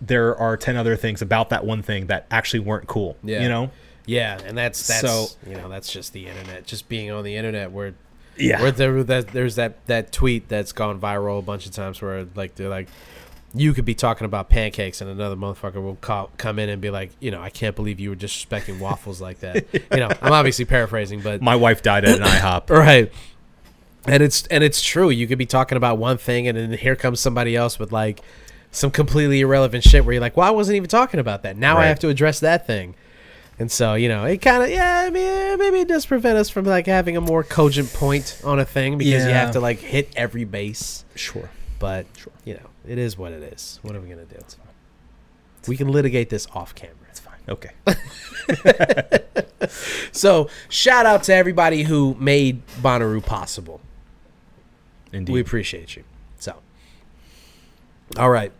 Speaker 2: there are ten other things about that one thing that actually weren't cool.
Speaker 1: Yeah.
Speaker 2: You know?
Speaker 1: Yeah, and that's that's
Speaker 2: So-
Speaker 1: you know that's just the internet, just being on the internet where
Speaker 2: Yeah.
Speaker 1: where there that there's that that tweet that's gone viral a bunch of times where like they're like you could be talking about pancakes and another motherfucker will call, come in and be like you know I can't believe you were disrespecting waffles like that
Speaker 2: [laughs]
Speaker 1: you know I'm obviously paraphrasing but
Speaker 2: My wife died at
Speaker 1: [laughs]
Speaker 2: an IHOP.
Speaker 1: right and it's and it's true you could be talking about one thing and then here comes somebody else with like some completely irrelevant shit where you're like well i wasn't even talking about that now
Speaker 2: Right.
Speaker 1: i have to address that thing and so you know it kind of yeah i mean maybe it does prevent us from like having a more cogent point on a thing because you
Speaker 2: Yeah.
Speaker 1: have to like hit every base
Speaker 2: Sure.
Speaker 1: but you know it is what it is what are we gonna do we can litigate this off camera
Speaker 2: It's fine.
Speaker 1: [laughs]
Speaker 2: Okay.
Speaker 1: so shout out to everybody who made Bonnaroo possible
Speaker 2: Indeed.
Speaker 1: We appreciate you. So, all right,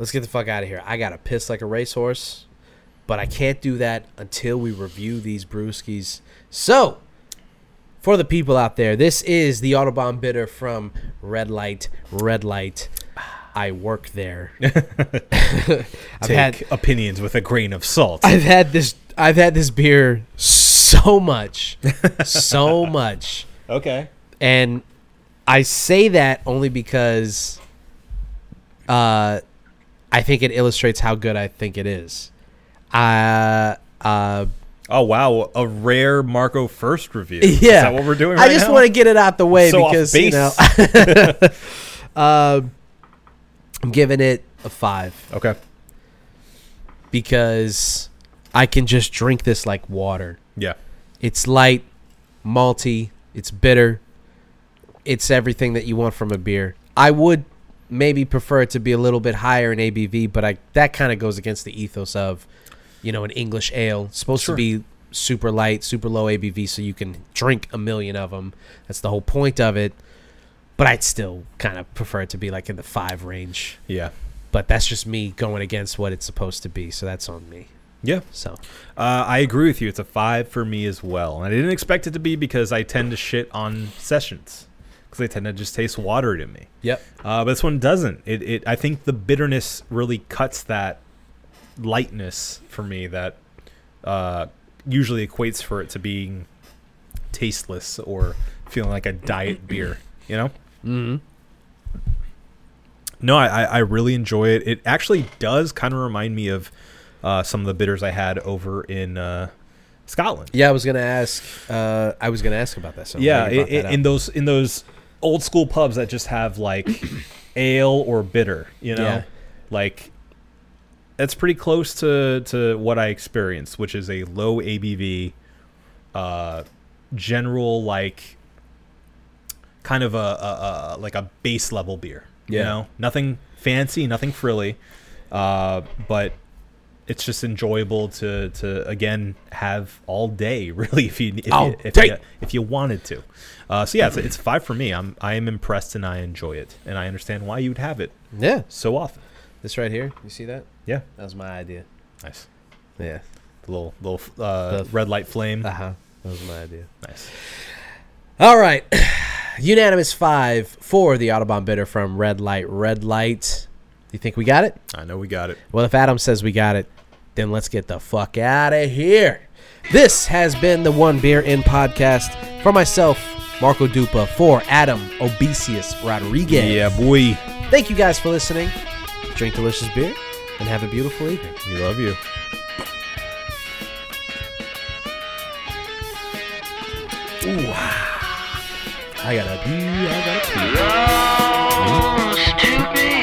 Speaker 1: let's get the fuck out of here. I gotta piss like a racehorse, but I can't do that until we review these brewskis. So, for the people out there, this is the Autobahn Bitter from Red Light. Red Light. I work there. [laughs] I've
Speaker 2: Take
Speaker 1: had
Speaker 2: opinions with a grain of salt.
Speaker 1: I've had this I've had this beer so much, so much.
Speaker 2: okay.
Speaker 1: And I say that only because uh, I think it illustrates how good I think it is. Uh, uh,
Speaker 2: Oh wow, a rare Marco first
Speaker 1: [laughs]
Speaker 2: review. Is
Speaker 1: yeah.
Speaker 2: that what we're doing
Speaker 1: I
Speaker 2: right
Speaker 1: just
Speaker 2: now?
Speaker 1: want to get it out the way
Speaker 2: So off
Speaker 1: because, you
Speaker 2: base.
Speaker 1: know, [laughs] um, I'm giving it a five
Speaker 2: [laughs] Okay.
Speaker 1: because I can just drink this like water.
Speaker 2: Yeah.
Speaker 1: It's light, malty, it's bitter. It's everything that you want from a beer. I would maybe prefer it to be a little bit higher in ABV, but I that kind of goes against the ethos of, you know, an English ale. It's supposed
Speaker 2: Sure.
Speaker 1: to be super light, super low ABV so you can drink a million of them. That's the whole point of it. But I'd still kind of prefer it to be like in the 5 range.
Speaker 2: Yeah.
Speaker 1: But that's just me going against what it's supposed to be, so that's on me.
Speaker 2: Yeah.
Speaker 1: So,
Speaker 2: Uh, I agree with you. It's a five for me as well. And I didn't expect it to be because I tend to shit on sessions because they tend to just taste water to me.
Speaker 1: yep.
Speaker 2: Uh, but this one doesn't. It, it. I think the bitterness really cuts that lightness for me that uh, usually equates for it to being tasteless or feeling like a diet beer. You know.
Speaker 1: Mhm.
Speaker 2: No, I, I I really enjoy it. It actually does kind of remind me of uh, some of the bitters I had over in uh, Scotland.
Speaker 1: Yeah, I was gonna ask. Uh, I was gonna ask about that. So I'm
Speaker 2: Yeah,
Speaker 1: glad you brought
Speaker 2: i- i-
Speaker 1: that up.
Speaker 2: in those in those old school pubs that just have
Speaker 1: [coughs]
Speaker 2: like ale or bitter, you know?
Speaker 1: Yeah.
Speaker 2: Like that's pretty close to to what I experienced, which is a low ABV uh general like kind of a, a, a like a base level beer. You
Speaker 1: Yeah.
Speaker 2: know? Nothing fancy, nothing frilly. Uh but it's just enjoyable to to again have all day [laughs] really if you if,
Speaker 1: All
Speaker 2: you, if,
Speaker 1: day.
Speaker 2: you, if you wanted to uh, so yeah it's, it's five for me i'm i am impressed and i enjoy it and i understand why you'd have it
Speaker 1: Yeah.
Speaker 2: so often
Speaker 1: This right here. You see that?
Speaker 2: yeah
Speaker 1: That was my idea.
Speaker 2: nice
Speaker 1: Yeah.
Speaker 2: the little little uh,
Speaker 1: The-
Speaker 2: red light flame
Speaker 1: Uh huh. That was my idea.
Speaker 2: nice
Speaker 1: All right. [sighs] Unanimous five for the Audubon bidder from Red Light, Red Light. Do you think we got it?
Speaker 2: i know we got it
Speaker 1: Well, if Adam says we got it, then let's get the fuck out of here. This has been the One Beer In podcast for myself, Marco Dupa, for Adam Obesius Rodriguez.
Speaker 2: yeah boy
Speaker 1: Thank you guys for listening. Drink delicious beer and have a beautiful evening.
Speaker 2: we love you
Speaker 1: I gotta.
Speaker 3: Lost to be